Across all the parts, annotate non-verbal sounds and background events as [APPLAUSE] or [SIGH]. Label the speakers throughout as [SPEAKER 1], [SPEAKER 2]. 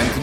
[SPEAKER 1] And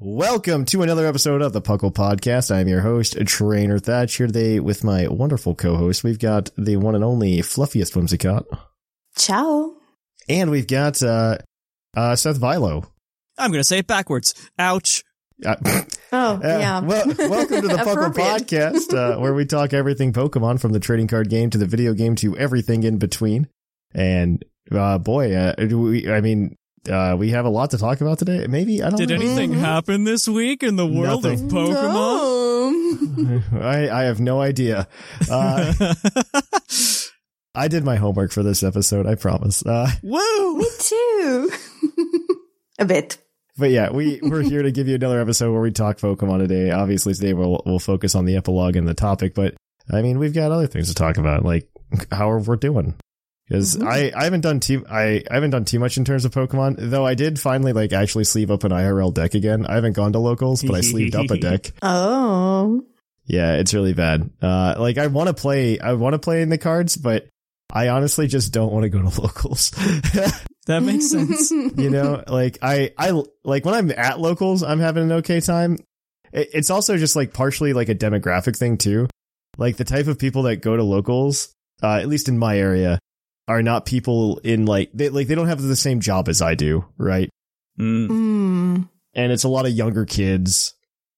[SPEAKER 2] Welcome to another episode of the Puckle Podcast. I'm your host, Trainer Thatch, here today with my wonderful co-host. We've got the one and only fluffiest Whimsicott,
[SPEAKER 3] Ciao.
[SPEAKER 2] and we've got uh, uh, Seth Vilo.
[SPEAKER 4] I'm going to say it backwards. Ouch.
[SPEAKER 2] Uh, [LAUGHS]
[SPEAKER 3] Oh, yeah.
[SPEAKER 2] well, welcome to
[SPEAKER 3] [LAUGHS]
[SPEAKER 2] the Puckle
[SPEAKER 3] Appropriate.
[SPEAKER 2] Podcast,
[SPEAKER 3] [LAUGHS]
[SPEAKER 2] uh, where we talk everything Pokemon, from the trading card game to the video game to everything in between. And uh, boy, uh, do we, I mean, uh, we have a lot to talk about today. Maybe I don't.
[SPEAKER 4] Did
[SPEAKER 2] know.
[SPEAKER 4] anything happen this week in the world
[SPEAKER 2] Nothing.
[SPEAKER 4] of Pokemon?
[SPEAKER 3] Um,
[SPEAKER 2] [LAUGHS] I, I have no idea. Uh, I did my homework for this episode. I promise. Uh,
[SPEAKER 4] [LAUGHS]
[SPEAKER 2] [LAUGHS]
[SPEAKER 4] Woo!
[SPEAKER 3] me too. [LAUGHS] a bit.
[SPEAKER 2] But yeah, we we're here to give you another episode where we talk Pokemon today. Obviously, today we'll we'll focus on the epilogue and the topic, but I mean, we've got other things to talk about, like how we're doing. Because I, I haven't done too I, I haven't done too much in terms of Pokemon, though I did finally like actually sleeve up an IRL deck again. I haven't gone to locals, but I sleeved up a deck.
[SPEAKER 3] Oh.
[SPEAKER 2] Yeah, it's really bad. Uh, like I want to play I want to play in the cards, but I honestly just don't want to go to [LAUGHS] locals.
[SPEAKER 4] That
[SPEAKER 3] [LAUGHS]
[SPEAKER 4] makes sense.
[SPEAKER 2] you know like i i like when i'm at locals i'm having an okay time it, it's also just like partially like a demographic thing too like the type of people that go to locals uh at least in my area are not people in like they like they don't have the same job as i do right
[SPEAKER 4] Mm. [LAUGHS]
[SPEAKER 3] Mm.
[SPEAKER 2] and it's a lot of younger kids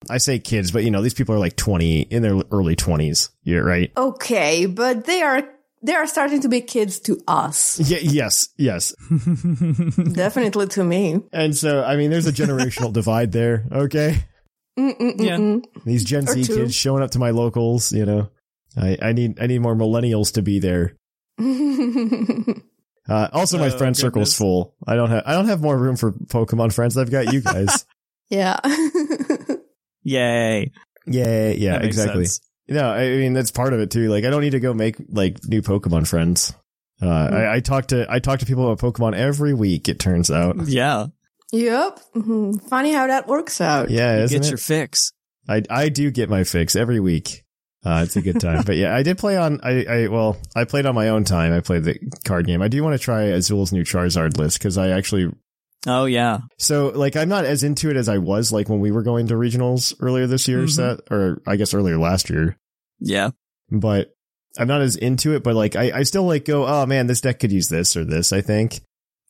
[SPEAKER 2] i say kids but you know these people are like 20 in their early 20s yeah right
[SPEAKER 3] Okay, but they are they are starting to be kids to
[SPEAKER 2] [LAUGHS]
[SPEAKER 3] us.
[SPEAKER 2] yeah yes yes
[SPEAKER 3] Definitely to me.
[SPEAKER 2] and so i mean there's a generational divide there okay
[SPEAKER 3] Mm,
[SPEAKER 4] Yeah.
[SPEAKER 3] Mm-mm-mm-mm.
[SPEAKER 2] These Gen
[SPEAKER 3] Or
[SPEAKER 2] Z
[SPEAKER 3] two.
[SPEAKER 2] kids showing up to my locals, you know. I, I need I need more millennials to be there. Uh, also, my
[SPEAKER 4] Oh,
[SPEAKER 2] friend circle's
[SPEAKER 4] goodness.
[SPEAKER 2] full. I don't have I don't have more room for Pokemon friends. I've got you guys.
[SPEAKER 3] mm. [LAUGHS] yeah.
[SPEAKER 4] Yay.
[SPEAKER 2] yeah, yeah,
[SPEAKER 4] That makes
[SPEAKER 2] exactly.
[SPEAKER 4] sense.
[SPEAKER 2] No, I mean that's part of it too. Like I don't need to go make like new Pokemon friends. Uh, I, I talk to I talk to people about Pokemon every week. It turns out,
[SPEAKER 4] Yeah.
[SPEAKER 3] yep. Mhm. Funny how that works out.
[SPEAKER 2] yeah,
[SPEAKER 4] You
[SPEAKER 2] isn't
[SPEAKER 4] get
[SPEAKER 2] it?
[SPEAKER 4] your fix.
[SPEAKER 2] I I do get my fix every week. Uh, it's a good time. but yeah, I did play on. I, I well, I played on my own time. I played the card game. I do want to try Azul's new Charizard list because I actually
[SPEAKER 4] Oh, yeah.
[SPEAKER 2] so like I'm not as into it as I was like when we were going to regionals earlier this year,
[SPEAKER 4] Mhm.
[SPEAKER 2] Seth, or I guess earlier last year.
[SPEAKER 4] Yeah.
[SPEAKER 2] But I'm not as into it. But like I, I still like go. Oh man, this deck could use this or this. I think.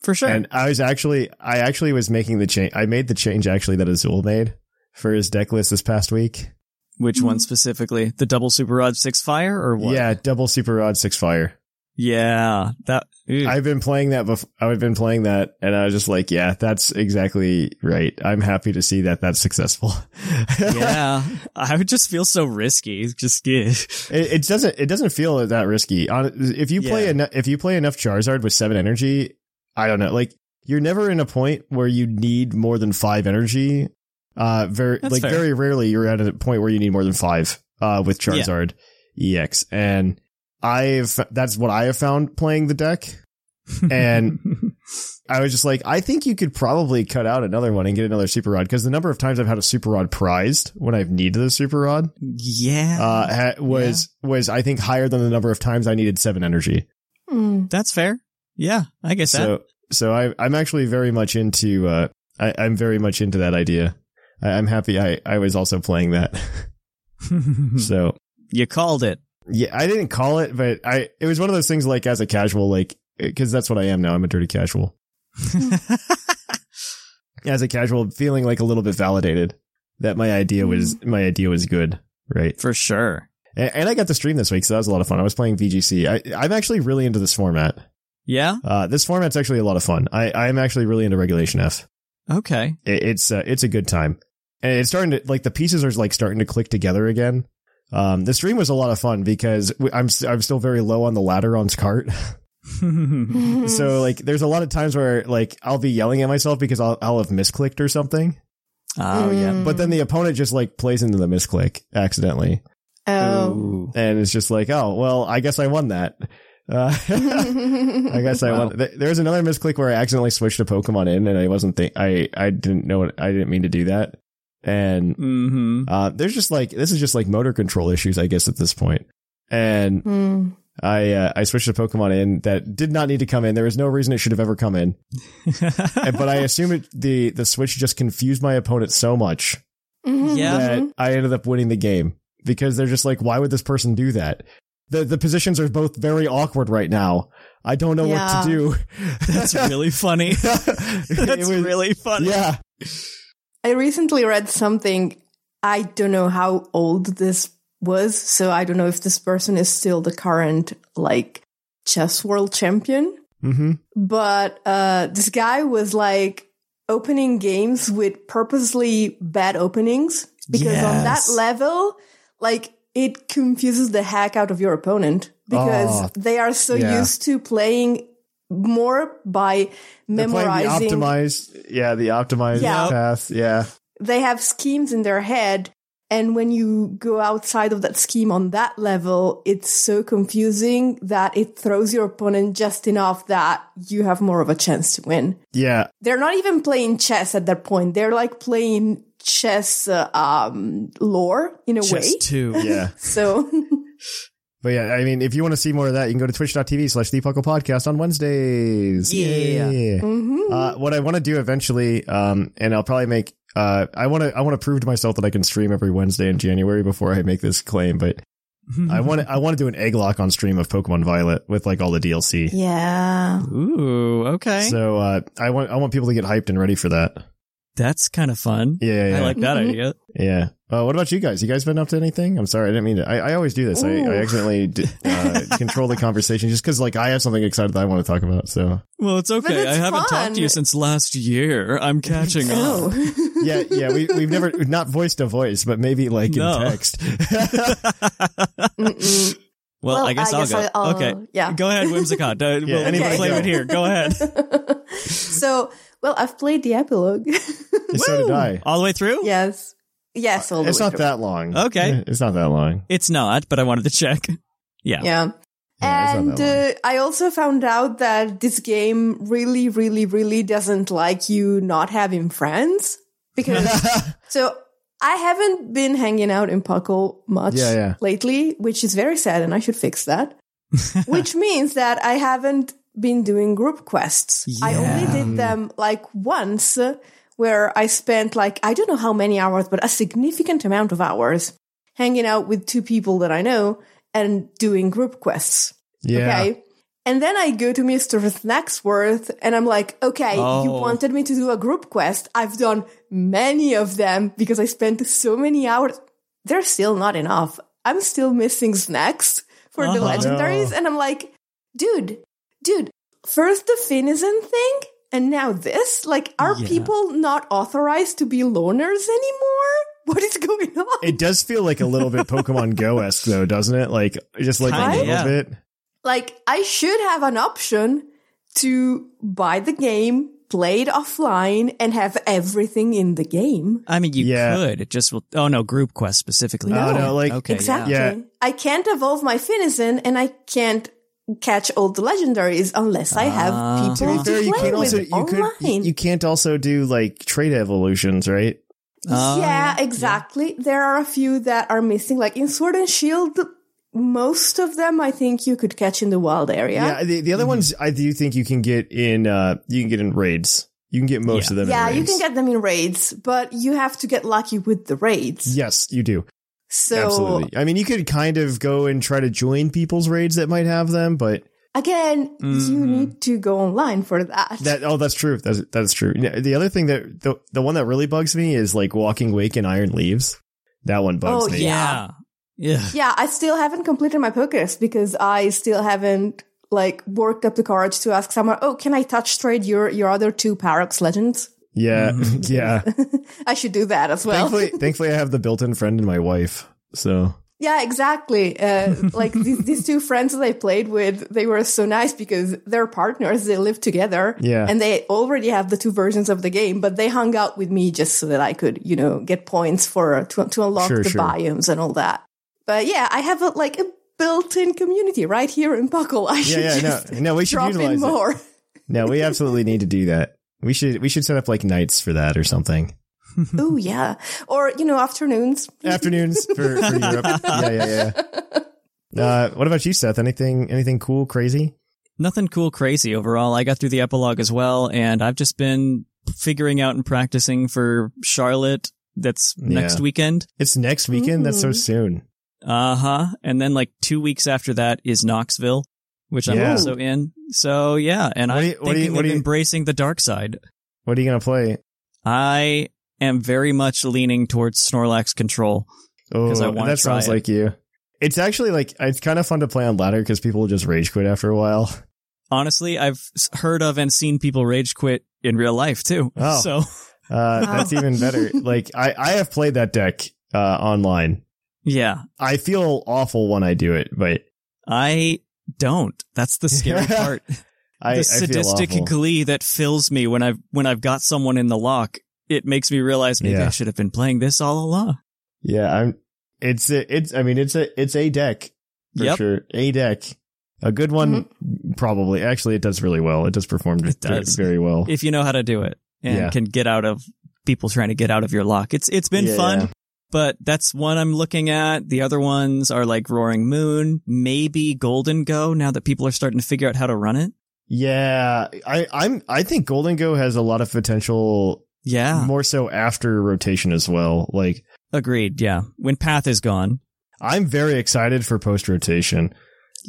[SPEAKER 4] For sure.
[SPEAKER 2] And I was actually I actually was making the change. I made the change actually that Azul made for his deck list this past week.
[SPEAKER 4] Which one specifically? The double super odd six fire or what?
[SPEAKER 2] Yeah, double super rod six fire.
[SPEAKER 4] Yeah. That. ew.
[SPEAKER 2] I've been playing that before. I've been playing that, and I was just like, "Yeah, that's exactly right." I'm happy to see that that's successful.
[SPEAKER 4] [LAUGHS] yeah. [LAUGHS] I would just feel so risky. Just yeah.
[SPEAKER 2] [LAUGHS] it, it doesn't. It doesn't feel that risky. Hon- If you play
[SPEAKER 4] Yeah.
[SPEAKER 2] enough, if you play enough Charizard with seven energy, I don't know. Like you're never in a point where you need more than five energy. Uh, very
[SPEAKER 4] That's
[SPEAKER 2] like
[SPEAKER 4] fair.
[SPEAKER 2] very rarely you're at a point where you need more than five. Uh, with
[SPEAKER 4] Yeah.
[SPEAKER 2] Charizard EX, and I've that's what I have found playing the deck. [LAUGHS] And- I was just like, I think you could probably cut out another one and get another super rod because the number of times I've had a super rod prized when I've needed a super rod
[SPEAKER 4] yeah.
[SPEAKER 2] uh, ha- was was I think higher than the number of times I needed seven energy.
[SPEAKER 3] Mm.
[SPEAKER 4] That's fair. Yeah. I guess that.
[SPEAKER 2] So so I I'm actually very much into uh I, I'm very much into that idea.
[SPEAKER 4] Hmm.
[SPEAKER 2] I, I'm happy I I was also playing that. so
[SPEAKER 4] [LAUGHS] you called it. [LAUGHS]
[SPEAKER 2] Yeah, I didn't call it, but I it was one of those things like as a casual, like because that's what I am now. I'm a dirty casual. As a casual, feeling like a little bit validated that my idea was my idea was good, right?
[SPEAKER 4] For sure.
[SPEAKER 2] And, and I got to stream this week, so that was a lot of fun. I was playing VGC. I, I'm actually really into this format.
[SPEAKER 4] Yeah.
[SPEAKER 2] Uh, this format's actually a lot of fun. I I'm actually really into Regulation F. [LAUGHS]
[SPEAKER 4] Okay.
[SPEAKER 2] It, it's uh, it's a good time, and it's starting to like the pieces are like starting to click together again. Um, the stream was a lot of fun because we- I'm s- I'm still very low on the ladder on cart. [LAUGHS] [LAUGHS]
[SPEAKER 4] Oh,
[SPEAKER 3] Mm-hmm.
[SPEAKER 2] so like there's a lot of times where like I'll be yelling at myself because I'll I'll have misclicked or something.
[SPEAKER 4] oh yeah.
[SPEAKER 2] But then the opponent just like plays into the misclick accidentally.
[SPEAKER 3] Oh.
[SPEAKER 4] Ooh.
[SPEAKER 2] And it's just like, oh well, I guess I won that. Uh, [LAUGHS] [LAUGHS] I
[SPEAKER 3] [LAUGHS]
[SPEAKER 2] guess I
[SPEAKER 4] Wow.
[SPEAKER 2] won. th- There was another misclick where I accidentally switched a Pokemon in, and I wasn't. Th- I I didn't know. What, I didn't mean to do that. And
[SPEAKER 4] Mm-hmm.
[SPEAKER 2] uh, there's just like this is just like motor control issues, I guess, at this point. And
[SPEAKER 3] Mm.
[SPEAKER 2] I uh, I switched a Pokemon in that did not need to come in. There was no reason it should have ever come in. And- but I assume it, the the switch just confused my opponent so much
[SPEAKER 3] Mhm.
[SPEAKER 4] Yeah.
[SPEAKER 2] that I ended up winning the game because they're just like, why would this person do that? The the positions are both very awkward right now. I don't know what
[SPEAKER 3] Yeah.
[SPEAKER 2] to
[SPEAKER 4] [LAUGHS]
[SPEAKER 2] do.
[SPEAKER 4] [LAUGHS]
[SPEAKER 2] [LAUGHS]
[SPEAKER 4] That's really funny. That's really funny.
[SPEAKER 2] yeah.
[SPEAKER 3] I recently read something. I don't know how old this was, so I don't know if this person is still the current like chess world champion.
[SPEAKER 2] Mm-hmm.
[SPEAKER 3] But uh, this guy was like opening games with purposely bad openings because on that
[SPEAKER 4] Yes.
[SPEAKER 3] level, like it confuses the heck out of your opponent because
[SPEAKER 2] Oh,
[SPEAKER 3] they are so
[SPEAKER 2] yeah.
[SPEAKER 3] used to playing more by
[SPEAKER 2] They're playing
[SPEAKER 3] memorizing
[SPEAKER 2] the optimized, yeah, the optimized
[SPEAKER 3] Yeah.
[SPEAKER 2] path, yeah.
[SPEAKER 3] they have schemes in their head and when you go outside of that scheme on that level it's so confusing that it throws your opponent just enough that you have more of a chance to win
[SPEAKER 2] Yeah,
[SPEAKER 3] they're not even playing chess at that point they're like playing chess uh, um lore in a way
[SPEAKER 4] Just two. [LAUGHS]
[SPEAKER 2] yeah.
[SPEAKER 3] so [LAUGHS]
[SPEAKER 2] But yeah, I mean, if you want to see more of that, you can go to twitch.tv slash the Puckle Podcast on Wednesdays.
[SPEAKER 4] Yeah.
[SPEAKER 3] mhm.
[SPEAKER 2] Uh, what I want to do eventually, um, and I'll probably make, uh, I want to, I want to prove to myself that I can stream every Wednesday in January before I make this claim, but I want to, I want to do an egg lock on stream of Pokemon Violet with like all the DLC.
[SPEAKER 3] yeah
[SPEAKER 4] [LAUGHS] Ooh. Okay.
[SPEAKER 2] So, uh, I want, I want people to get hyped and ready for that.
[SPEAKER 4] That's kind of fun.
[SPEAKER 2] Yeah. yeah, yeah.
[SPEAKER 4] I like that
[SPEAKER 3] Mhm.
[SPEAKER 4] idea.
[SPEAKER 2] Yeah. Uh, what about you guys? You guys been up to anything? I'm sorry, I didn't mean to. I, I always do this. I, I
[SPEAKER 3] Ooh.
[SPEAKER 2] accidentally d- uh, control the conversation just because, like, I have something excited that I want to talk about. So
[SPEAKER 4] Well, it's okay.
[SPEAKER 3] it's
[SPEAKER 4] I haven't talked
[SPEAKER 3] fun.
[SPEAKER 4] to you since last year. I'm catching up.
[SPEAKER 3] [LAUGHS] oh
[SPEAKER 2] yeah, yeah, we we've never not voice to voice, but maybe like
[SPEAKER 4] No.
[SPEAKER 2] in text. [LAUGHS]
[SPEAKER 3] Mm-mm. [LAUGHS]
[SPEAKER 4] Well, I guess, I will go.
[SPEAKER 3] I'll-
[SPEAKER 4] okay.
[SPEAKER 3] yeah
[SPEAKER 4] Go ahead, Whimsicott.
[SPEAKER 2] [LAUGHS]
[SPEAKER 4] Uh, we'll
[SPEAKER 2] anybody
[SPEAKER 4] claim
[SPEAKER 2] go.
[SPEAKER 4] it here. Go
[SPEAKER 2] [LAUGHS]
[SPEAKER 4] ahead.
[SPEAKER 3] so well i've played the [LAUGHS] epilogue
[SPEAKER 2] so did I.
[SPEAKER 4] [LAUGHS] All the way through?
[SPEAKER 3] Yes. Yes. all the
[SPEAKER 2] It's
[SPEAKER 3] way
[SPEAKER 2] not
[SPEAKER 3] through.
[SPEAKER 2] that long.
[SPEAKER 4] Okay.
[SPEAKER 2] It's not that long.
[SPEAKER 4] It's not, but I wanted to check. [LAUGHS] Yeah.
[SPEAKER 3] Yeah.
[SPEAKER 2] Yeah, it's not
[SPEAKER 3] and
[SPEAKER 2] that
[SPEAKER 3] uh, I also found out that this game really, really, really doesn't like you not having friends
[SPEAKER 2] [LAUGHS]
[SPEAKER 3] because so I haven't been hanging out in Puckle much
[SPEAKER 2] Yeah, yeah.
[SPEAKER 3] lately, which is very sad, and I should fix that. which means that I haven't been doing group quests. I only
[SPEAKER 4] Yeah.
[SPEAKER 3] did them like once, uh, where I spent like I don't know how many hours, but a significant amount of hours hanging out with two people that I know and doing group quests.
[SPEAKER 2] Yeah.
[SPEAKER 3] Okay. And then I go to Mr. Snacksworth and I'm like, okay, you
[SPEAKER 4] Oh.
[SPEAKER 3] wanted me to do a group quest. I've done many of them because I spent so many hours. They're still not enough. I'm still missing snacks for the
[SPEAKER 4] Oh,
[SPEAKER 3] legendaries.
[SPEAKER 2] Uh-huh. no.
[SPEAKER 3] And I'm like, dude, dude, first the Finizen thing and now this? Like, are
[SPEAKER 4] Yeah.
[SPEAKER 3] people not authorized to be loners anymore? [LAUGHS] What is going on?
[SPEAKER 2] It does feel like a little bit Pokemon Go esque though, doesn't it? Like just like
[SPEAKER 4] Kinda,
[SPEAKER 2] a little
[SPEAKER 4] yeah.
[SPEAKER 2] bit.
[SPEAKER 3] like I should have an option to buy the game, play it offline, and have everything in the game.
[SPEAKER 4] I mean, you
[SPEAKER 2] Yeah.
[SPEAKER 4] could. It just will. Oh, no. Group quest specifically.
[SPEAKER 3] No. Oh, no,
[SPEAKER 2] like-
[SPEAKER 4] okay, yeah.
[SPEAKER 3] exactly.
[SPEAKER 2] Yeah.
[SPEAKER 3] I can't evolve my Finizen, and I can't catch all the legendaries unless I have
[SPEAKER 4] Ah.
[SPEAKER 2] To be
[SPEAKER 3] people to,
[SPEAKER 2] fair,
[SPEAKER 3] play
[SPEAKER 2] you can't
[SPEAKER 3] with
[SPEAKER 2] also you could
[SPEAKER 3] online.
[SPEAKER 2] you, you can't also do like trade evolutions, right?
[SPEAKER 4] Oh,
[SPEAKER 3] yeah, exactly. There are a few that are missing. Like in Sword and Shield, most of them I think you could catch in the wild area.
[SPEAKER 2] Yeah, the, the other ones I do think you can get in uh you can get in raids. You can get most
[SPEAKER 4] Yeah.
[SPEAKER 2] of them in
[SPEAKER 3] Yeah, you
[SPEAKER 2] raids.
[SPEAKER 3] can get them in raids, but you have to get lucky with the raids.
[SPEAKER 2] Yes, you do.
[SPEAKER 3] So
[SPEAKER 2] Absolutely. I mean, you could kind of go and try to join people's raids that might have them, but
[SPEAKER 3] again, you
[SPEAKER 4] Mhm.
[SPEAKER 3] need to go online for that.
[SPEAKER 2] Mm-hmm. that oh, that's true. That's that's true. Yeah, The other thing that the the one that really bugs me is like walking wake in iron leaves. That one bugs
[SPEAKER 3] Oh,
[SPEAKER 2] me.
[SPEAKER 4] Yeah. Yeah.
[SPEAKER 3] yeah, I still haven't completed my Pokedex because I still haven't like worked up the courage to ask someone, "Oh, can I touch trade your your other two Parox legends?" [LAUGHS]
[SPEAKER 2] Yeah, [LAUGHS] yeah.
[SPEAKER 3] I should do that as well.
[SPEAKER 2] thankfully,
[SPEAKER 3] [LAUGHS]
[SPEAKER 2] thankfully, I have the built-in friend in my wife. So
[SPEAKER 3] Yeah, exactly. Uh, like these, these two friends that I played with, they were so nice because they're partners. They live together.
[SPEAKER 2] Yeah.
[SPEAKER 3] And they already have the two versions of the game, but they hung out with me just so that I could, you know, get points for, to, to unlock
[SPEAKER 2] Sure,
[SPEAKER 3] the
[SPEAKER 2] sure.
[SPEAKER 3] biomes and all that. But yeah, I have a, like a built-in community right here in Buckle. I should
[SPEAKER 2] yeah, no,
[SPEAKER 3] just
[SPEAKER 2] no, we should
[SPEAKER 3] drop in
[SPEAKER 2] utilize it.
[SPEAKER 3] more.
[SPEAKER 2] no, we absolutely need to do that. We should we should set up like nights for that or something.
[SPEAKER 3] Oh yeah. Or, you know, afternoons.
[SPEAKER 2] Afternoons for, for Europe. Yeah, yeah, yeah. Uh, what about you, Seth? Anything anything cool, crazy?
[SPEAKER 4] Nothing cool crazy overall. I got through the epilogue as well, and I've just been figuring out and practicing for Charlotte that's next
[SPEAKER 2] Yeah.
[SPEAKER 4] weekend.
[SPEAKER 2] It's next weekend. That's so soon.
[SPEAKER 4] Uh huh. And then like two weeks after that is Knoxville, which I'm
[SPEAKER 2] Yeah.
[SPEAKER 4] also in. So yeah, and
[SPEAKER 2] What do
[SPEAKER 4] I'm
[SPEAKER 2] you- what do you-
[SPEAKER 4] thinking
[SPEAKER 2] what
[SPEAKER 4] of
[SPEAKER 2] do you-
[SPEAKER 4] embracing the dark side.
[SPEAKER 2] What are you gonna play?
[SPEAKER 4] I am very much leaning towards Snorlax control.
[SPEAKER 2] Oh,
[SPEAKER 4] 'Cause I wanna
[SPEAKER 2] that
[SPEAKER 4] try
[SPEAKER 2] sounds
[SPEAKER 4] it.
[SPEAKER 2] like you. It's actually like it's kind of fun to play on ladder because people just rage quit after a while. [LAUGHS]
[SPEAKER 4] Honestly, I've s- heard of and seen people rage quit in real life too.
[SPEAKER 2] Oh.
[SPEAKER 4] So
[SPEAKER 2] Uh,
[SPEAKER 3] Wow.
[SPEAKER 2] That's even better. like I, I have played that deck uh, online.
[SPEAKER 4] yeah,
[SPEAKER 2] I feel awful when I do it, but
[SPEAKER 4] I don't. That's the
[SPEAKER 2] [LAUGHS]
[SPEAKER 4] scary part.
[SPEAKER 2] I,
[SPEAKER 4] the
[SPEAKER 2] I
[SPEAKER 4] sadistic
[SPEAKER 2] feel awful.
[SPEAKER 4] glee that fills me when I've when I've got someone in the lock. It makes me realize maybe
[SPEAKER 2] Yeah.
[SPEAKER 4] I should have been playing this all along.
[SPEAKER 2] yeah, I'm. It's a, it's. I mean, it's a it's a deck for
[SPEAKER 4] Yep.
[SPEAKER 2] sure. A deck, a good one probably. Actually, it does really well. It does perform
[SPEAKER 4] It
[SPEAKER 2] ve-
[SPEAKER 4] does.
[SPEAKER 2] very well.
[SPEAKER 4] if you know how to do it and
[SPEAKER 2] Yeah.
[SPEAKER 4] can get out of people trying to get out of your lock. It's it's been
[SPEAKER 2] Yeah,
[SPEAKER 4] fun,
[SPEAKER 2] yeah.
[SPEAKER 4] but that's one I'm looking at. The other ones are like Roaring Moon, maybe Golden Go. Now that people are starting to figure out how to run it,
[SPEAKER 2] yeah, I I'm I think Golden Go has a lot of potential.
[SPEAKER 4] yeah,
[SPEAKER 2] More so after rotation as well. Like
[SPEAKER 4] agreed. Yeah, when Path is gone,
[SPEAKER 2] I'm very excited for post rotation.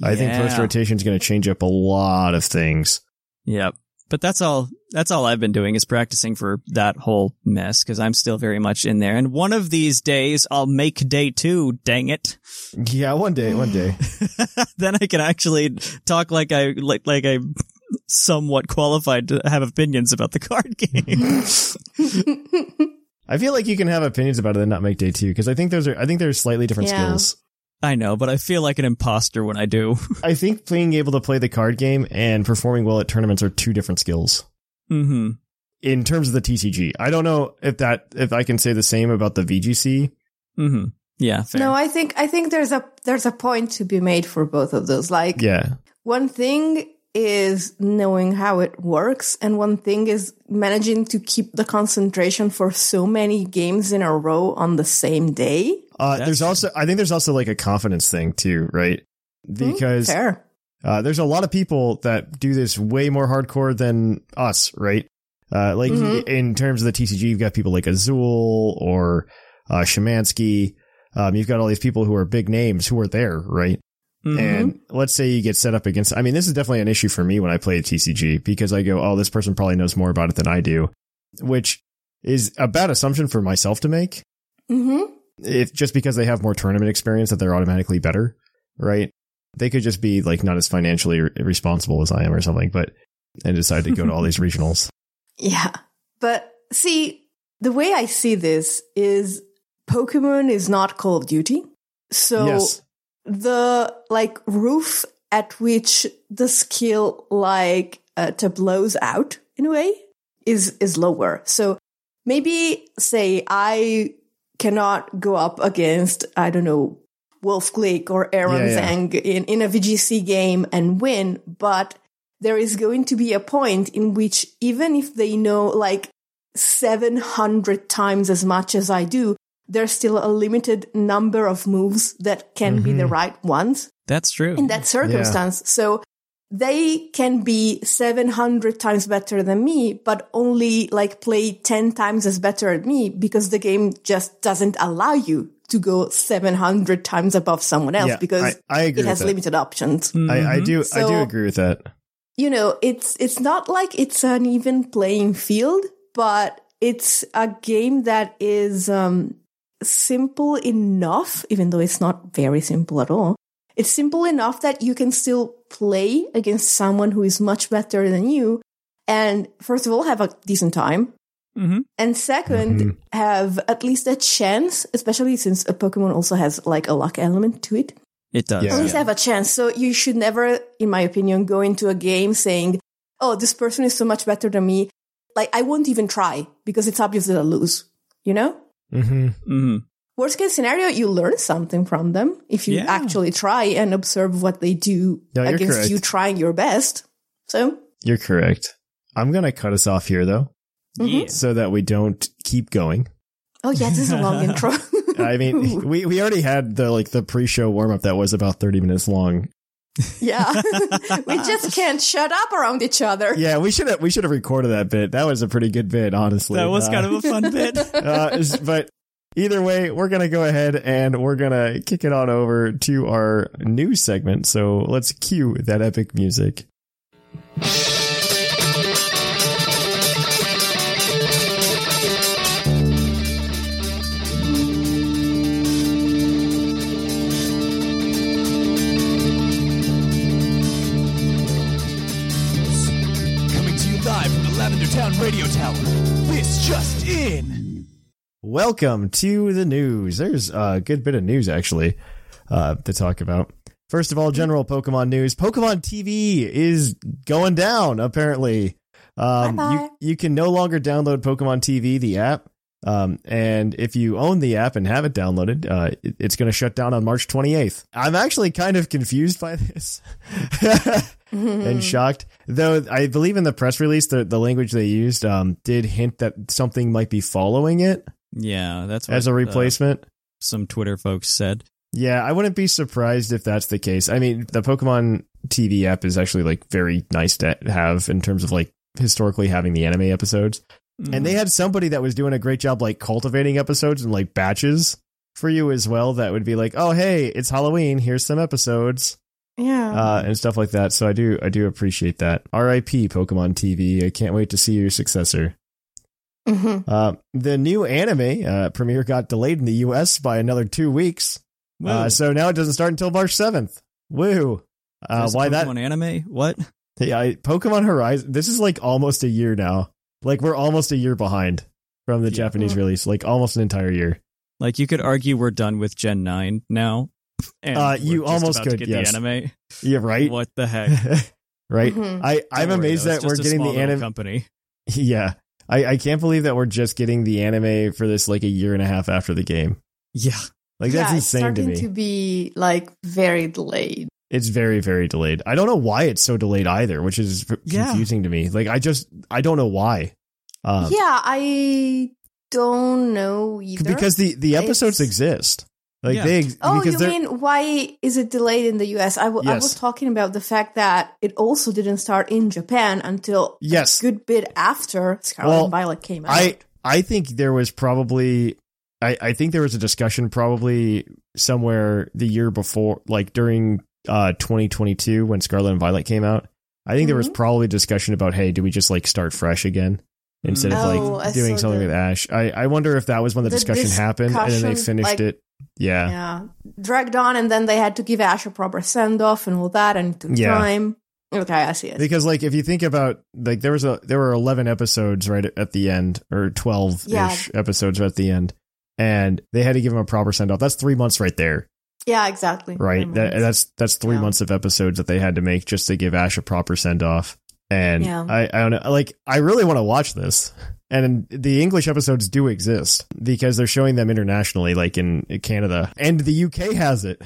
[SPEAKER 2] I think
[SPEAKER 4] Yeah.
[SPEAKER 2] post rotation is going to change up a lot of things.
[SPEAKER 4] Yep. But that's all. That's all I've been doing is practicing for that whole mess because I'm still very much in there. And one of these days, I'll make day two. Dang it!
[SPEAKER 2] Yeah, one day, one day.
[SPEAKER 4] [LAUGHS] then I can actually talk like I like like I somewhat qualified to have opinions about the card [LAUGHS] game.
[SPEAKER 2] [SIGHS]
[SPEAKER 3] [LAUGHS]
[SPEAKER 2] I feel like you can have opinions about it and not make day two because I think those are I think they're slightly different
[SPEAKER 3] Yeah.
[SPEAKER 2] skills.
[SPEAKER 4] I know, but I feel like an imposter when I do. [LAUGHS]
[SPEAKER 2] I think being able to play the card game and performing well at tournaments are two different skills
[SPEAKER 4] hmm
[SPEAKER 2] in terms of the TCG. I don't know if that if I can say the same about the VGC.
[SPEAKER 4] hmm Yeah. Fair.
[SPEAKER 3] No, I think I think there's a there's a point to be made for both of those. Like
[SPEAKER 2] Yeah,
[SPEAKER 3] one thing is knowing how it works and one thing is managing to keep the concentration for so many games in a row on the same day
[SPEAKER 2] uh,
[SPEAKER 4] That's
[SPEAKER 2] there's
[SPEAKER 4] true.
[SPEAKER 2] also I think there's also like a confidence thing too, right? Because
[SPEAKER 3] Hmm, fair
[SPEAKER 2] Uh, there's a lot of people that do this way more hardcore than us, right? Uh, like
[SPEAKER 3] Mhm.
[SPEAKER 2] in terms of the TCG, you've got people like Azul or uh, Shemansky. Um, you've got all these people who are big names who are there, right?
[SPEAKER 4] Mhm.
[SPEAKER 2] And let's say you get set up against. I mean, this is definitely an issue for me when I play TCG because I go, "Oh, this person probably knows more about it than I do," which is a bad assumption for myself to make
[SPEAKER 3] hmm
[SPEAKER 2] if just because they have more tournament experience that they're automatically better, right? They could just be like not as financially re- responsible as I am or something, but and decide to go to all
[SPEAKER 3] [LAUGHS]
[SPEAKER 2] these regionals.
[SPEAKER 3] yeah but see the way i see this is pokemon is not call of duty so
[SPEAKER 2] yes.
[SPEAKER 3] the like roof at which the skill like uh, tableaus out in a way is is lower so maybe say i cannot go up against i don't know wolf click or aaron
[SPEAKER 2] Yeah, yeah.
[SPEAKER 3] zhang in, in a vgc game and win but there is going to be a point in which even if they know like 700 times as much as i do there's still a limited number of moves that can be the
[SPEAKER 2] Mhm.
[SPEAKER 3] right ones
[SPEAKER 4] that's true.
[SPEAKER 3] in that circumstance. So they can be 700 times better than me, but only like play 10 times as better at me because the game just doesn't allow you to go 700 times above someone else
[SPEAKER 2] Yeah,
[SPEAKER 3] because
[SPEAKER 2] I, I agree
[SPEAKER 3] it has
[SPEAKER 2] with
[SPEAKER 3] limited options.
[SPEAKER 2] that. I, I
[SPEAKER 4] Mhm.
[SPEAKER 2] do I do
[SPEAKER 3] So-
[SPEAKER 2] agree with that.
[SPEAKER 3] You know, it's it's not like it's an even playing field, but it's a game that is um, simple enough, even though it's not very simple at all. It's simple enough that you can still play against someone who is much better than you, and first of all, have a decent time,
[SPEAKER 4] Mhm.
[SPEAKER 3] and 2nd
[SPEAKER 2] Mhm.
[SPEAKER 3] have at least a chance, especially since a Pokemon also has like a luck element to it.
[SPEAKER 4] It does.
[SPEAKER 2] Yeah.
[SPEAKER 3] At least have a chance. So you should never, in my opinion, go into a game saying, "Oh, this person is so much better than me." Like I won't even try because it's obvious that I lose. You know.
[SPEAKER 2] hmm
[SPEAKER 4] hmm
[SPEAKER 3] Worst case scenario, you learn something from them if you
[SPEAKER 4] Yeah.
[SPEAKER 3] actually try and observe what they do
[SPEAKER 2] No, you're
[SPEAKER 3] against
[SPEAKER 2] correct.
[SPEAKER 3] you trying your best. So
[SPEAKER 2] You're correct. I'm gonna cut us off here though,
[SPEAKER 3] Mhm.
[SPEAKER 2] so that we don't keep going.
[SPEAKER 3] Oh yeah, this is a
[SPEAKER 2] [LAUGHS]
[SPEAKER 3] long intro. [LAUGHS]
[SPEAKER 2] I mean, we, we already had the like the pre-show warm up that was about 30 minutes long.
[SPEAKER 3] yeah, we just can't shut up around each other.
[SPEAKER 2] Yeah, we should have we should have recorded that bit. That was a pretty good bit, honestly.
[SPEAKER 4] That was
[SPEAKER 2] Uh,
[SPEAKER 4] kind of a fun bit.
[SPEAKER 2] [LAUGHS] uh, is- but either way, we're going to go ahead and we're going to kick it on over to our new segment. So let's cue that epic music.
[SPEAKER 5] Coming to you live from the Lavender Town Radio Tower. This just in.
[SPEAKER 2] Welcome to the news. There's a good bit of news actually uh, to talk about. First of all, general Pokemon news. Pokemon TV is going down apparently. Um,
[SPEAKER 3] Bye-bye.
[SPEAKER 2] You you can no longer download Pokemon TV the app. Um, and if you own the app and have it downloaded, uh, it- it's going to shut down on March 28th. I'm actually kind of confused by this [LAUGHS]
[SPEAKER 3] Mm-hmm.
[SPEAKER 2] and shocked, though. I believe in the press release, the, the language they used um, did hint that something might be following it
[SPEAKER 4] yeah, that's what,
[SPEAKER 2] as a
[SPEAKER 4] uh,
[SPEAKER 2] replacement.
[SPEAKER 4] some Twitter folks said.
[SPEAKER 2] yeah, I wouldn't be surprised if that's the case. I mean, the Pokemon TV app is actually like very nice to have in terms of like historically having the anime episodes.
[SPEAKER 4] Mm-hmm.
[SPEAKER 2] And they had somebody that was doing a great job like cultivating episodes and like batches for you as well that would be like, "Oh, hey, it's Halloween, here's some episodes."
[SPEAKER 3] Yeah.
[SPEAKER 2] Uh, and stuff like that. So I do I do appreciate that. RIP Pokemon TV. I can't wait to see your successor.
[SPEAKER 3] hmm
[SPEAKER 2] Uh, the new anime uh, premiere got delayed in the US by another 2 weeks. Uh, so now it doesn't start until March 7th. Woo. Uh,
[SPEAKER 4] There's a
[SPEAKER 2] why that?
[SPEAKER 4] Pokemon anime? What?
[SPEAKER 2] Yeah, I- Pokemon Horizon. This is like almost a year now. Like we're almost a year behind from the
[SPEAKER 4] Yeah.
[SPEAKER 2] Japanese release, like almost an entire year.
[SPEAKER 4] Like you could argue we're done with Gen Nine now. And
[SPEAKER 2] Uh,
[SPEAKER 4] we're
[SPEAKER 2] you
[SPEAKER 4] just
[SPEAKER 2] almost
[SPEAKER 4] about to
[SPEAKER 2] could,
[SPEAKER 4] get
[SPEAKER 2] yes.
[SPEAKER 4] the anime.
[SPEAKER 2] Yeah, right?
[SPEAKER 4] What the heck?
[SPEAKER 2] [LAUGHS] right?
[SPEAKER 3] Mhm.
[SPEAKER 2] I, I'm
[SPEAKER 4] Don't worry,
[SPEAKER 2] amazed
[SPEAKER 4] though,
[SPEAKER 2] that
[SPEAKER 4] it's
[SPEAKER 2] we're
[SPEAKER 4] just a
[SPEAKER 2] getting
[SPEAKER 4] small
[SPEAKER 2] the
[SPEAKER 4] little
[SPEAKER 2] anime.
[SPEAKER 4] company.
[SPEAKER 2] [LAUGHS] yeah. I, I can't believe that we're just getting the anime for this like a year and a half after the game.
[SPEAKER 4] Yeah,
[SPEAKER 2] Like that's
[SPEAKER 3] yeah, it's
[SPEAKER 2] insane to
[SPEAKER 3] starting
[SPEAKER 2] me.
[SPEAKER 3] to be like very delayed.
[SPEAKER 2] It's very, very delayed. I don't know why it's so delayed either, which is f-
[SPEAKER 4] Yeah.
[SPEAKER 2] confusing to me. Like I just I don't know why. Um,
[SPEAKER 3] yeah, I don't know either.
[SPEAKER 2] because the the episodes
[SPEAKER 3] It's-
[SPEAKER 2] exist like
[SPEAKER 4] Yeah.
[SPEAKER 2] they ex-
[SPEAKER 3] oh,
[SPEAKER 2] because
[SPEAKER 3] you
[SPEAKER 2] they're
[SPEAKER 3] mean why is it delayed in the US? I w- I
[SPEAKER 2] Yes.
[SPEAKER 3] was talking about the fact that it also didn't start in Japan until
[SPEAKER 2] yes
[SPEAKER 3] a good bit after Scarlet
[SPEAKER 2] Well,
[SPEAKER 3] and Violet came out.
[SPEAKER 2] i i think there was probably i i think there was a discussion probably somewhere the year before like during uh 2022 when scarlet and violet came out i think there was
[SPEAKER 3] Mhm.
[SPEAKER 2] probably discussion about hey do we just like start fresh again instead
[SPEAKER 3] Mm.
[SPEAKER 2] of like
[SPEAKER 3] Oh, I
[SPEAKER 2] doing
[SPEAKER 3] saw
[SPEAKER 2] something with
[SPEAKER 3] the-
[SPEAKER 2] ash i i wonder if that was when the,
[SPEAKER 3] The
[SPEAKER 2] discussion, happened and then they
[SPEAKER 3] discussion,
[SPEAKER 2] finished it
[SPEAKER 3] like-
[SPEAKER 2] yeah.
[SPEAKER 3] yeah, dragged on, and then they had to give Ash a proper send off and all that, and it took
[SPEAKER 2] Yeah.
[SPEAKER 3] time. Okay, I see it.
[SPEAKER 2] because like if you think about like there was a there were 11 episodes right at the end or 12 ish
[SPEAKER 3] Yeah.
[SPEAKER 2] episodes at the end and they had to give him a proper send off that's three months right there
[SPEAKER 3] yeah, exactly.
[SPEAKER 2] right that, that's that's three
[SPEAKER 3] Yeah.
[SPEAKER 2] months of episodes that they had to make just to give ash a proper send off and
[SPEAKER 3] Yeah.
[SPEAKER 2] I, I don't know like i really want to watch this and the english episodes do exist because they're showing them internationally like in canada and the uk has it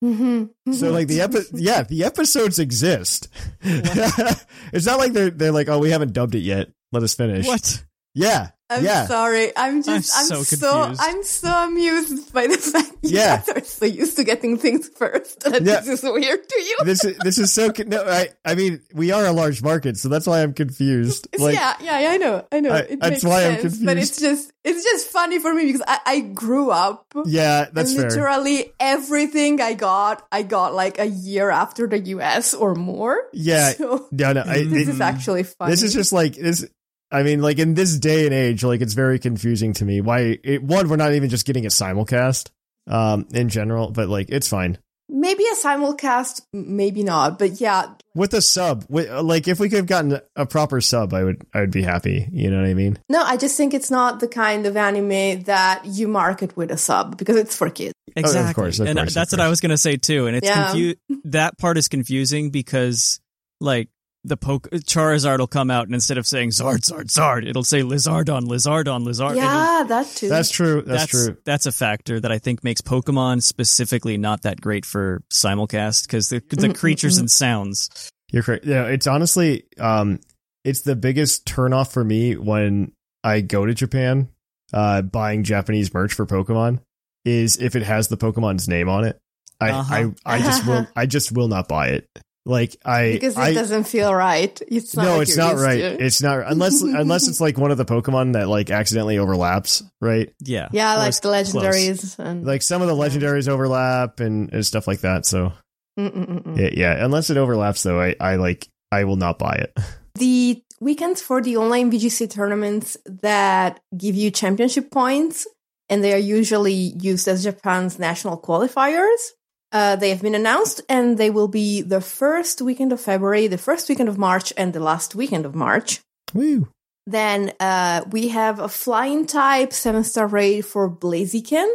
[SPEAKER 3] hmm
[SPEAKER 2] so like the epi- yeah, the episodes exist. [LAUGHS] it's not like they're they're like, oh, we haven't dubbed it yet. Let us
[SPEAKER 4] [LAUGHS]
[SPEAKER 2] finish.
[SPEAKER 4] what?
[SPEAKER 2] Yeah.
[SPEAKER 3] I'm
[SPEAKER 2] Yeah.
[SPEAKER 3] [LAUGHS] sorry. I'm
[SPEAKER 4] I'm
[SPEAKER 3] just. I'm,
[SPEAKER 4] so
[SPEAKER 3] so.
[SPEAKER 4] confused.
[SPEAKER 3] I'm so amused by the fact you
[SPEAKER 2] Yeah.
[SPEAKER 3] guys are so used to getting things first that
[SPEAKER 2] Yeah.
[SPEAKER 3] this is weird to you.
[SPEAKER 2] this is this is so con- no. I I mean, we are a large market, so that's why I'm confused. [LAUGHS]
[SPEAKER 3] It's-
[SPEAKER 2] Like,
[SPEAKER 3] [LAUGHS] yeah, yeah, yeah, I know, I know.
[SPEAKER 2] I-
[SPEAKER 3] it
[SPEAKER 2] that's
[SPEAKER 3] makes
[SPEAKER 2] why I'm
[SPEAKER 3] sense, but
[SPEAKER 2] confused.
[SPEAKER 3] it's just, it's just funny for me because I, I grew up.
[SPEAKER 2] yeah, that's
[SPEAKER 3] and
[SPEAKER 2] fair.
[SPEAKER 3] literally everything I got, I got like a year after the US or more.
[SPEAKER 2] Yeah.
[SPEAKER 3] [LAUGHS] So
[SPEAKER 2] No, no. I,
[SPEAKER 3] this
[SPEAKER 2] it-
[SPEAKER 3] is actually funny.
[SPEAKER 2] This is just like this. I mean, like in this day and age, like it's very confusing to me. Why it, one, we're not even just getting a simulcast um, in general, but like it's fine
[SPEAKER 3] maybe a simulcast, m- maybe not, but yeah,
[SPEAKER 2] with a sub. With, like if we could have gotten a proper sub, I would I would be happy. You know what I mean?
[SPEAKER 3] No, I just think it's not the kind of anime that you market with a sub because it's for kids.
[SPEAKER 4] Exactly.
[SPEAKER 2] course, of
[SPEAKER 4] and
[SPEAKER 2] course, of
[SPEAKER 4] that's what I
[SPEAKER 2] course.
[SPEAKER 4] was going to say too. And it's
[SPEAKER 3] Yeah.
[SPEAKER 4] confu- that part is confusing because like the poke Charizard will come out and instead of saying Zard Zard Zard, it'll say Lizardon Lizardon Lizard. It'll-
[SPEAKER 3] Yeah, that too.
[SPEAKER 2] That's true. That's,
[SPEAKER 4] That's
[SPEAKER 2] true.
[SPEAKER 4] That's a factor that I think makes Pokemon specifically not that great for simulcast because the, the
[SPEAKER 3] Mm-mm-mm.
[SPEAKER 4] creatures and sounds.
[SPEAKER 2] You're correct. Yeah, it's honestly, um, it's the biggest turnoff for me when I go to Japan, uh, buying Japanese merch for Pokemon is if it has the Pokemon's name on it. I,
[SPEAKER 4] Uh-huh.
[SPEAKER 2] I, I just
[SPEAKER 3] [LAUGHS]
[SPEAKER 2] will, I just will not buy it. Like I,
[SPEAKER 3] because it
[SPEAKER 2] I,
[SPEAKER 3] doesn't feel right. It's not
[SPEAKER 2] no,
[SPEAKER 3] like
[SPEAKER 2] it's
[SPEAKER 3] you're
[SPEAKER 2] not
[SPEAKER 3] used
[SPEAKER 2] right.
[SPEAKER 3] to.
[SPEAKER 2] It's not unless, unless it's like one of the Pokemon that like accidentally overlaps, right?
[SPEAKER 4] Yeah.
[SPEAKER 3] yeah,
[SPEAKER 4] Or
[SPEAKER 3] like
[SPEAKER 4] it's
[SPEAKER 3] the
[SPEAKER 4] close.
[SPEAKER 3] legendaries and
[SPEAKER 2] Like some of the legendaries overlap and, and stuff like that. So
[SPEAKER 3] Mm, Mm-mm-mm.
[SPEAKER 2] yeah, yeah, unless it overlaps though, I, I like, I will not buy it. [LAUGHS]
[SPEAKER 3] the weekends for the online VGC tournaments that give you championship points, and they are usually used as Japan's national qualifiers. Uh, they have been announced, and they will be the first weekend of February, the first weekend of March, and the last weekend of March.
[SPEAKER 2] Woo.
[SPEAKER 3] Then uh, we have a flying type seven star raid for Blaziken,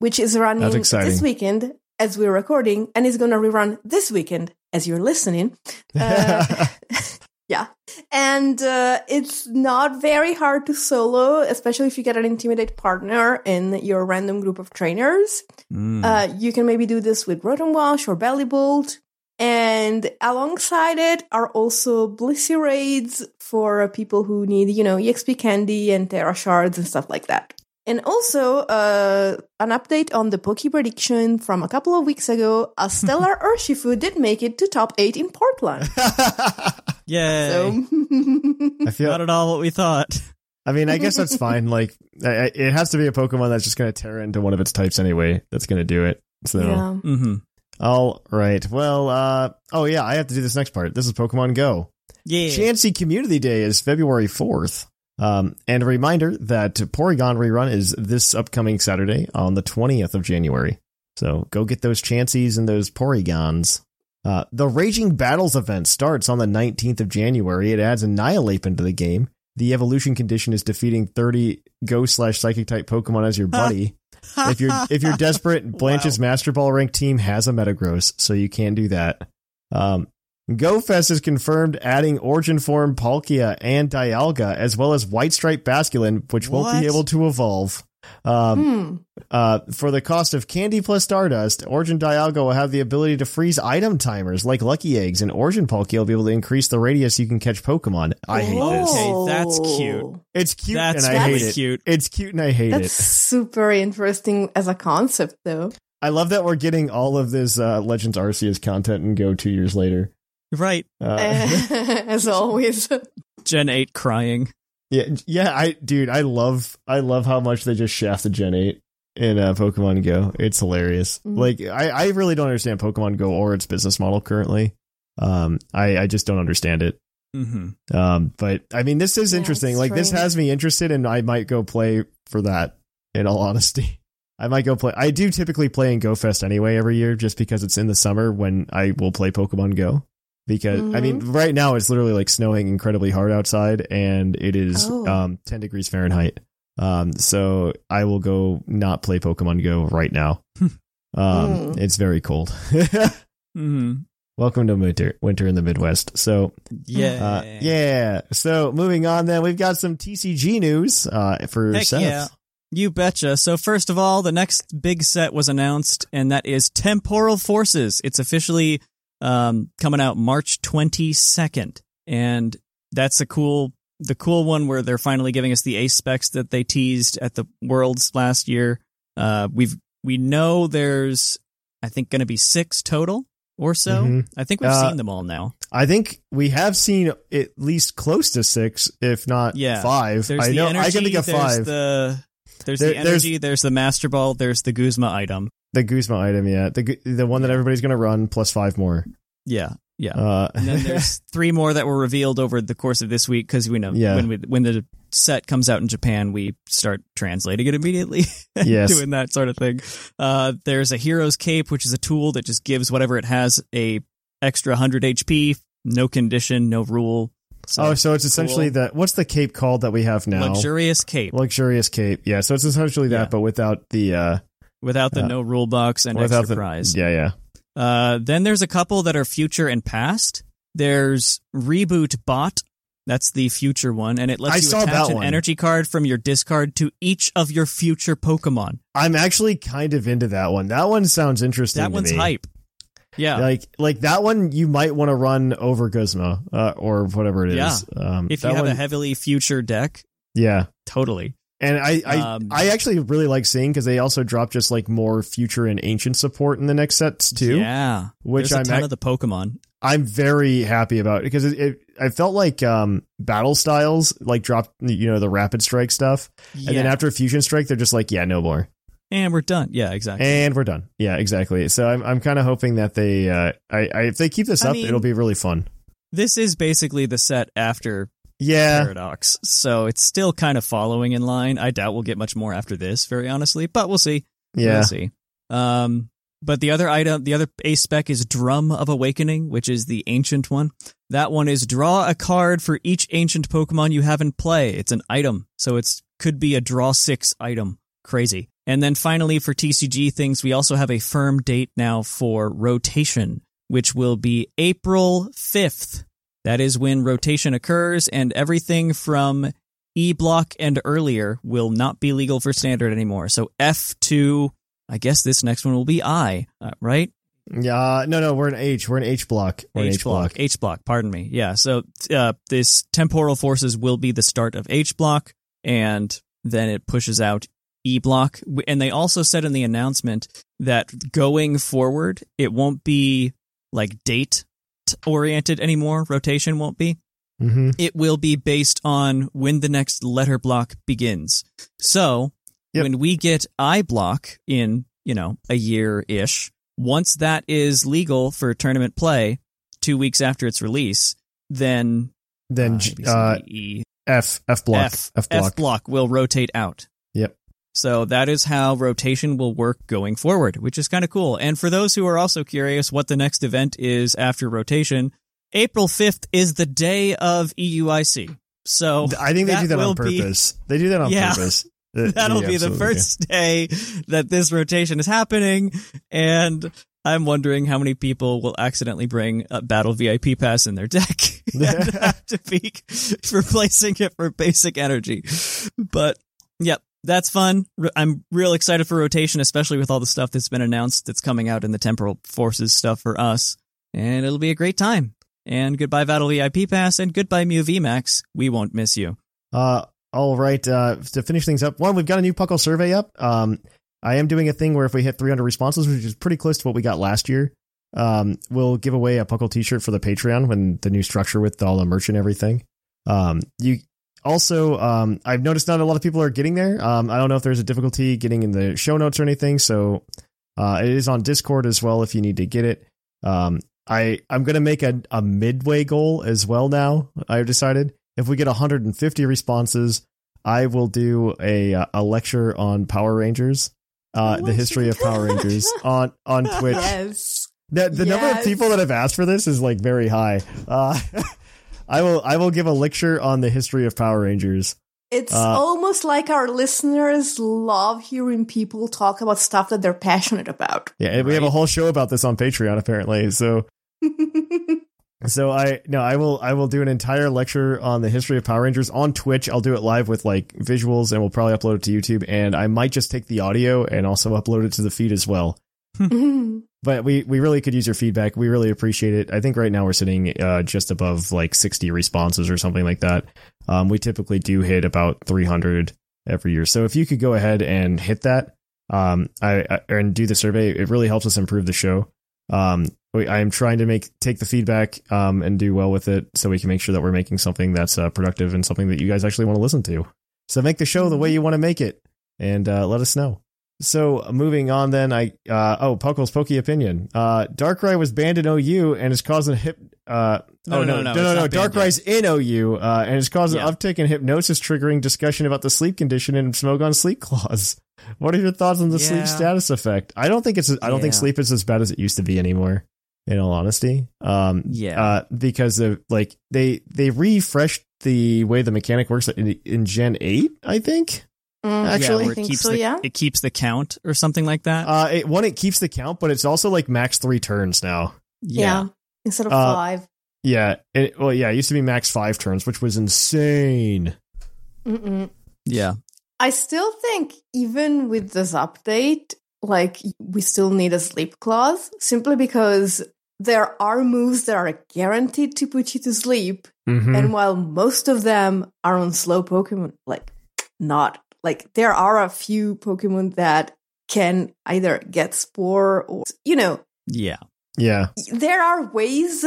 [SPEAKER 3] which is running
[SPEAKER 2] That's exciting.
[SPEAKER 3] this weekend as we're recording, and is going to rerun this weekend as you're listening. Uh, [LAUGHS] yeah, and uh, it's not very hard to solo, especially if you get an intimidate partner in your random group of trainers.
[SPEAKER 4] Mm.
[SPEAKER 3] Uh, you can maybe do this with Rotenwash or Bellybolt. And alongside it are also Blissey raids for people who need, you know, EXP candy and Terra shards and stuff like that. And also uh, an update on the Poke prediction from a couple of weeks ago:
[SPEAKER 2] [LAUGHS]
[SPEAKER 3] a Stellar Urshifu did make it to top eight in Portland.
[SPEAKER 4] Yay.
[SPEAKER 3] So [LAUGHS]
[SPEAKER 2] I feel.
[SPEAKER 4] Not at all what we thought. [LAUGHS]
[SPEAKER 2] I mean, I guess that's fine. Like, I- I- it has to be a Pokemon that's just going to tear into one of its types anyway. That's going to do it. So,
[SPEAKER 3] yeah.
[SPEAKER 4] Mm-hmm.
[SPEAKER 2] all right. Well, uh, oh yeah, I have to do this next part. This is Pokemon Go.
[SPEAKER 4] Yeah.
[SPEAKER 2] Chansey Community Day is February fourth. Um, and a reminder that Porygon rerun is this upcoming Saturday on the twentieth of January. So go get those Chanseys and those Porygons. Uh, the Raging Battles event starts on the 19th of January. It adds Annihilate into the game. The evolution condition is defeating 30 ghost slash psychic type Pokemon as your buddy. if you're if you're desperate, Blanche's Master Ball ranked team has a Metagross, so you can do that. Um, GoFest is confirmed adding Origin Form Palkia and Dialga, as well as White Stripe Basculin, which won't
[SPEAKER 4] What?
[SPEAKER 2] be able to evolve. Um,
[SPEAKER 3] Hmm.
[SPEAKER 2] uh, for the cost of candy plus Stardust, Origin Dialga will have the ability to freeze item timers like Lucky Eggs, and Origin Palkia will be able to increase the radius you can catch Pokemon. I hate this.
[SPEAKER 4] Okay, that's cute.
[SPEAKER 3] Oh.
[SPEAKER 2] It's cute
[SPEAKER 4] That's
[SPEAKER 2] and I
[SPEAKER 3] really
[SPEAKER 2] hate it.
[SPEAKER 4] cute.
[SPEAKER 2] It's cute and I hate
[SPEAKER 3] That's
[SPEAKER 2] it.
[SPEAKER 3] super interesting as a concept, though.
[SPEAKER 2] I love that we're getting all of this uh, Legends Arceus content and go two years later.
[SPEAKER 4] Right.
[SPEAKER 3] Eh.
[SPEAKER 2] Uh,
[SPEAKER 3] [LAUGHS]
[SPEAKER 2] [LAUGHS]
[SPEAKER 3] as always.
[SPEAKER 4] Gen 8 crying.
[SPEAKER 2] yeah, yeah, I dude, I love I love how much they just shafted Gen 8 in uh, Pokemon Go. It's hilarious.
[SPEAKER 3] Mhm.
[SPEAKER 2] Like I, I really don't understand Pokemon Go or its business model currently. Um, I, I just don't understand it.
[SPEAKER 4] Mm-hmm.
[SPEAKER 2] Um, but I mean, this is
[SPEAKER 3] Yeah,
[SPEAKER 2] interesting.
[SPEAKER 3] it's
[SPEAKER 2] Like, this
[SPEAKER 3] strange.
[SPEAKER 2] has me interested, and I might go play for that. In all [LAUGHS] honesty, I might go play. I do typically play in Go Fest anyway every year, just because it's in the summer when I will play Pokemon Go. Because I mean,
[SPEAKER 3] Mm-hmm.
[SPEAKER 2] right now it's literally like snowing incredibly hard outside, and it is
[SPEAKER 3] Oh.
[SPEAKER 2] um, ten degrees Fahrenheit. Um, so I will go not play Pokemon Go right
[SPEAKER 3] [LAUGHS]
[SPEAKER 2] now. um,
[SPEAKER 3] Mm.
[SPEAKER 2] it's very cold. [LAUGHS]
[SPEAKER 4] Mm-hmm.
[SPEAKER 2] Welcome to winter, winter in the Midwest. So
[SPEAKER 4] Yeah.
[SPEAKER 2] uh, yeah. So moving on, then we've got some TCG news uh, for
[SPEAKER 4] Heck
[SPEAKER 2] Seth.
[SPEAKER 4] yeah. You betcha. So first of all, the next big set was announced, and that is Temporal Forces. It's officially um, coming out March 22nd, and that's a cool the cool one where they're finally giving us the ace specs that they teased at the worlds last year. Uh, we've we know there's I think going to be six total or so.
[SPEAKER 2] Mhm.
[SPEAKER 4] I think we've
[SPEAKER 2] Uh,
[SPEAKER 4] seen them all now.
[SPEAKER 2] I think we have seen at least close to six, if not
[SPEAKER 4] Yeah.
[SPEAKER 2] five.
[SPEAKER 4] There's
[SPEAKER 2] I
[SPEAKER 4] the
[SPEAKER 2] know
[SPEAKER 4] energy.
[SPEAKER 2] I can think of
[SPEAKER 4] there's
[SPEAKER 2] five. The,
[SPEAKER 4] The, there's
[SPEAKER 2] There-
[SPEAKER 4] the energy. There's, the master ball. There's the Guzma item.
[SPEAKER 2] Guzma item, yeah, the gu- the one that everybody's gonna run plus five more.
[SPEAKER 4] Yeah, yeah. [LAUGHS]
[SPEAKER 2] Uh,
[SPEAKER 4] and
[SPEAKER 2] [LAUGHS]
[SPEAKER 4] then there's three more that were revealed over the course of this week because we know
[SPEAKER 2] Yeah.
[SPEAKER 4] when we, when the set comes out in Japan, we start translating it immediately, [LAUGHS]
[SPEAKER 2] Yes.
[SPEAKER 4] doing that sort of thing. Uh, there's a hero's cape, which is a tool that just gives whatever it has a extra 100 HP, no condition, no rule. So
[SPEAKER 2] oh, so it's essentially
[SPEAKER 4] cool.
[SPEAKER 2] the what's the cape called that we have now?
[SPEAKER 4] luxurious cape
[SPEAKER 2] Luxurious cape. Yeah, so it's essentially that,
[SPEAKER 4] Yeah.
[SPEAKER 2] but without the uh,
[SPEAKER 4] without the
[SPEAKER 2] Yeah.
[SPEAKER 4] no rule box and
[SPEAKER 2] without
[SPEAKER 4] extra
[SPEAKER 2] the
[SPEAKER 4] prize.
[SPEAKER 2] Yeah, yeah.
[SPEAKER 4] Uh, then there's a couple that are future and past. There's reboot bot. That's the future one, and it lets
[SPEAKER 2] I
[SPEAKER 4] you
[SPEAKER 2] saw
[SPEAKER 4] attach
[SPEAKER 2] that
[SPEAKER 4] an
[SPEAKER 2] one.
[SPEAKER 4] energy card from your discard to each of your future Pokemon.
[SPEAKER 2] I'm actually kind of into that one. That one sounds interesting.
[SPEAKER 4] That
[SPEAKER 2] to
[SPEAKER 4] one's
[SPEAKER 2] me.
[SPEAKER 4] hype. Yeah.
[SPEAKER 2] Like like that one, you might want to run over Guzma uh, or whatever it is. Um,
[SPEAKER 4] if you
[SPEAKER 2] that
[SPEAKER 4] have a
[SPEAKER 2] one-
[SPEAKER 4] heavily future deck,
[SPEAKER 2] yeah,
[SPEAKER 4] totally.
[SPEAKER 2] and I I,
[SPEAKER 4] Um,
[SPEAKER 2] I actually really like seeing because they also drop just like more future and ancient support in the next sets too.
[SPEAKER 4] Yeah.
[SPEAKER 2] Which
[SPEAKER 4] there's a
[SPEAKER 2] I'm
[SPEAKER 4] ton
[SPEAKER 2] ac-
[SPEAKER 4] of the Pokemon.
[SPEAKER 2] I'm very happy about because it, it I felt like um battle styles like dropped you know the rapid strike stuff
[SPEAKER 4] Yeah.
[SPEAKER 2] and
[SPEAKER 4] And,
[SPEAKER 2] then after fusion strike they're just like yeah no more
[SPEAKER 4] we're done. Yeah, exactly.
[SPEAKER 2] and we're done yeah exactly so I'm I'm kind of hoping that they uh I, I if they keep this
[SPEAKER 4] I
[SPEAKER 2] up
[SPEAKER 4] mean-
[SPEAKER 2] it'll be really fun
[SPEAKER 4] this is basically the set after
[SPEAKER 2] yeah
[SPEAKER 4] Paradox, so it's still kind of following in line. I doubt we'll get much more after this, very honestly, but we'll see.
[SPEAKER 2] yeah
[SPEAKER 4] We'll see. Um, but the other item, the other ace spec is Drum of Awakening, which is the ancient one. That one is draw a card for each ancient Pokemon you have in play. It's an item, so it's could be a draw six item. Crazy. And then finally for TCG things, we also have a firm date now for rotation, which will be April fifth. That is when rotation occurs, and everything from E block and earlier will not be legal for standard anymore. So F2, I guess this next one will be I, uh, right?
[SPEAKER 2] yeah no no we're an H we're an H block we're an H block
[SPEAKER 4] H block, pardon me. Yeah. So uh, this temporal forces will be the start of H block, and then it pushes out E block. W- And they also said in the announcement that going forward, it won't be like date oriented anymore. Rotation won't be.
[SPEAKER 2] mm-hmm.
[SPEAKER 4] it will be based on when the next letter block begins. So
[SPEAKER 2] Yep.
[SPEAKER 4] when we get I block in, you know, a year ish, once that is legal for tournament play, two weeks after its release, then
[SPEAKER 2] then
[SPEAKER 4] uh,
[SPEAKER 2] G-
[SPEAKER 4] ABC,
[SPEAKER 2] uh,
[SPEAKER 4] E,
[SPEAKER 2] F F block
[SPEAKER 4] F,
[SPEAKER 2] F, block
[SPEAKER 4] F block will rotate out.
[SPEAKER 2] Yep.
[SPEAKER 4] So that is how rotation will work going forward, which is kind of cool. And for those who are also curious what the next event is after rotation, April 5th is the day of E EUIC. So
[SPEAKER 2] I think they do that
[SPEAKER 4] will
[SPEAKER 2] on
[SPEAKER 4] be-
[SPEAKER 2] purpose they do that on
[SPEAKER 4] Yeah. [LAUGHS]
[SPEAKER 2] purpose
[SPEAKER 4] That'll
[SPEAKER 2] Yeah,
[SPEAKER 4] be the
[SPEAKER 2] absolutely.
[SPEAKER 4] first day that this rotation is happening, and I'm wondering how many people will accidentally bring a battle VIP pass in their deck [LAUGHS] and
[SPEAKER 2] [LAUGHS]
[SPEAKER 4] have to be [LAUGHS] replacing it for basic energy. But yep, that's fun. R- I'm real excited for rotation, especially with all the stuff that's been announced that's coming out in the temporal forces stuff for us, and it'll be a great time. And goodbye Battle VIP Pass and goodbye Mu VMAX. We won't miss you.
[SPEAKER 2] Uh, all right. Uh, to finish things up, one, we've got a new Puckle survey up. Um, I am doing a thing where if we hit 300 responses, which is pretty close to what we got last year, um, we'll give away a Puckle T-shirt for the Patreon when the new structure with all the merch and everything. Um, you also, um, I've noticed not a lot of people are getting there. Um, I don't know if there's a difficulty getting in the show notes or anything. So, uh, it is on Discord as well if you need to get it. Um, I I'm gonna make a, a midway goal as well now. I've decided if we get 150 responses, I will do a uh, a lecture on Power Rangers, uh, the history of Power Rangers on on Twitch.
[SPEAKER 3] Yes.
[SPEAKER 2] The, the number of
[SPEAKER 3] Yes.
[SPEAKER 2] people that have asked for this is like very high. Uh, [LAUGHS] I will I will give a lecture on the history of Power Rangers.
[SPEAKER 3] It's
[SPEAKER 2] Uh,
[SPEAKER 3] almost like our listeners love hearing people talk about stuff that they're passionate about. [LAUGHS]
[SPEAKER 2] Yeah, and we have a whole show about this on Patreon apparently. So So I no, I will I will do an entire lecture on the history of Power Rangers on Twitch. I'll do it live with like visuals, and we'll probably upload it to YouTube. And I might just take the audio and also upload it to the feed as well.
[SPEAKER 3] Mhm.
[SPEAKER 2] but we we really could use your feedback. We really appreciate it. I think right now we're sitting uh, just above like 60 responses or something like that. Um, we typically do hit about 300 every year. So if you could go ahead and hit that, um, I, I and do the survey, it really helps us improve the show. Um, we, I am trying to make take the feedback um, and do well with it, so we can make sure that we're making something that's uh, productive and something that you guys actually want to listen to. So make the show the way you want to make it, and uh, let us know. So uh, moving on, then I uh, oh Puckle's pokey opinion. Uh, Darkrai was banned in OU and is causing hip. Uh,
[SPEAKER 4] No,
[SPEAKER 2] oh,
[SPEAKER 4] no, no, no,
[SPEAKER 2] no, no,
[SPEAKER 4] it's
[SPEAKER 2] no,
[SPEAKER 4] not banned
[SPEAKER 2] Darkrai's in OU uh, and is causing
[SPEAKER 4] Yeah.
[SPEAKER 2] uptick in hypnosis, triggering discussion about the sleep condition and smoke on sleep clause. [LAUGHS] What are your thoughts on the
[SPEAKER 4] Yeah.
[SPEAKER 2] sleep status effect? I don't think it's. I don't think
[SPEAKER 4] Yeah.
[SPEAKER 2] sleep is as bad as it used to be anymore. In all honesty, um,
[SPEAKER 4] Yeah.
[SPEAKER 2] uh, because of like they they refreshed the way the mechanic works in, in Gen Eight. I think
[SPEAKER 3] Mm,
[SPEAKER 2] Actually,
[SPEAKER 3] I
[SPEAKER 4] yeah, where it
[SPEAKER 3] think
[SPEAKER 4] keeps
[SPEAKER 3] so,
[SPEAKER 4] the,
[SPEAKER 3] yeah.
[SPEAKER 4] it keeps the count or something like that.
[SPEAKER 2] uh, it, one it keeps the count, but it's also like max three turns now.
[SPEAKER 3] yeah. Instead of
[SPEAKER 2] Uh,
[SPEAKER 3] five.
[SPEAKER 2] Yeah. It, well, yeah. It used to be max five turns, which was insane.
[SPEAKER 3] Mm-mm.
[SPEAKER 4] yeah,
[SPEAKER 3] I still think, even with this update, like we still need a sleep clause simply because there are moves that are guaranteed to put you to sleep.
[SPEAKER 2] Mm-hmm.
[SPEAKER 4] Mm-hmm.
[SPEAKER 3] And while most of them are on slow Pokemon, like not like there are a few Pokemon that can either get spore or, you know,
[SPEAKER 4] yeah,
[SPEAKER 2] yeah.
[SPEAKER 3] there are ways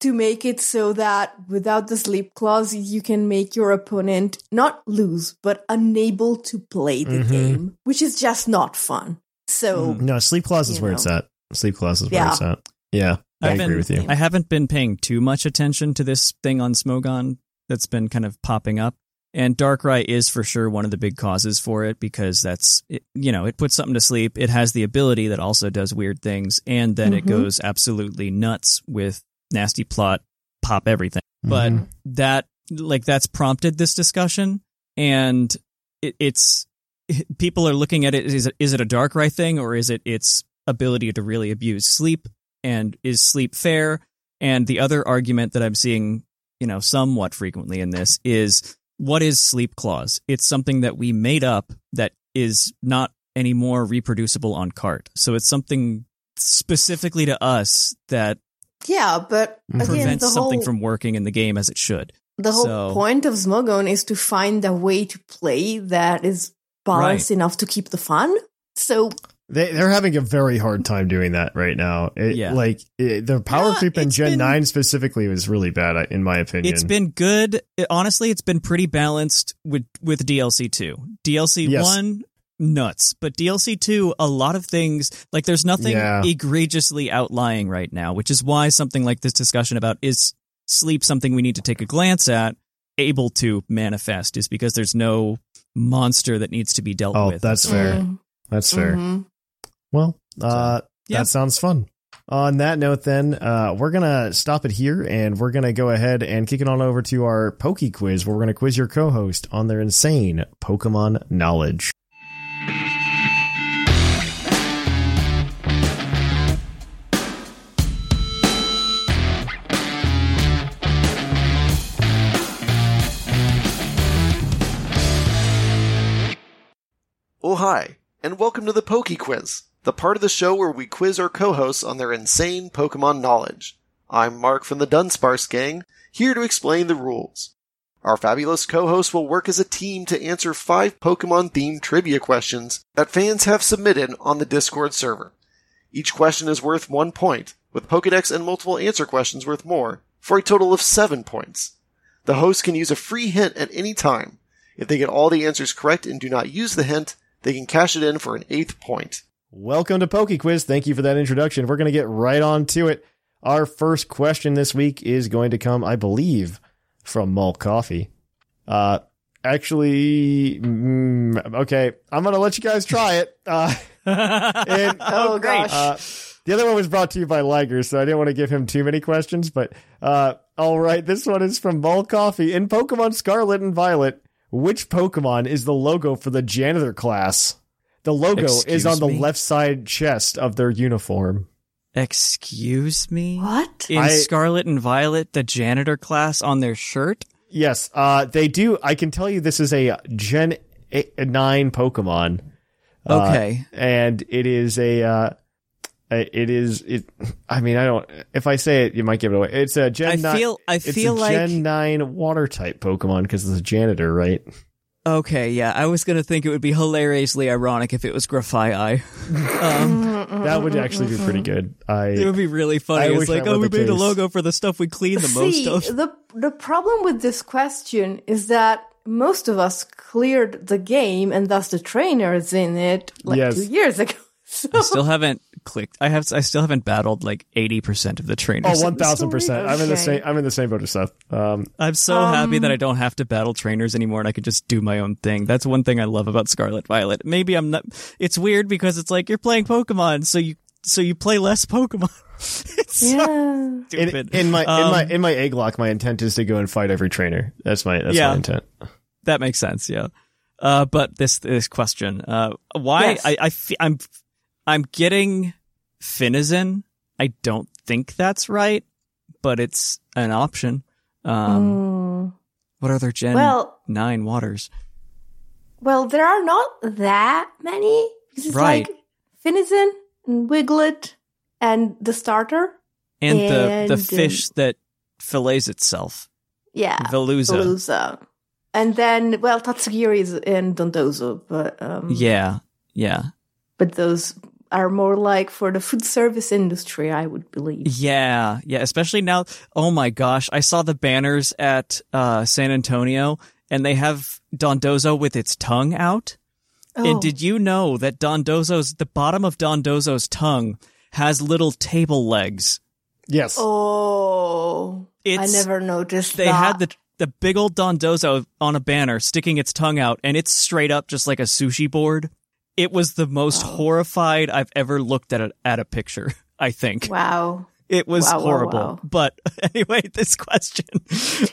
[SPEAKER 3] to make it so that without the sleep clause, you can make your opponent not lose, but unable to play the
[SPEAKER 2] Mhm.
[SPEAKER 4] Mm-hmm.
[SPEAKER 3] game, which is just not fun. So,
[SPEAKER 4] Mhm.
[SPEAKER 2] No, sleep clause is
[SPEAKER 3] You
[SPEAKER 2] where
[SPEAKER 3] know.
[SPEAKER 2] it's at. Sleep clause is where
[SPEAKER 3] Yeah.
[SPEAKER 2] it's at. Yeah. I
[SPEAKER 4] I've
[SPEAKER 2] agree
[SPEAKER 4] been-
[SPEAKER 2] with you.
[SPEAKER 4] I haven't been paying too much attention to this thing on Smogon that's been kind of popping up. And Darkrai is for sure one of the big causes for it because that's, it, you know, it puts something to sleep. It has the ability that also does weird things. And then it
[SPEAKER 3] Mhm.
[SPEAKER 4] goes absolutely nuts with nasty plot, pop everything. But
[SPEAKER 2] Mhm.
[SPEAKER 4] that, like, that's prompted this discussion. And it, it's, people are looking at it is it, is it a Darkrai thing or is it its ability to really abuse sleep? and is sleep fair? And the other argument that I'm seeing, you know, somewhat frequently in this is what is sleep clause? It's something that we made up that is not anymore reproducible on cart. So it's something specifically to us that
[SPEAKER 3] yeah, but
[SPEAKER 2] Mhm.
[SPEAKER 3] again,
[SPEAKER 4] prevents
[SPEAKER 3] the
[SPEAKER 4] something
[SPEAKER 3] whole,
[SPEAKER 4] from working in the game as it should.
[SPEAKER 3] the whole
[SPEAKER 4] so-
[SPEAKER 3] point of Smogon is to find a way to play that is balanced enough to keep the fun. So,
[SPEAKER 2] They they're having a very hard time doing that right now. It,
[SPEAKER 4] Yeah.
[SPEAKER 2] Like it, the power
[SPEAKER 4] Yeah,
[SPEAKER 2] creep in
[SPEAKER 4] it's
[SPEAKER 2] Gen
[SPEAKER 4] been-
[SPEAKER 2] Nine specifically was really bad, I- in my opinion.
[SPEAKER 4] It's been good. It- honestly, it's been pretty balanced with with DLC 2. DLC
[SPEAKER 2] Yes.
[SPEAKER 4] 1 nuts, but DLC 2 a lot of things like there's nothing
[SPEAKER 2] Yeah.
[SPEAKER 4] egregiously outlying right now, which is why something like this discussion about is sleep something we need to take a glance at able to manifest is because there's no monster that needs to be dealt
[SPEAKER 2] oh,
[SPEAKER 4] with.
[SPEAKER 2] that's fair.
[SPEAKER 3] mm,
[SPEAKER 2] That's fair.
[SPEAKER 3] mhm.
[SPEAKER 2] Well, uh,
[SPEAKER 4] yeah.
[SPEAKER 2] that sounds fun. On that note, then uh, we're gonna stop it here, and we're gonna go ahead and kick it on over to our Poke Quiz, where we're gonna quiz your co-host on their insane Pokemon knowledge.
[SPEAKER 6] Oh, hi, and welcome to the Poke Quiz, the part of the show where we quiz our co hosts on their insane Pokemon knowledge. I'm Mark from the Dunsparce Gang, here to explain the rules. Our fabulous co hosts will work as a team to answer five Pokemon themed trivia questions that fans have submitted on the Discord server. Each question is worth one point, with Pokedex and multiple answer questions worth more, for a total of seven points. The host can use a free hint at any time. If they get all the answers correct and do not use the hint, they can cash it in for an eighth point.
[SPEAKER 2] Welcome to Poke Quiz. Thank you for that introduction. We're gonna get right on to it. Our first question this week is going to come, I believe, from Mull Coffee. Uh, actually, mm, okay, I'm gonna let you guys try it.
[SPEAKER 4] [LAUGHS]
[SPEAKER 2] Uh, and
[SPEAKER 3] Oh, gosh.
[SPEAKER 2] Uh, the other one was brought to you by Liger, so I didn't want to give him too many questions. But uh, all right, this one is from Mull Coffee. In Pokemon Scarlet and Violet, which Pokemon is the logo for the janitor class? The logo is
[SPEAKER 4] Excuse
[SPEAKER 2] on the
[SPEAKER 4] me?
[SPEAKER 2] left side chest of their uniform.
[SPEAKER 4] Excuse me?
[SPEAKER 3] what?
[SPEAKER 4] In
[SPEAKER 2] I-
[SPEAKER 4] Scarlet and Violet, the janitor class on their shirt?
[SPEAKER 2] Yes, uh, they do. I can tell you this is a Gen 8, 9 Pokemon. Uh,
[SPEAKER 4] Okay.
[SPEAKER 2] and it is a uh, I- It is it. I mean, I don't. If I say it, you might give it away. It's a Gen.
[SPEAKER 4] I
[SPEAKER 2] nine-
[SPEAKER 4] feel- I
[SPEAKER 2] it's a
[SPEAKER 4] feel like-
[SPEAKER 2] Gen Nine Water type Pokemon because it's a janitor, right?
[SPEAKER 4] Okay, yeah, I was gonna think it would be hilariously ironic if it was Grafii. um,
[SPEAKER 2] That would actually be pretty good.
[SPEAKER 4] [LAUGHS] mm-hmm. it
[SPEAKER 2] I
[SPEAKER 4] would be really funny.
[SPEAKER 2] I
[SPEAKER 4] it's
[SPEAKER 2] wish
[SPEAKER 4] like,
[SPEAKER 2] that
[SPEAKER 4] oh,
[SPEAKER 2] were
[SPEAKER 4] we
[SPEAKER 2] the
[SPEAKER 4] made a
[SPEAKER 2] case.
[SPEAKER 4] logo for the stuff we clean
[SPEAKER 2] [LAUGHS]
[SPEAKER 4] the
[SPEAKER 3] See,
[SPEAKER 4] most of.
[SPEAKER 3] the the problem with this question is that most of us cleared the game and thus the trainers in it like
[SPEAKER 2] Yes.
[SPEAKER 3] two years ago. [LAUGHS] So
[SPEAKER 4] I still haven't clicked. I have. I still haven't battled like eighty percent of the trainers.
[SPEAKER 2] oh one thousand percent. I'm in the
[SPEAKER 3] Okay.
[SPEAKER 2] same. I'm in the same boat as Seth. Um,
[SPEAKER 4] I'm so happy that I don't have to battle trainers anymore and I can just do my own thing. That's one thing I love about Scarlet Violet. Maybe I'm not it's weird because it's like you're playing Pokemon, so you so you play less Pokemon. [LAUGHS] it's so
[SPEAKER 3] yeah.
[SPEAKER 2] in,
[SPEAKER 4] stupid.
[SPEAKER 2] in my in my
[SPEAKER 4] Um,
[SPEAKER 2] in my egg lock, my intent is to go and fight every trainer. That's my that's
[SPEAKER 4] Yeah.
[SPEAKER 2] my intent.
[SPEAKER 4] that makes sense, yeah. Uh but this this question. Uh why
[SPEAKER 3] Yes.
[SPEAKER 4] I I fe- I'm I'm getting Finizen. I don't think that's right, but it's an option. [LAUGHS] Um
[SPEAKER 3] Mm.
[SPEAKER 4] what other gen
[SPEAKER 3] Well-
[SPEAKER 4] 9 waters?
[SPEAKER 3] Well, there are not that many. Because it's
[SPEAKER 4] Right.
[SPEAKER 3] like Finizen and Wiglet and the starter.
[SPEAKER 4] And, the the
[SPEAKER 3] And, um,
[SPEAKER 4] fish that fillets itself.
[SPEAKER 3] Yeah.
[SPEAKER 4] Veluza.
[SPEAKER 3] Veluza. And then, well, Tatsugiri is in Dondozo, but um,
[SPEAKER 4] Yeah, yeah,
[SPEAKER 3] but those are more like for the food service industry, I would believe.
[SPEAKER 4] yeah, yeah. Especially now. Oh my gosh, I saw the banners at uh, San Antonio, and they have Dondozo with its tongue out.
[SPEAKER 3] Oh.
[SPEAKER 4] And did you know that Dondozo's the bottom of Dondozo's tongue has little table legs?
[SPEAKER 2] Yes.
[SPEAKER 3] Oh,
[SPEAKER 4] It's-
[SPEAKER 3] I never noticed
[SPEAKER 4] They
[SPEAKER 3] that.
[SPEAKER 4] had the the big old Dondozo on a banner sticking its tongue out, and it's straight up just like a sushi board. It was the most horrified I've ever looked at a, at a picture. I think.
[SPEAKER 3] [LAUGHS] wow.
[SPEAKER 4] It was
[SPEAKER 3] Wow, wow,
[SPEAKER 4] horrible.
[SPEAKER 3] wow.
[SPEAKER 4] But [LAUGHS] anyway, this question.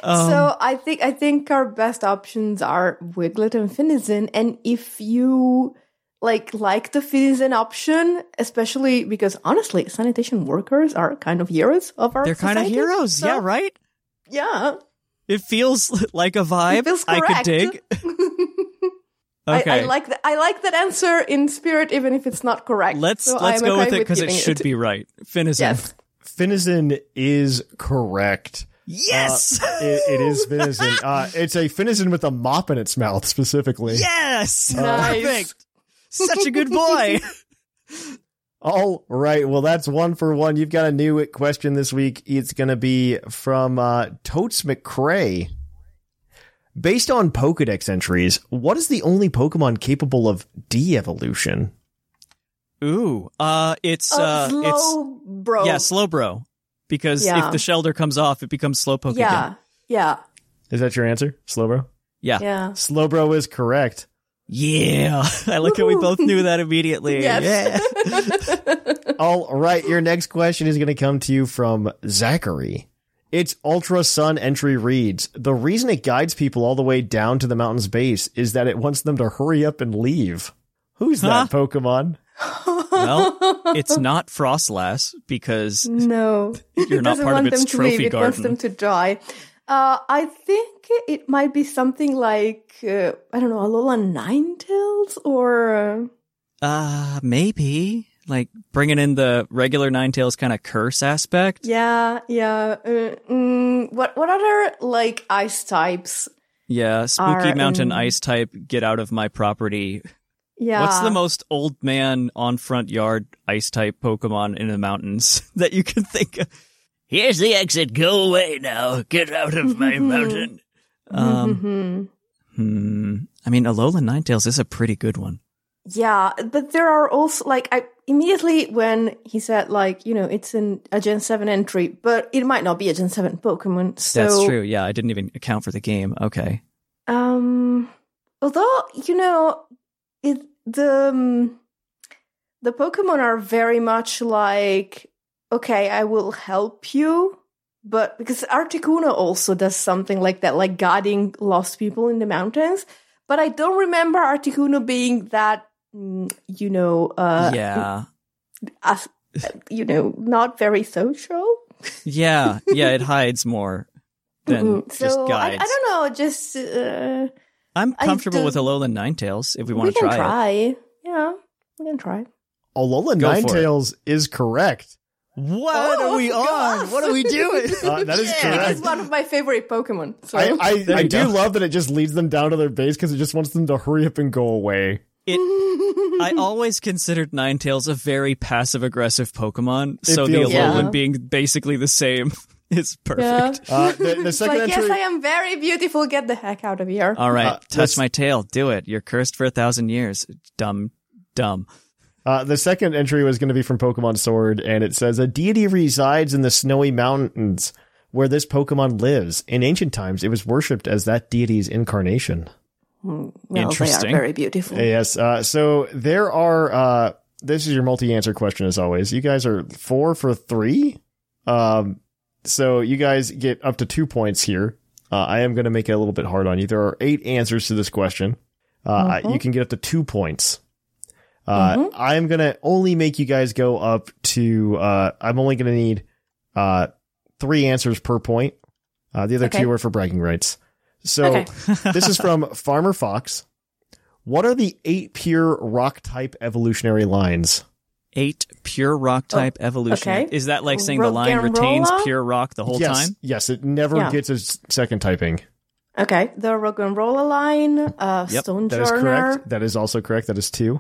[SPEAKER 4] Um,
[SPEAKER 3] so I think I think our best options are Wiglet and Finizen, and if you like like the Finizen option, especially because honestly, sanitation workers are kind of heroes of our.
[SPEAKER 4] they're kind of
[SPEAKER 3] society,
[SPEAKER 4] heroes.
[SPEAKER 3] so-
[SPEAKER 4] Yeah, right?
[SPEAKER 3] Yeah,
[SPEAKER 4] It feels [LAUGHS] like a vibe
[SPEAKER 3] it feels
[SPEAKER 4] I could
[SPEAKER 3] correct.
[SPEAKER 4] dig.
[SPEAKER 3] I-
[SPEAKER 4] Okay.
[SPEAKER 3] I, like that. I like that answer in spirit, even if it's not correct.
[SPEAKER 4] let's
[SPEAKER 3] So
[SPEAKER 4] let's
[SPEAKER 3] I'm
[SPEAKER 4] go
[SPEAKER 3] okay
[SPEAKER 4] with it because it
[SPEAKER 3] giving
[SPEAKER 4] should be right. Finizen.
[SPEAKER 3] Yes.
[SPEAKER 2] Finizen is correct.
[SPEAKER 4] Yes.
[SPEAKER 2] Uh, it, it [LAUGHS] is venison. Uh, it's a venison with a mop in its mouth specifically.
[SPEAKER 4] yes.
[SPEAKER 3] Nice.
[SPEAKER 4] Perfect. Such a [LAUGHS] good boy.
[SPEAKER 2] All right. Well, that's one for one. You've got a new question this week. It's going to be from uh, Totes McCray. Based on Pokedex entries, what is the only Pokemon capable of de-evolution?
[SPEAKER 4] Ooh. Uh it's
[SPEAKER 3] Oh,
[SPEAKER 4] uh
[SPEAKER 3] slow, bro.
[SPEAKER 4] it's Yeah, Slowbro. Because
[SPEAKER 3] Yeah.
[SPEAKER 4] if the shelter comes off, it becomes Slowpoke
[SPEAKER 3] yeah,
[SPEAKER 4] again.
[SPEAKER 3] yeah,
[SPEAKER 2] Is that your answer, Slowbro?
[SPEAKER 4] Yeah. [LAUGHS]
[SPEAKER 3] yeah.
[SPEAKER 2] Slowbro is correct.
[SPEAKER 4] Yeah. [LAUGHS] I like how we both knew that immediately.
[SPEAKER 3] Yes.
[SPEAKER 4] Yeah.
[SPEAKER 2] All right, your next question is going to come to you from Zachary. Its Ultra Sun entry reads The reason it guides people all the way down to the mountain's base is that it wants them to hurry up and leave. Who's that Pokemon?
[SPEAKER 4] well, it's not Frostlass because
[SPEAKER 3] No, it
[SPEAKER 4] You're not
[SPEAKER 3] doesn't
[SPEAKER 4] part of
[SPEAKER 3] want
[SPEAKER 4] its
[SPEAKER 3] them to leave.
[SPEAKER 4] trophy
[SPEAKER 3] It wants
[SPEAKER 4] garden.
[SPEAKER 3] them to die. Uh, I think it might be something like uh, I don't know, Alola Ninetales or. Uh,
[SPEAKER 4] Uh, maybe like bringing in the regular Ninetales kind of curse aspect.
[SPEAKER 3] Yeah, yeah. Uh, mm, what what other like ice types?
[SPEAKER 4] Yeah, spooky
[SPEAKER 3] Our,
[SPEAKER 4] mountain
[SPEAKER 3] um,
[SPEAKER 4] ice type. Get out of my property.
[SPEAKER 3] Yeah.
[SPEAKER 4] What's the most old man on front yard ice type Pokemon in the mountains [LAUGHS] that you can think of? Here's the exit. Go away now. Get out of
[SPEAKER 3] [LAUGHS]
[SPEAKER 4] my mountain. Um,
[SPEAKER 3] Mhm.
[SPEAKER 4] hmm. I mean, Alolan Ninetales is a pretty good one.
[SPEAKER 3] Yeah, but there are also like I immediately when he said like you know it's an a Gen Seven entry, but it might not be a Gen Seven Pokemon. So
[SPEAKER 4] That's true. Yeah, I didn't even account for the game. Okay.
[SPEAKER 3] Um, although you know, it the um, the Pokemon are very much like, okay, I will help you, but because Articuno also does something like that, like guiding lost people in the mountains. But I don't remember Articuno being that, mm, you know, uh,
[SPEAKER 4] yeah.
[SPEAKER 3] as- you know, not very social.
[SPEAKER 4] Yeah, yeah, it hides more than
[SPEAKER 3] Mm-mm.
[SPEAKER 4] just
[SPEAKER 3] Mm-hmm. so I, I
[SPEAKER 4] guides.
[SPEAKER 3] don't know, just uh,
[SPEAKER 4] I, am
[SPEAKER 3] I
[SPEAKER 4] comfortable with
[SPEAKER 3] don't-
[SPEAKER 4] Alolan Ninetales if we
[SPEAKER 3] we
[SPEAKER 4] want to
[SPEAKER 3] can
[SPEAKER 4] try, it.
[SPEAKER 3] try, yeah, we can try.
[SPEAKER 2] Alola
[SPEAKER 4] Go for it.
[SPEAKER 2] Ninetails is
[SPEAKER 3] [LAUGHS]
[SPEAKER 2] correct.
[SPEAKER 4] What
[SPEAKER 3] Oh,
[SPEAKER 4] are we
[SPEAKER 3] God.
[SPEAKER 4] on? What are we
[SPEAKER 3] [LAUGHS]
[SPEAKER 4] doing?
[SPEAKER 2] Uh, that is
[SPEAKER 3] It's
[SPEAKER 2] correct.
[SPEAKER 3] one of my favorite Pokemon. So
[SPEAKER 2] I, I,
[SPEAKER 4] There
[SPEAKER 2] I
[SPEAKER 4] you
[SPEAKER 2] do
[SPEAKER 4] go.
[SPEAKER 2] love that it just leads them down to their base because it just wants them to hurry up and go away.
[SPEAKER 4] I always considered Ninetales a very passive aggressive Pokemon, so the
[SPEAKER 2] feels
[SPEAKER 4] Alolan
[SPEAKER 3] like it.
[SPEAKER 4] being basically the same [LAUGHS] is perfect.
[SPEAKER 3] yeah.
[SPEAKER 2] Uh, the,
[SPEAKER 3] [LAUGHS]
[SPEAKER 2] the
[SPEAKER 3] It's
[SPEAKER 2] second
[SPEAKER 3] like,
[SPEAKER 2] entry,
[SPEAKER 3] yes, I am very beautiful. Get the heck out of here.
[SPEAKER 4] All right,
[SPEAKER 2] Uh, let's-
[SPEAKER 4] touch my tail. Do it. You're cursed for a thousand years. Dumb, dumb.
[SPEAKER 2] uh, the second entry was going to be from Pokemon Sword, and it says a deity resides in the snowy mountains where this Pokemon lives. In ancient times, it was worshipped as that deity's incarnation.
[SPEAKER 3] well,
[SPEAKER 4] Interesting.
[SPEAKER 3] They are very beautiful.
[SPEAKER 2] Yes. Uh, so there are. Uh, this is your multi-answer question, as always. You guys are four for three. Um, so you guys get up to two points here. Uh, I am going to make it a little bit hard on you. There are eight answers to this question. Uh, You can get up to two points. Uh, I'm going to only make you guys go up to. Uh, I'm only going to need uh, three answers per point. Uh, the other
[SPEAKER 3] Okay.
[SPEAKER 2] two are for bragging rights. So
[SPEAKER 3] Okay.
[SPEAKER 2] [LAUGHS] this is from Farmer Fox. What are the eight pure rock type evolutionary lines?
[SPEAKER 4] Eight pure rock type evolution.
[SPEAKER 3] Oh, okay.
[SPEAKER 4] Is that like saying the line
[SPEAKER 3] Rogarola?
[SPEAKER 4] retains pure rock the whole
[SPEAKER 2] yes,
[SPEAKER 4] time?
[SPEAKER 2] yes, it never
[SPEAKER 3] Yeah.
[SPEAKER 2] gets a s- second typing.
[SPEAKER 3] Okay, the Roggenrola line, uh,
[SPEAKER 4] Yep,
[SPEAKER 3] Stone
[SPEAKER 2] That is
[SPEAKER 3] Journer,
[SPEAKER 2] correct. That is also correct. That is two.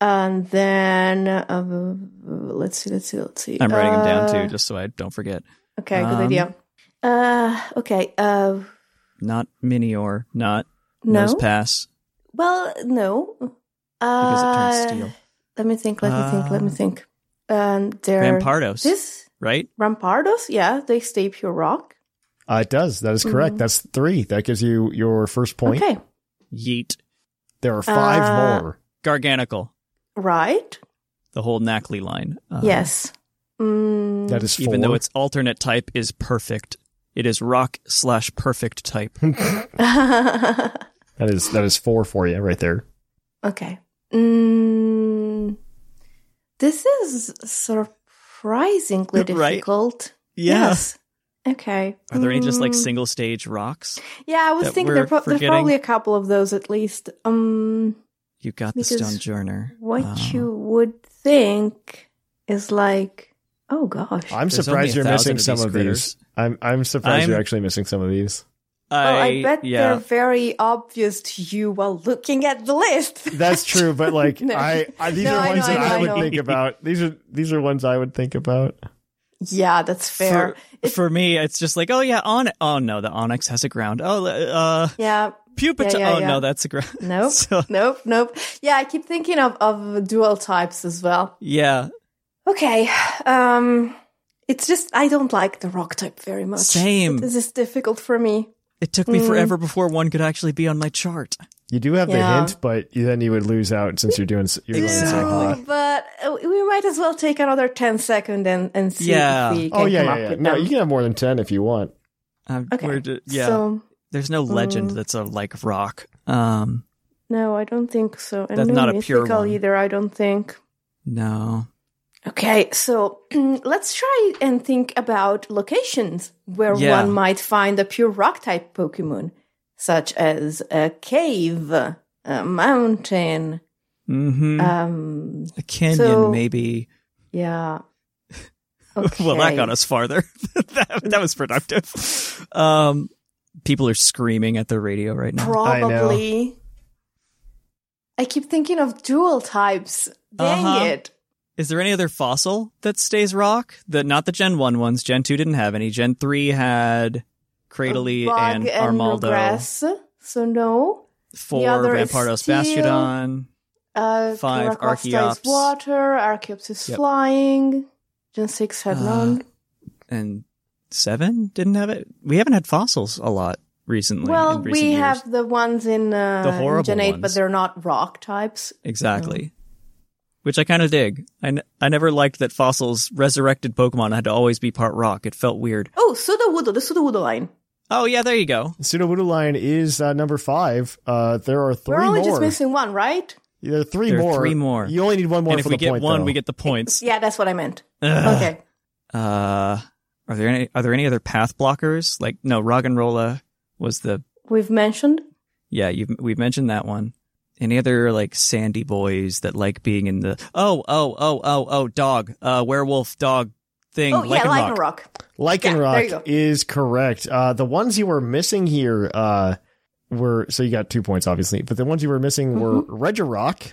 [SPEAKER 3] and then uh, let's see, let's see, let's see.
[SPEAKER 4] I'm writing them down
[SPEAKER 3] Uh,
[SPEAKER 4] too, just so I don't forget.
[SPEAKER 3] Okay, good
[SPEAKER 4] Um,
[SPEAKER 3] idea. Uh, okay. Uh,
[SPEAKER 4] Not Minior, not
[SPEAKER 3] no.
[SPEAKER 4] Nose Pass,
[SPEAKER 3] Well, no.
[SPEAKER 4] because
[SPEAKER 3] Uh,
[SPEAKER 4] it turns steel.
[SPEAKER 3] Let me think. Let me think. Let me
[SPEAKER 4] Uh,
[SPEAKER 3] think. And there.
[SPEAKER 4] Rampardos,
[SPEAKER 3] This
[SPEAKER 4] right?
[SPEAKER 3] Rampardos. Yeah, they stay pure rock.
[SPEAKER 2] Uh, it does. That is correct.
[SPEAKER 3] Mhm.
[SPEAKER 2] That's three. That gives you your first point.
[SPEAKER 3] Okay.
[SPEAKER 4] Yeet.
[SPEAKER 2] There are five
[SPEAKER 3] Uh,
[SPEAKER 2] more.
[SPEAKER 4] Garganical,
[SPEAKER 3] Right.
[SPEAKER 4] the whole Knackley line. Uh,
[SPEAKER 3] yes. Mm, [LAUGHS]
[SPEAKER 2] That is four.
[SPEAKER 4] Even though its alternate type is perfect, it is rock slash perfect type.
[SPEAKER 2] that is that is four for you right there.
[SPEAKER 3] okay. Mm, this is surprisingly
[SPEAKER 4] [LAUGHS] Right?
[SPEAKER 3] difficult.
[SPEAKER 4] Yeah.
[SPEAKER 3] Yes. Okay.
[SPEAKER 4] Are there any just like
[SPEAKER 3] Mm.
[SPEAKER 4] single stage rocks?
[SPEAKER 3] Yeah, I was
[SPEAKER 4] that
[SPEAKER 3] thinking there
[SPEAKER 4] we're
[SPEAKER 3] pro- there's
[SPEAKER 4] forgetting?
[SPEAKER 3] probably a couple of those at least. Um,
[SPEAKER 4] You got the
[SPEAKER 3] Because
[SPEAKER 4] Stone Journer.
[SPEAKER 3] what
[SPEAKER 4] Um,
[SPEAKER 3] you would think is like, oh gosh,
[SPEAKER 2] I'm
[SPEAKER 4] There's only
[SPEAKER 2] surprised
[SPEAKER 4] a
[SPEAKER 2] you're
[SPEAKER 4] thousand
[SPEAKER 2] missing
[SPEAKER 4] of
[SPEAKER 2] some
[SPEAKER 4] these
[SPEAKER 2] of these.
[SPEAKER 4] critters.
[SPEAKER 2] I'm I'm surprised
[SPEAKER 4] I'm-
[SPEAKER 2] you're actually missing some of these.
[SPEAKER 3] oh, I bet
[SPEAKER 4] yeah.
[SPEAKER 3] they're very obvious to you while looking at the list.
[SPEAKER 2] That's true,
[SPEAKER 3] [LAUGHS]
[SPEAKER 2] but like
[SPEAKER 3] No.
[SPEAKER 2] I, I these
[SPEAKER 3] No,
[SPEAKER 2] are
[SPEAKER 3] I
[SPEAKER 2] ones
[SPEAKER 3] know,
[SPEAKER 2] that
[SPEAKER 3] I know,
[SPEAKER 2] I,
[SPEAKER 3] I
[SPEAKER 2] would
[SPEAKER 3] know.
[SPEAKER 2] think about. These are these are ones I would think about.
[SPEAKER 3] yeah, that's fair.
[SPEAKER 4] For, for me, it's just like, oh yeah, on. Oh no, the onyx has a ground. Oh, uh,
[SPEAKER 3] yeah,
[SPEAKER 4] pupa.
[SPEAKER 3] Yeah, yeah,
[SPEAKER 4] oh
[SPEAKER 3] yeah.
[SPEAKER 4] no, that's a ground. [LAUGHS]
[SPEAKER 3] nope,
[SPEAKER 4] So-
[SPEAKER 3] nope, nope. Yeah, I keep thinking of of dual types as well.
[SPEAKER 4] yeah,
[SPEAKER 3] Okay, um, it's just I don't like the rock type very much.
[SPEAKER 4] Same.
[SPEAKER 3] This is difficult for me.
[SPEAKER 4] it took me
[SPEAKER 3] Mm.
[SPEAKER 4] forever before one could actually be on my chart.
[SPEAKER 2] You do have
[SPEAKER 3] Yeah.
[SPEAKER 2] the hint, but you, then you would lose out since you're doing s- you're
[SPEAKER 4] Exactly.
[SPEAKER 2] Going so hot.
[SPEAKER 3] Oh, but uh, we might as well take another 10 second and, and see
[SPEAKER 4] Yeah.
[SPEAKER 3] if we can
[SPEAKER 2] Oh yeah,
[SPEAKER 3] come
[SPEAKER 2] yeah,
[SPEAKER 3] up
[SPEAKER 2] yeah.
[SPEAKER 3] with
[SPEAKER 2] No,
[SPEAKER 3] them.
[SPEAKER 2] you can have more than ten if you want.
[SPEAKER 4] Um,
[SPEAKER 3] Okay.
[SPEAKER 4] we're ju- yeah,
[SPEAKER 3] So, mm.
[SPEAKER 4] there's no legend that's a like rock. Um,
[SPEAKER 3] no, I don't think so. And
[SPEAKER 4] That's
[SPEAKER 3] no
[SPEAKER 4] not a pure
[SPEAKER 3] mythical
[SPEAKER 4] one.
[SPEAKER 3] either, I don't think.
[SPEAKER 4] no,
[SPEAKER 3] Okay, so [CLEARS THROAT] let's try and think about locations where
[SPEAKER 4] Yeah.
[SPEAKER 3] one might find a pure rock type Pokemon, such as a cave, a mountain,
[SPEAKER 4] mm-hmm.
[SPEAKER 3] um,
[SPEAKER 4] a canyon
[SPEAKER 3] so-
[SPEAKER 4] maybe.
[SPEAKER 3] yeah.
[SPEAKER 4] [LAUGHS]
[SPEAKER 3] Okay.
[SPEAKER 4] well, that got us farther. [LAUGHS] that, that was productive. Um, people are screaming at the radio right now.
[SPEAKER 3] Probably. I, keep thinking of dual types. Dang
[SPEAKER 4] Uh-huh.
[SPEAKER 3] it.
[SPEAKER 4] Is there any other fossil that stays rock? The not the Gen One ones. Gen Two didn't have any. Gen Three had Cradily
[SPEAKER 3] Bog
[SPEAKER 4] and Armaldo.
[SPEAKER 3] Regress, so no.
[SPEAKER 4] Four
[SPEAKER 3] The other is
[SPEAKER 4] Rampardos
[SPEAKER 3] Steel.
[SPEAKER 4] Bastiodon.
[SPEAKER 3] Uh,
[SPEAKER 4] Five,
[SPEAKER 3] Caracosta is
[SPEAKER 4] Archaeops.
[SPEAKER 3] water. Archaeops is
[SPEAKER 4] Yep.
[SPEAKER 3] flying. Gen 6 had
[SPEAKER 4] Uh,
[SPEAKER 3] none.
[SPEAKER 4] And seven didn't have it. We haven't had fossils a lot recently.
[SPEAKER 3] Well,
[SPEAKER 4] in recent
[SPEAKER 3] we
[SPEAKER 4] years.
[SPEAKER 3] have the ones in, uh,
[SPEAKER 4] The
[SPEAKER 3] in
[SPEAKER 4] horrible
[SPEAKER 3] Gen 8, but
[SPEAKER 4] ones.
[SPEAKER 3] they're not rock types.
[SPEAKER 4] exactly. Which I kind of dig. I, n- I never liked that fossils resurrected Pokemon had to always be part rock. It felt weird.
[SPEAKER 3] Oh, Sudowoodo, the Sudowoodo line.
[SPEAKER 4] Oh yeah, there you go.
[SPEAKER 2] Pseudowoodoo line is uh, number five. Uh, there are 3
[SPEAKER 3] We're only
[SPEAKER 2] more.
[SPEAKER 3] just missing one, right?
[SPEAKER 2] there are three
[SPEAKER 4] There are
[SPEAKER 2] more.
[SPEAKER 4] three more.
[SPEAKER 2] You only need one more
[SPEAKER 4] and if
[SPEAKER 2] for
[SPEAKER 4] we
[SPEAKER 2] the
[SPEAKER 4] get
[SPEAKER 2] point,
[SPEAKER 4] one,
[SPEAKER 2] though.
[SPEAKER 4] we get the points.
[SPEAKER 3] Yeah, that's what I meant.
[SPEAKER 4] Ugh.
[SPEAKER 3] Okay.
[SPEAKER 4] Uh, are there any are there any other path blockers? Like no, Roggenrola was the
[SPEAKER 3] We've mentioned.
[SPEAKER 4] yeah. You have we've mentioned that one. any other like sandy boys that like being in the oh oh oh oh oh dog uh werewolf dog thing
[SPEAKER 3] Oh, yeah,
[SPEAKER 4] Lycanroc.
[SPEAKER 3] Lycanroc. rock. Yeah, there you
[SPEAKER 2] Lycanroc
[SPEAKER 3] go.
[SPEAKER 2] is correct. Uh, the ones you were missing here uh, were so you got two points, obviously, but the ones you were missing were
[SPEAKER 3] Mm-hmm.
[SPEAKER 2] Regirock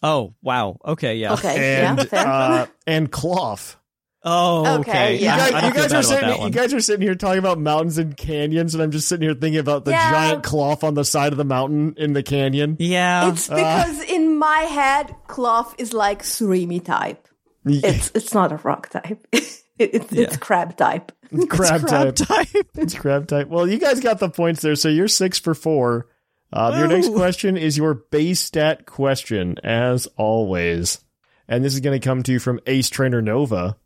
[SPEAKER 4] oh wow okay yeah
[SPEAKER 3] Okay, yeah,
[SPEAKER 2] and
[SPEAKER 3] fair.
[SPEAKER 2] uh, and Cloth.
[SPEAKER 4] oh
[SPEAKER 3] Okay,
[SPEAKER 4] okay
[SPEAKER 3] yeah.
[SPEAKER 4] I-
[SPEAKER 2] You
[SPEAKER 4] I
[SPEAKER 2] guys,
[SPEAKER 4] don't
[SPEAKER 2] you guys
[SPEAKER 4] feel bad
[SPEAKER 2] are
[SPEAKER 4] about that
[SPEAKER 2] sitting. You
[SPEAKER 4] one.
[SPEAKER 2] guys are sitting here talking about mountains and canyons, and I'm just sitting here thinking about the
[SPEAKER 3] Yeah.
[SPEAKER 2] giant cloth on the side of the mountain in the [LAUGHS] canyon.
[SPEAKER 4] yeah
[SPEAKER 3] [LAUGHS] it's because in my head, cloth is like surimi type. It's it's not a rock type. [LAUGHS] it, it's
[SPEAKER 4] Yeah.
[SPEAKER 3] it's
[SPEAKER 4] [LAUGHS]
[SPEAKER 3] crab type.
[SPEAKER 2] crab, type.
[SPEAKER 4] type
[SPEAKER 2] It's [LAUGHS] crab type. Well, you guys got the points there, so you're six for four. Um, your next
[SPEAKER 4] Woo.
[SPEAKER 2] question is your base stat question, as always, and this is going to come to you from Ace Trainer Nova.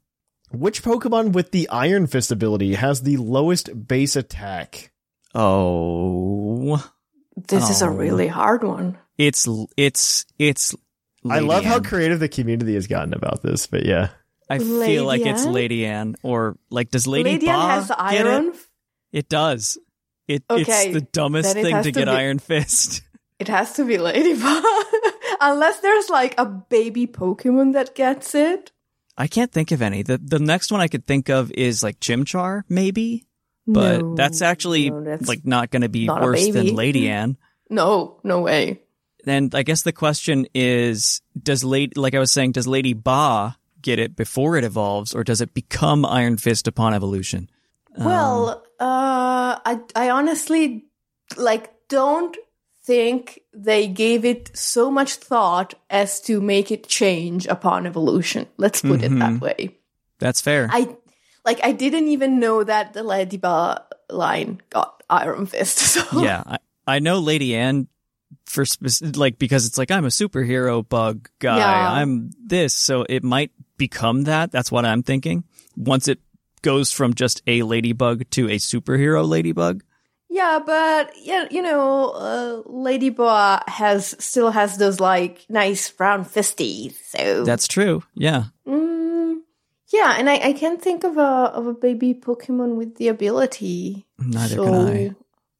[SPEAKER 2] Which Pokemon with the Iron Fist ability has the lowest base attack?
[SPEAKER 4] oh
[SPEAKER 3] This is a
[SPEAKER 4] Oh.
[SPEAKER 3] really hard one.
[SPEAKER 4] it's it's it's
[SPEAKER 2] I love how
[SPEAKER 4] Lady Anne.
[SPEAKER 2] creative the community has gotten about this, but yeah.
[SPEAKER 4] I feel
[SPEAKER 3] Lady
[SPEAKER 4] like it's
[SPEAKER 3] Anne?
[SPEAKER 4] Lady Anne or like does Lady,
[SPEAKER 3] Lady Anne
[SPEAKER 4] Ba
[SPEAKER 3] has
[SPEAKER 4] get
[SPEAKER 3] iron.
[SPEAKER 4] it?
[SPEAKER 3] It?
[SPEAKER 4] It does. It,
[SPEAKER 3] Okay,
[SPEAKER 4] It's the dumbest
[SPEAKER 3] then it
[SPEAKER 4] thing
[SPEAKER 3] has
[SPEAKER 4] to,
[SPEAKER 3] to
[SPEAKER 4] get
[SPEAKER 3] be-
[SPEAKER 4] Iron Fist. [LAUGHS]
[SPEAKER 3] has to be Lady [LAUGHS] Ba. Unless there's like a baby Pokemon that gets it.
[SPEAKER 4] I can't think of any. The the next one I could think of is like Chimchar, maybe, but
[SPEAKER 3] No,
[SPEAKER 4] that's actually
[SPEAKER 3] no, that's-
[SPEAKER 4] like not going to be
[SPEAKER 3] not a
[SPEAKER 4] worse
[SPEAKER 3] baby.
[SPEAKER 4] than
[SPEAKER 3] [LAUGHS]
[SPEAKER 4] Lady Anne.
[SPEAKER 3] no, no way.
[SPEAKER 4] And I guess the question is, does Lady, like I was saying, does Lady Ba get it before it evolves, or does it become Iron Fist upon evolution? um,
[SPEAKER 3] Well, uh, I I honestly like don't think they gave it so much thought as to make it change upon evolution. Let's put it that
[SPEAKER 4] Mhm.
[SPEAKER 3] way.
[SPEAKER 4] That's fair.
[SPEAKER 3] I like I didn't even know that the Ladyba line got Iron Fist. [LAUGHS] So
[SPEAKER 4] yeah, I, I know Lady Anne for spec- like because it's like I'm a superhero bug guy.
[SPEAKER 3] Yeah.
[SPEAKER 4] I'm this, so it might become that. That's what I'm thinking. Once it goes from just a ladybug to a superhero ladybug.
[SPEAKER 3] Yeah, but yeah, you know, uh, Lady Boa has still has those like nice brown fisties. So
[SPEAKER 4] That's true. Yeah.
[SPEAKER 3] mm, yeah, and I, I can't think of a of a baby Pokemon with the ability.
[SPEAKER 4] Neither
[SPEAKER 3] so,
[SPEAKER 4] can I.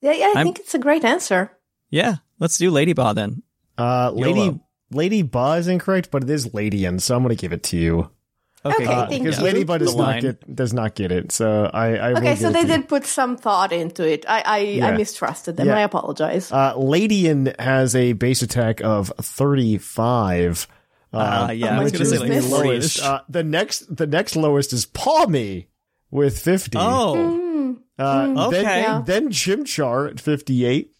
[SPEAKER 3] Yeah, yeah, I
[SPEAKER 4] I'm-
[SPEAKER 3] think it's a great answer.
[SPEAKER 4] Yeah. Let's do Lady Ba then.
[SPEAKER 2] Uh, lady
[SPEAKER 4] YOLO.
[SPEAKER 2] Lady Ba is incorrect, but it is Lady and so I'm gonna give it to you.
[SPEAKER 3] Okay,
[SPEAKER 2] Uh,
[SPEAKER 3] thank
[SPEAKER 2] because
[SPEAKER 3] you.
[SPEAKER 2] Lady Ba does
[SPEAKER 4] The
[SPEAKER 2] not
[SPEAKER 4] line.
[SPEAKER 2] get does not get it. So I, I will
[SPEAKER 3] Okay,
[SPEAKER 2] give
[SPEAKER 3] so
[SPEAKER 2] it
[SPEAKER 3] they
[SPEAKER 2] to you.
[SPEAKER 3] did put some thought into it. I I,
[SPEAKER 2] Yeah.
[SPEAKER 3] I mistrusted them.
[SPEAKER 2] Yeah.
[SPEAKER 3] I apologize.
[SPEAKER 2] Uh, Ladian has a base attack of 35.
[SPEAKER 4] Ah, yeah,
[SPEAKER 3] I was
[SPEAKER 2] which
[SPEAKER 3] gonna
[SPEAKER 2] is
[SPEAKER 3] say, like,
[SPEAKER 2] the
[SPEAKER 3] 40-ish.
[SPEAKER 2] lowest. Uh, the next, the next lowest is Palmy with 50.
[SPEAKER 4] Oh.
[SPEAKER 3] Mm,
[SPEAKER 2] uh,
[SPEAKER 3] mm,
[SPEAKER 2] then,
[SPEAKER 4] okay.
[SPEAKER 3] Yeah.
[SPEAKER 2] then Chimchar at 58.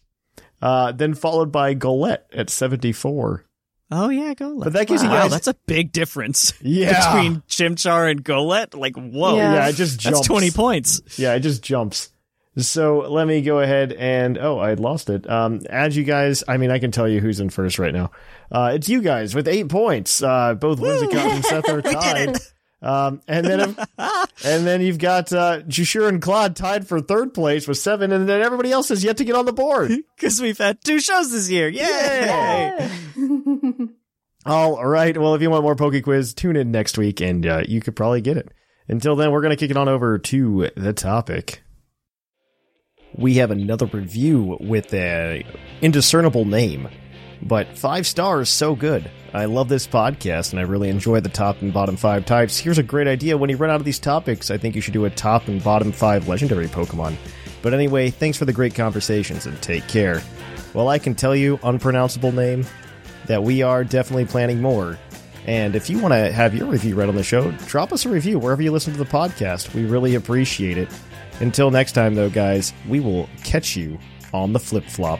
[SPEAKER 2] Uh, then followed by Golette at 74.
[SPEAKER 4] Oh yeah, Golette.
[SPEAKER 2] But that gives you
[SPEAKER 4] wow,
[SPEAKER 2] guys-
[SPEAKER 4] that's a big difference
[SPEAKER 2] Yeah.
[SPEAKER 4] between Chimchar and Golette. Like, whoa.
[SPEAKER 3] Yeah.
[SPEAKER 2] Yeah, it just jumps.
[SPEAKER 4] That's 20 points.
[SPEAKER 2] Yeah, it just jumps. So let me go ahead and oh, I lost it. Um, as you guys, I mean, I can tell you who's in first right now. Uh, it's you guys with eight points. Uh, both Whimsicott and Seth are tied. Um, and then, and then you've got uh, Jushir and Claude tied for third place with seven, and then everybody else has yet to get on the board.
[SPEAKER 4] Because we've had two shows this year. Yay!
[SPEAKER 2] All right. Well, if you want more Poke Quiz, tune in next week, and uh, you could probably get it. Until then, we're going to kick it on over to the topic. We have another review with a indiscernible name, but five stars, so good. I love this podcast, and I really enjoy the top and bottom five types. Here's a great idea: when you run out of these topics, I think you should do a top and bottom five legendary Pokemon. But anyway, thanks for the great conversations, and take care. Well, I can tell you, unpronounceable name, that we are definitely planning more. And if you want to have your review read on the show, drop us a review wherever you listen to the podcast. We really appreciate it. Until next time, though, guys, we will catch you on the flip flop.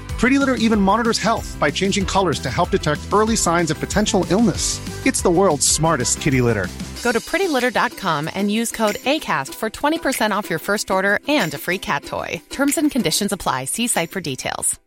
[SPEAKER 7] Pretty Litter even monitors health by changing colors to help detect early signs of potential illness. It's the world's smartest kitty litter.
[SPEAKER 8] Go to prettylitter.com and use code ACAST for 20% off your first order and a free cat toy. Terms and conditions apply. See site for details.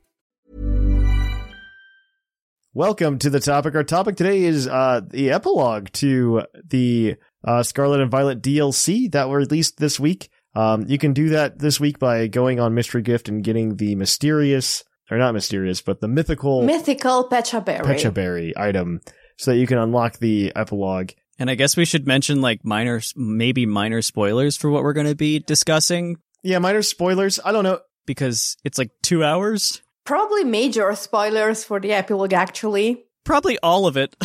[SPEAKER 2] Welcome to the topic. Our topic today is uh, the epilogue to the uh, Scarlet and Violet DLC that were released this week. Um, you can do that this week by going on Mystery Gift and getting the mysterious, or not mysterious, but the mythical
[SPEAKER 3] Mythical Pecha Berry.
[SPEAKER 2] Pecha Berry item so that you can unlock the epilogue.
[SPEAKER 4] And I guess we should mention like minor, maybe minor spoilers for what we're going to be discussing
[SPEAKER 2] Yeah, minor spoilers. I don't know.
[SPEAKER 4] because it's like two hours.
[SPEAKER 3] Probably major spoilers for the epilogue, actually.
[SPEAKER 4] Probably all of it. [LAUGHS]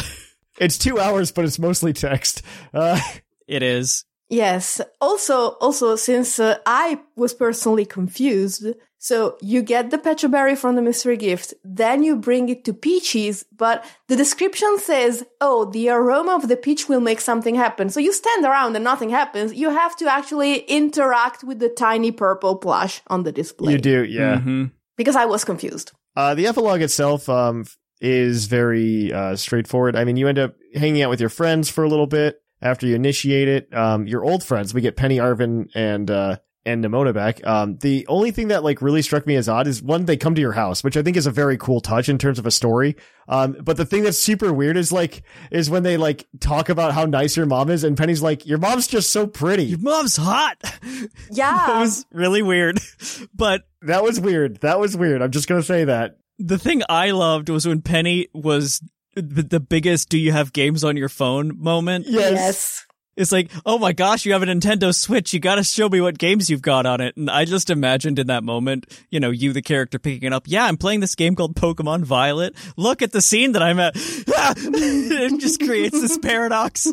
[SPEAKER 2] It's two hours, but it's mostly text. Uh,
[SPEAKER 4] it is.
[SPEAKER 3] Yes. Also, also since uh, I was personally confused, so you get the Pecha Berry from the mystery gift, then you bring it to Peaches, but the description says, "Oh, the aroma of the peach will make something happen." So you stand around and nothing happens. You have to actually interact with the tiny purple plush on the display.
[SPEAKER 2] you do, yeah.
[SPEAKER 4] hmm
[SPEAKER 3] Because I
[SPEAKER 2] [LAUGHS]
[SPEAKER 3] was confused.
[SPEAKER 2] Uh, the epilogue itself um, is very uh, straightforward. I mean, you end up hanging out with your friends for a little bit after you initiate it. Um, your old friends, we get Penny Arvin and uh, and Nimona back. Um, the only thing that like really struck me as odd is one, they come to your house, which I think is a very cool touch in terms of a story. Um, but the thing that's super weird is like is when they like talk about how nice your mom is, and Penny's like, "Your mom's just so pretty."
[SPEAKER 4] Your mom's hot. [LAUGHS] that
[SPEAKER 3] Yeah.
[SPEAKER 4] was really weird. [LAUGHS] But
[SPEAKER 2] That was weird. That was weird. I'm just gonna say that.
[SPEAKER 4] the thing I loved was when Penny was the, the biggest "Do you have games on your phone?" moment.
[SPEAKER 3] yes.
[SPEAKER 4] It's like, oh my gosh, you have a Nintendo Switch. You got to show me what games you've got on it. And I just imagined in that moment, you know, you, the character, picking it up. Yeah, I'm playing this game called Pokemon Violet. Look at the scene that I'm at. [LAUGHS] Ah! it just creates this paradox,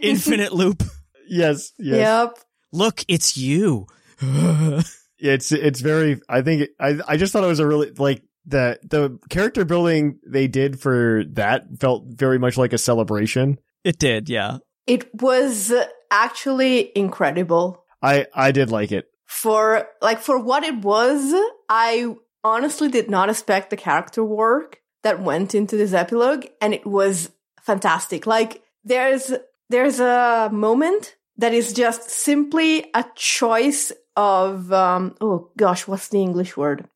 [SPEAKER 4] infinite loop.
[SPEAKER 2] Yes. Yes.
[SPEAKER 3] Yep.
[SPEAKER 4] Look, it's you. [SIGHS]
[SPEAKER 2] it's it's very i think i i just thought it was a really like the the character building they did for that felt very much like a celebration
[SPEAKER 4] it did, yeah.
[SPEAKER 3] It was uh, actually incredible.
[SPEAKER 2] i i did like it
[SPEAKER 3] for like for what it was i honestly did not expect the character work that went into this epilogue and it was fantastic like there's there's a moment that is just simply a choice of um oh gosh what's the english word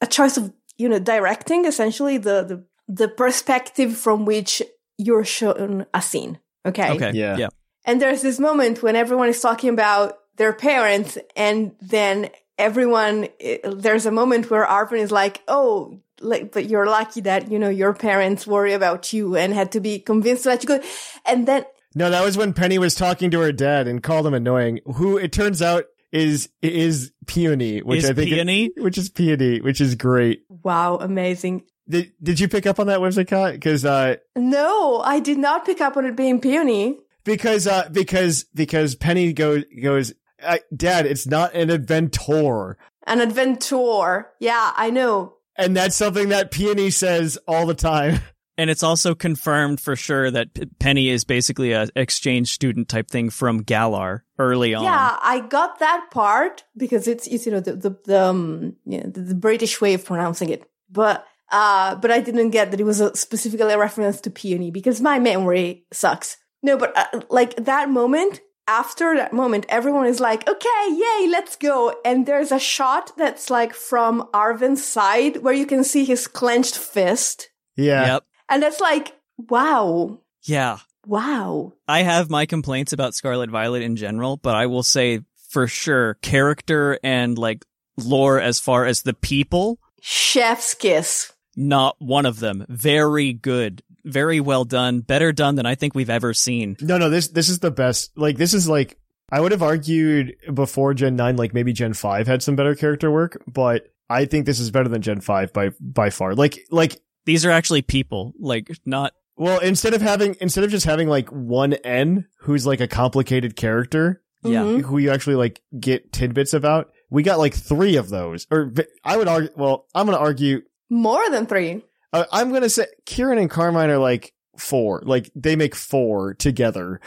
[SPEAKER 3] a choice of you know directing essentially the the, the perspective from which you're shown a scene okay
[SPEAKER 4] Okay.
[SPEAKER 2] Yeah.
[SPEAKER 4] Yeah.
[SPEAKER 3] and there's this moment when everyone is talking about their parents, and then everyone, eh, there's a moment where Arvin is like, oh, like, but you're lucky that, you know, your parents worry about you and had to be convinced to let you go. And then,
[SPEAKER 2] no that was when penny was talking to her dad and called him annoying who it turns out is is peony which
[SPEAKER 4] Is
[SPEAKER 2] i think
[SPEAKER 4] Peony?
[SPEAKER 2] which is peony which is great
[SPEAKER 3] wow, amazing.
[SPEAKER 2] did, did you pick up on that whimsicott because uh
[SPEAKER 3] No, I did not pick up on it being peony.
[SPEAKER 2] because uh because because penny goes goes uh, dad it's not an inventor
[SPEAKER 3] An adventure. Yeah, I know.
[SPEAKER 2] and that's something that peony says all the time
[SPEAKER 4] And it's also confirmed for sure that P- Penny is basically a exchange student type thing from Galar early on.
[SPEAKER 3] Yeah, I got that part because it's, it's you know the the the, um, yeah, the the British way of pronouncing it, but uh, but I didn't get that it was a, specifically a reference to peony because my memory sucks. No, but uh, like that moment. After that moment, everyone is like, okay, yay, let's go. And there's a shot that's like from Arvin's side where you can see his clenched fist.
[SPEAKER 2] yeah
[SPEAKER 4] Yep.
[SPEAKER 3] And that's like, wow,
[SPEAKER 4] Yeah.
[SPEAKER 3] wow.
[SPEAKER 4] I have my complaints about Scarlet Violet in general, but I will say for sure character and like lore as far as the people,
[SPEAKER 3] Chef's kiss.
[SPEAKER 4] not one of them. Very good. Very well done. Better done than I think we've ever seen.
[SPEAKER 2] No, no, this this is the best. Like this is like I would have argued before Gen 9 like maybe Gen 5 had some better character work, but I think this is better than Gen 5 by by far. Like like
[SPEAKER 4] These are actually people, like not
[SPEAKER 2] well, instead of having instead of just having like one N who's like a complicated character
[SPEAKER 4] yeah.
[SPEAKER 3] Mhm.
[SPEAKER 2] who you actually like get tidbits about, we got like 3 of those. Or I would argue well, I'm going to argue
[SPEAKER 3] More than three.
[SPEAKER 2] Uh, I'm gonna say Kieran and Carmine are like four. Like they make four together.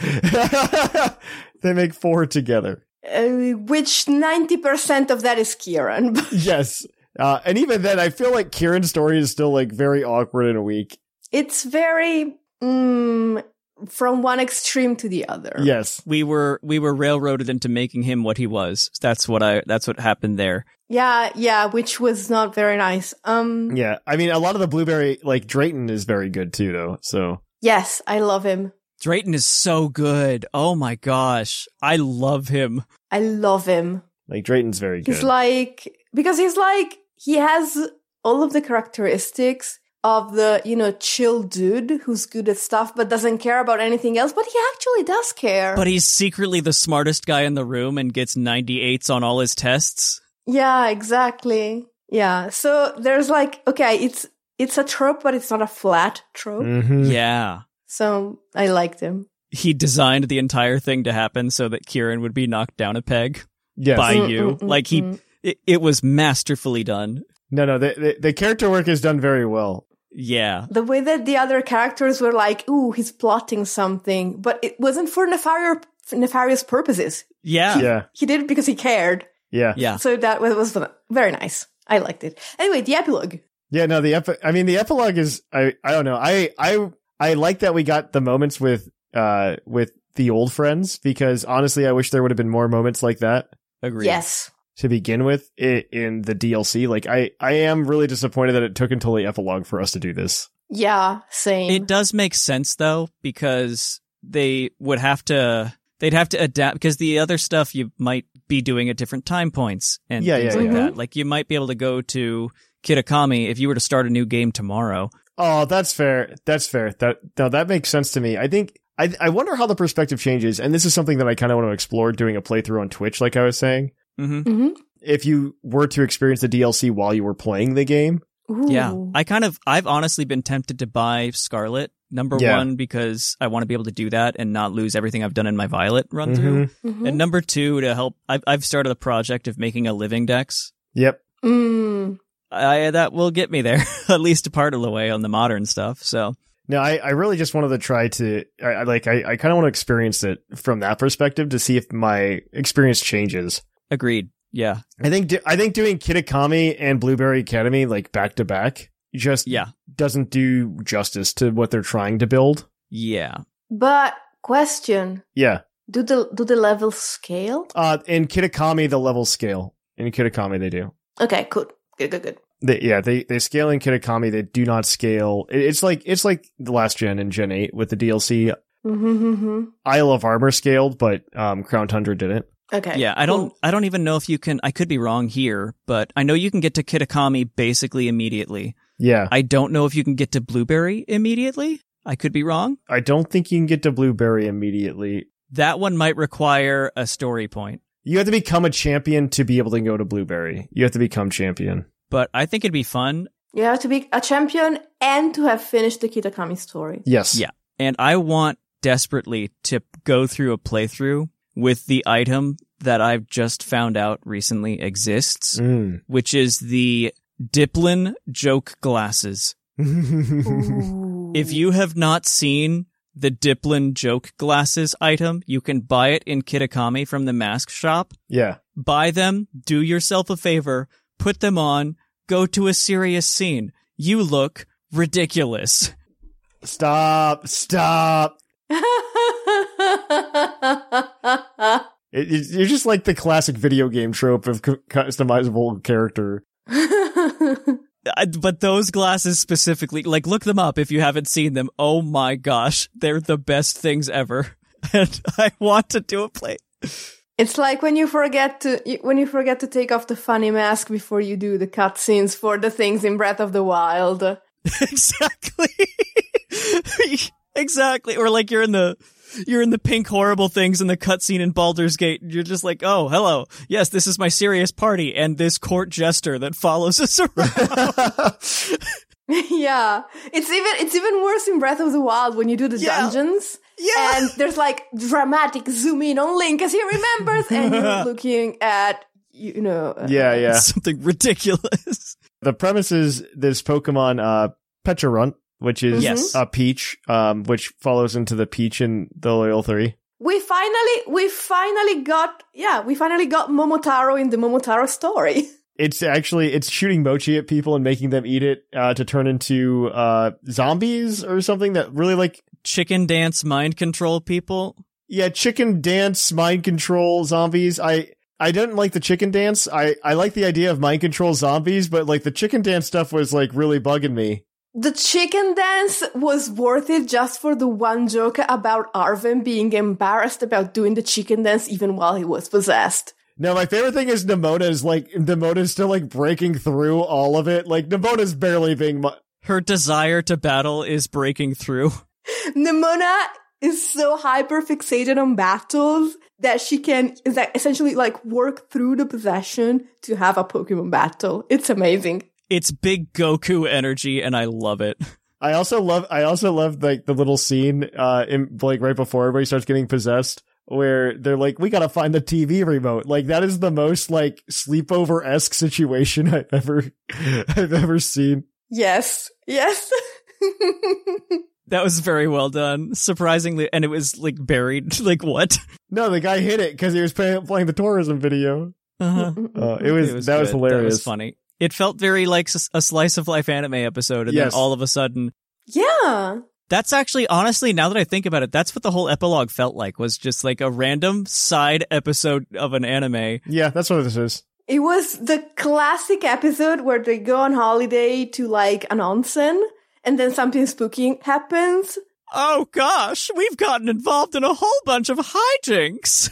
[SPEAKER 2] [LAUGHS] they make four together.
[SPEAKER 3] Uh, which 90% of that is Kieran. [LAUGHS]
[SPEAKER 2] Yes. Uh, and even then, I feel like Kieran's story is still like very awkward and weak.
[SPEAKER 3] it's very mm, from one extreme to the other.
[SPEAKER 2] Yes.
[SPEAKER 4] We were we were railroaded into making him what he was. That's what I that's what happened there.
[SPEAKER 3] Yeah, yeah, which was not very nice. Um
[SPEAKER 2] Yeah. I mean, a lot of the blueberry, like Drayton, is very good too, though. So
[SPEAKER 3] yes, I love him.
[SPEAKER 4] Drayton is so good. Oh my gosh. I love him.
[SPEAKER 3] I love him.
[SPEAKER 2] like Drayton's very good.
[SPEAKER 3] He's like because he's like he has all of the characteristics of the, you know, chill dude who's good at stuff but doesn't care about anything else, but he actually does care.
[SPEAKER 4] But he's secretly the smartest guy in the room and gets 98s on all his tests.
[SPEAKER 3] Yeah, exactly. Yeah. So there's like okay, it's it's a trope but it's not a flat trope.
[SPEAKER 4] Mm.
[SPEAKER 2] Mhm.
[SPEAKER 4] Yeah.
[SPEAKER 3] So I liked him.
[SPEAKER 4] He designed the entire thing to happen so that Kieran would be knocked down a peg
[SPEAKER 2] Yes.
[SPEAKER 4] by
[SPEAKER 3] Mm,
[SPEAKER 4] you.
[SPEAKER 3] mm, mm,
[SPEAKER 4] Like he
[SPEAKER 3] mm.
[SPEAKER 4] it, it was masterfully done.
[SPEAKER 2] no, no. The, the, the character work is done very well.
[SPEAKER 4] Yeah.
[SPEAKER 3] the way that the other characters were like, "Ooh, he's plotting something," but it wasn't for nefarious nefarious purposes.
[SPEAKER 4] Yeah.
[SPEAKER 2] Yeah.
[SPEAKER 3] He did it because he cared.
[SPEAKER 2] Yeah.
[SPEAKER 4] Yeah.
[SPEAKER 3] So that was, was very nice. I liked it. Anyway, the epilogue.
[SPEAKER 2] Yeah, no, the epi- I mean, the epilogue is I I don't know. I I I like that we got the moments with uh with the old friends because honestly, I wish there would have been more moments like that
[SPEAKER 4] Agreed.
[SPEAKER 3] Yes.
[SPEAKER 2] to begin with i in the DLC. Like I I am really disappointed that it took until the epilogue for us to do this.
[SPEAKER 3] Yeah. Same.
[SPEAKER 4] It does make sense though because they would have to they'd have to adapt because the other stuff you might be doing at different time points and
[SPEAKER 2] Yeah,
[SPEAKER 4] things
[SPEAKER 2] yeah,
[SPEAKER 4] like
[SPEAKER 3] yeah.
[SPEAKER 4] that. Like you might be able to go to Kitakami if you were to start a new game tomorrow.
[SPEAKER 2] Oh, that's fair. That's fair. That now that makes sense to me. I think I I wonder how the perspective changes, and this is something that I kind of want to explore doing a playthrough on Twitch, like I was saying.
[SPEAKER 4] hmm
[SPEAKER 3] hmm
[SPEAKER 2] If you were to experience the DLC while you were playing the game,
[SPEAKER 4] Yeah, I kind of I've honestly been tempted to buy Scarlet number
[SPEAKER 2] Yeah.
[SPEAKER 4] one because I want to be able to do that and not lose everything I've done in my Violet run
[SPEAKER 2] Mm-hmm.
[SPEAKER 4] through,
[SPEAKER 3] Mhm.
[SPEAKER 4] and number two to help. I've I've started a project of making a living dex.
[SPEAKER 2] yep,
[SPEAKER 3] Mm.
[SPEAKER 4] I, that will get me there [LAUGHS] at least a part of the way on the modern stuff. So
[SPEAKER 2] No, I, I really just wanted to try to I, I like I, I kind of want to experience it from that perspective to see if my experience changes.
[SPEAKER 4] agreed. Yeah,
[SPEAKER 2] I think do, I think doing Kitakami and Blueberry Academy like back to back just
[SPEAKER 4] yeah,
[SPEAKER 2] doesn't do justice to what they're trying to build.
[SPEAKER 4] yeah.
[SPEAKER 3] But question:
[SPEAKER 2] Yeah.
[SPEAKER 3] Do the do the levels scale?
[SPEAKER 2] Uh in Kitakami the level scale. In Kitakami they do.
[SPEAKER 3] Okay. Good. Good. Good. Good.
[SPEAKER 2] They, yeah, they they scale in Kitakami, they do not scale. It- it's like it's like the last gen and gen 8 with the DLC.
[SPEAKER 3] Mm-hmm, hmm
[SPEAKER 2] Isle of Armor scaled, but um Crown Tundra didn't.
[SPEAKER 3] Okay.
[SPEAKER 4] Yeah, I don't
[SPEAKER 3] cool.
[SPEAKER 4] I don't even know if you can I could be wrong here, but I know you can get to Kitakami basically immediately.
[SPEAKER 2] Yeah.
[SPEAKER 4] I don't know if you can get to Blueberry immediately. I could be wrong.
[SPEAKER 2] I don't think you can get to Blueberry immediately.
[SPEAKER 4] That one might require a story point,
[SPEAKER 2] You have to become a champion to be able to go to Blueberry. You have to become champion.
[SPEAKER 4] but I think it'd be fun.
[SPEAKER 3] You have to be a champion and to have finished the Kitakami story.
[SPEAKER 2] Yes.
[SPEAKER 4] Yeah. And I want desperately to go through a playthrough with the item that I've just found out recently exists,
[SPEAKER 2] Mm. [LAUGHS]
[SPEAKER 4] which is the Diplin joke glasses. If you have not seen the Diplin joke glasses item, you can buy it in Kitakami from the mask shop.
[SPEAKER 2] yeah.
[SPEAKER 4] Buy them, do yourself a favor, put them on, go to a serious scene. You look ridiculous. [LAUGHS]
[SPEAKER 2] Stop. Stop. It, it- you're just like the classic video game trope of cu- customizable character.
[SPEAKER 4] I- But those glasses specifically, like look them up if you haven't seen them. Oh my gosh, they're the best things ever. [LAUGHS] And I want to do a play.
[SPEAKER 3] [LAUGHS]
[SPEAKER 4] [LAUGHS]
[SPEAKER 3] it's like when you forget to you- when you forget to take off the funny mask before you do the cutscenes for the things in Breath of the Wild. [LAUGHS]
[SPEAKER 4] exactly [LAUGHS] exactly or like you're in the you're in the pink horrible things in the cutscene in Baldur's Gate and you're just like oh hello yes this is my serious party and this court jester that follows [LAUGHS] us around
[SPEAKER 3] yeah, it's even it's even worse in Breath of the Wild when you do the
[SPEAKER 4] Yeah.
[SPEAKER 3] dungeons.
[SPEAKER 4] Yeah.
[SPEAKER 3] and there's like dramatic zoom in on Link as he remembers, and you're looking at you know uh,
[SPEAKER 2] Yeah. Yeah.
[SPEAKER 4] something ridiculous
[SPEAKER 2] the premise is this Pokemon uh, Petrunt, which is
[SPEAKER 4] Yes.
[SPEAKER 2] a peach, um, which follows into the peach in the Loyal Three.
[SPEAKER 3] We finally, we finally got, yeah, we finally got Momotaro in the Momotaro story. [LAUGHS]
[SPEAKER 2] It's actually it's shooting mochi at people and making them eat it uh, to turn into uh, zombies or something that really like
[SPEAKER 4] Chicken dance mind control people.
[SPEAKER 2] yeah chicken dance mind control zombies. I I didn't like the chicken dance. I I like the idea of mind control zombies, but like the chicken dance stuff was like really bugging me.
[SPEAKER 3] The chicken dance was worth it just for the one joke about Arvin being embarrassed about doing the chicken dance even while he was possessed.
[SPEAKER 2] No, my favorite thing is Nimona is like Nimona's still like breaking through all of it. Like Nimona's barely being. Mu-
[SPEAKER 4] Her desire to battle is breaking through.
[SPEAKER 3] Nimona is so hyper fixated on battles that she can is that essentially like work through the possession to have a Pokemon battle. It's amazing.
[SPEAKER 4] It's big Goku energy, and I love it. [LAUGHS]
[SPEAKER 2] I also love. I also love like the little scene, uh, in like right before everybody starts getting possessed, where they're like, "We gotta find the TV remote." Like that is the most like sleepover esque situation [LAUGHS] I've ever, I've ever seen.
[SPEAKER 3] Yes. Yes. [LAUGHS]
[SPEAKER 4] That was very well done, surprisingly, and it was like buried. [LAUGHS] Like what?
[SPEAKER 2] No, the guy hit it because he was playing, playing the tourism video.
[SPEAKER 4] Uh-huh.
[SPEAKER 2] Uh, it was, that was
[SPEAKER 4] good.
[SPEAKER 2] hilarious.
[SPEAKER 4] That was funny. It felt very like s- a slice of life anime episode, and
[SPEAKER 2] Yes.
[SPEAKER 4] then all of a sudden,
[SPEAKER 3] yeah.
[SPEAKER 4] that's actually honestly, now that I think about it, that's what the whole epilogue felt like was just like a random side episode of an anime.
[SPEAKER 2] Yeah, that's what this is.
[SPEAKER 3] It was the classic episode where they go on holiday to like an onsen and then something spooky happens.
[SPEAKER 4] Oh gosh, we've gotten involved in a whole bunch of hijinks.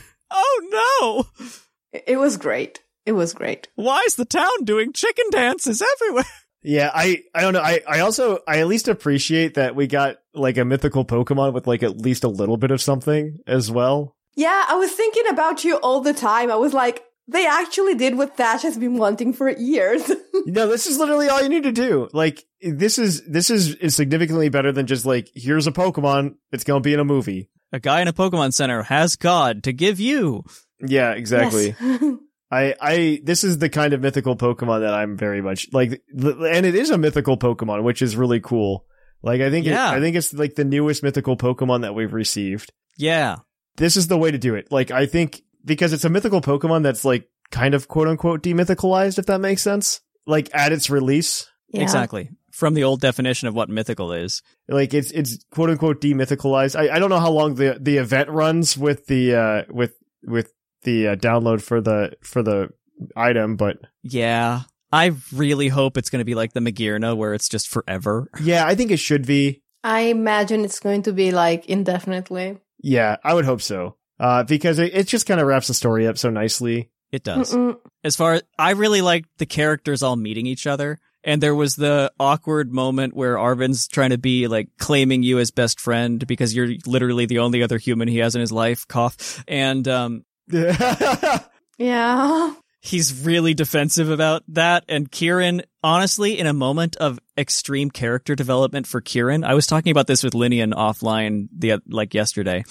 [SPEAKER 4] Oh no,
[SPEAKER 3] It it was great. It was great.
[SPEAKER 4] why's the town doing chicken dances everywhere?
[SPEAKER 2] Yeah, I, I don't know. I, I also, I at least appreciate that we got like a mythical Pokemon with like at least a little bit of something as well.
[SPEAKER 3] Yeah, I was thinking about you all the time. I was like, they actually did what Thatch has been wanting for years. [LAUGHS]
[SPEAKER 2] No, this is literally all you need to do. Like this is this is, is significantly better than just like here's a Pokemon. It's gonna be in a movie.
[SPEAKER 4] A guy in a Pokemon Center has God to give you.
[SPEAKER 2] Yeah, exactly.
[SPEAKER 3] Yes.
[SPEAKER 2] I I this is the kind of mythical Pokemon that I'm very much like, th- and it is a mythical Pokemon, which is really cool. Like I think it-
[SPEAKER 4] Yeah.
[SPEAKER 2] I think it's like the newest mythical Pokemon that we've received.
[SPEAKER 4] Yeah,
[SPEAKER 2] This is the way to do it. Like I think because it's a mythical Pokemon that's like kind of quote unquote demythicalized, if that makes sense. Like at its release,
[SPEAKER 3] Yeah.
[SPEAKER 4] exactly. From the old definition of what mythical is.
[SPEAKER 2] like it's it's quote unquote demythicalized. I, I don't know how long the the event runs with the uh with with the uh, download for the for the item, but
[SPEAKER 4] Yeah. I really hope it's going to be like the Magirna where it's just forever. [LAUGHS]
[SPEAKER 2] yeah, I think it should be.
[SPEAKER 3] I imagine it's going to be like indefinitely.
[SPEAKER 2] Yeah, I would hope so. Uh, because it, it just kind of wraps the story up so nicely.
[SPEAKER 4] It does.
[SPEAKER 3] Mm-mm.
[SPEAKER 4] As far as I really liked the characters all meeting each other. And there was the awkward moment where Arvin's trying to be like claiming you as best friend because you're literally the only other human he has in his life. Cough. And, um,
[SPEAKER 3] Yeah.
[SPEAKER 4] he's really defensive about that. And Kieran, honestly, in a moment of extreme character development for Kieran, I was talking about this with Linian offline the like yesterday,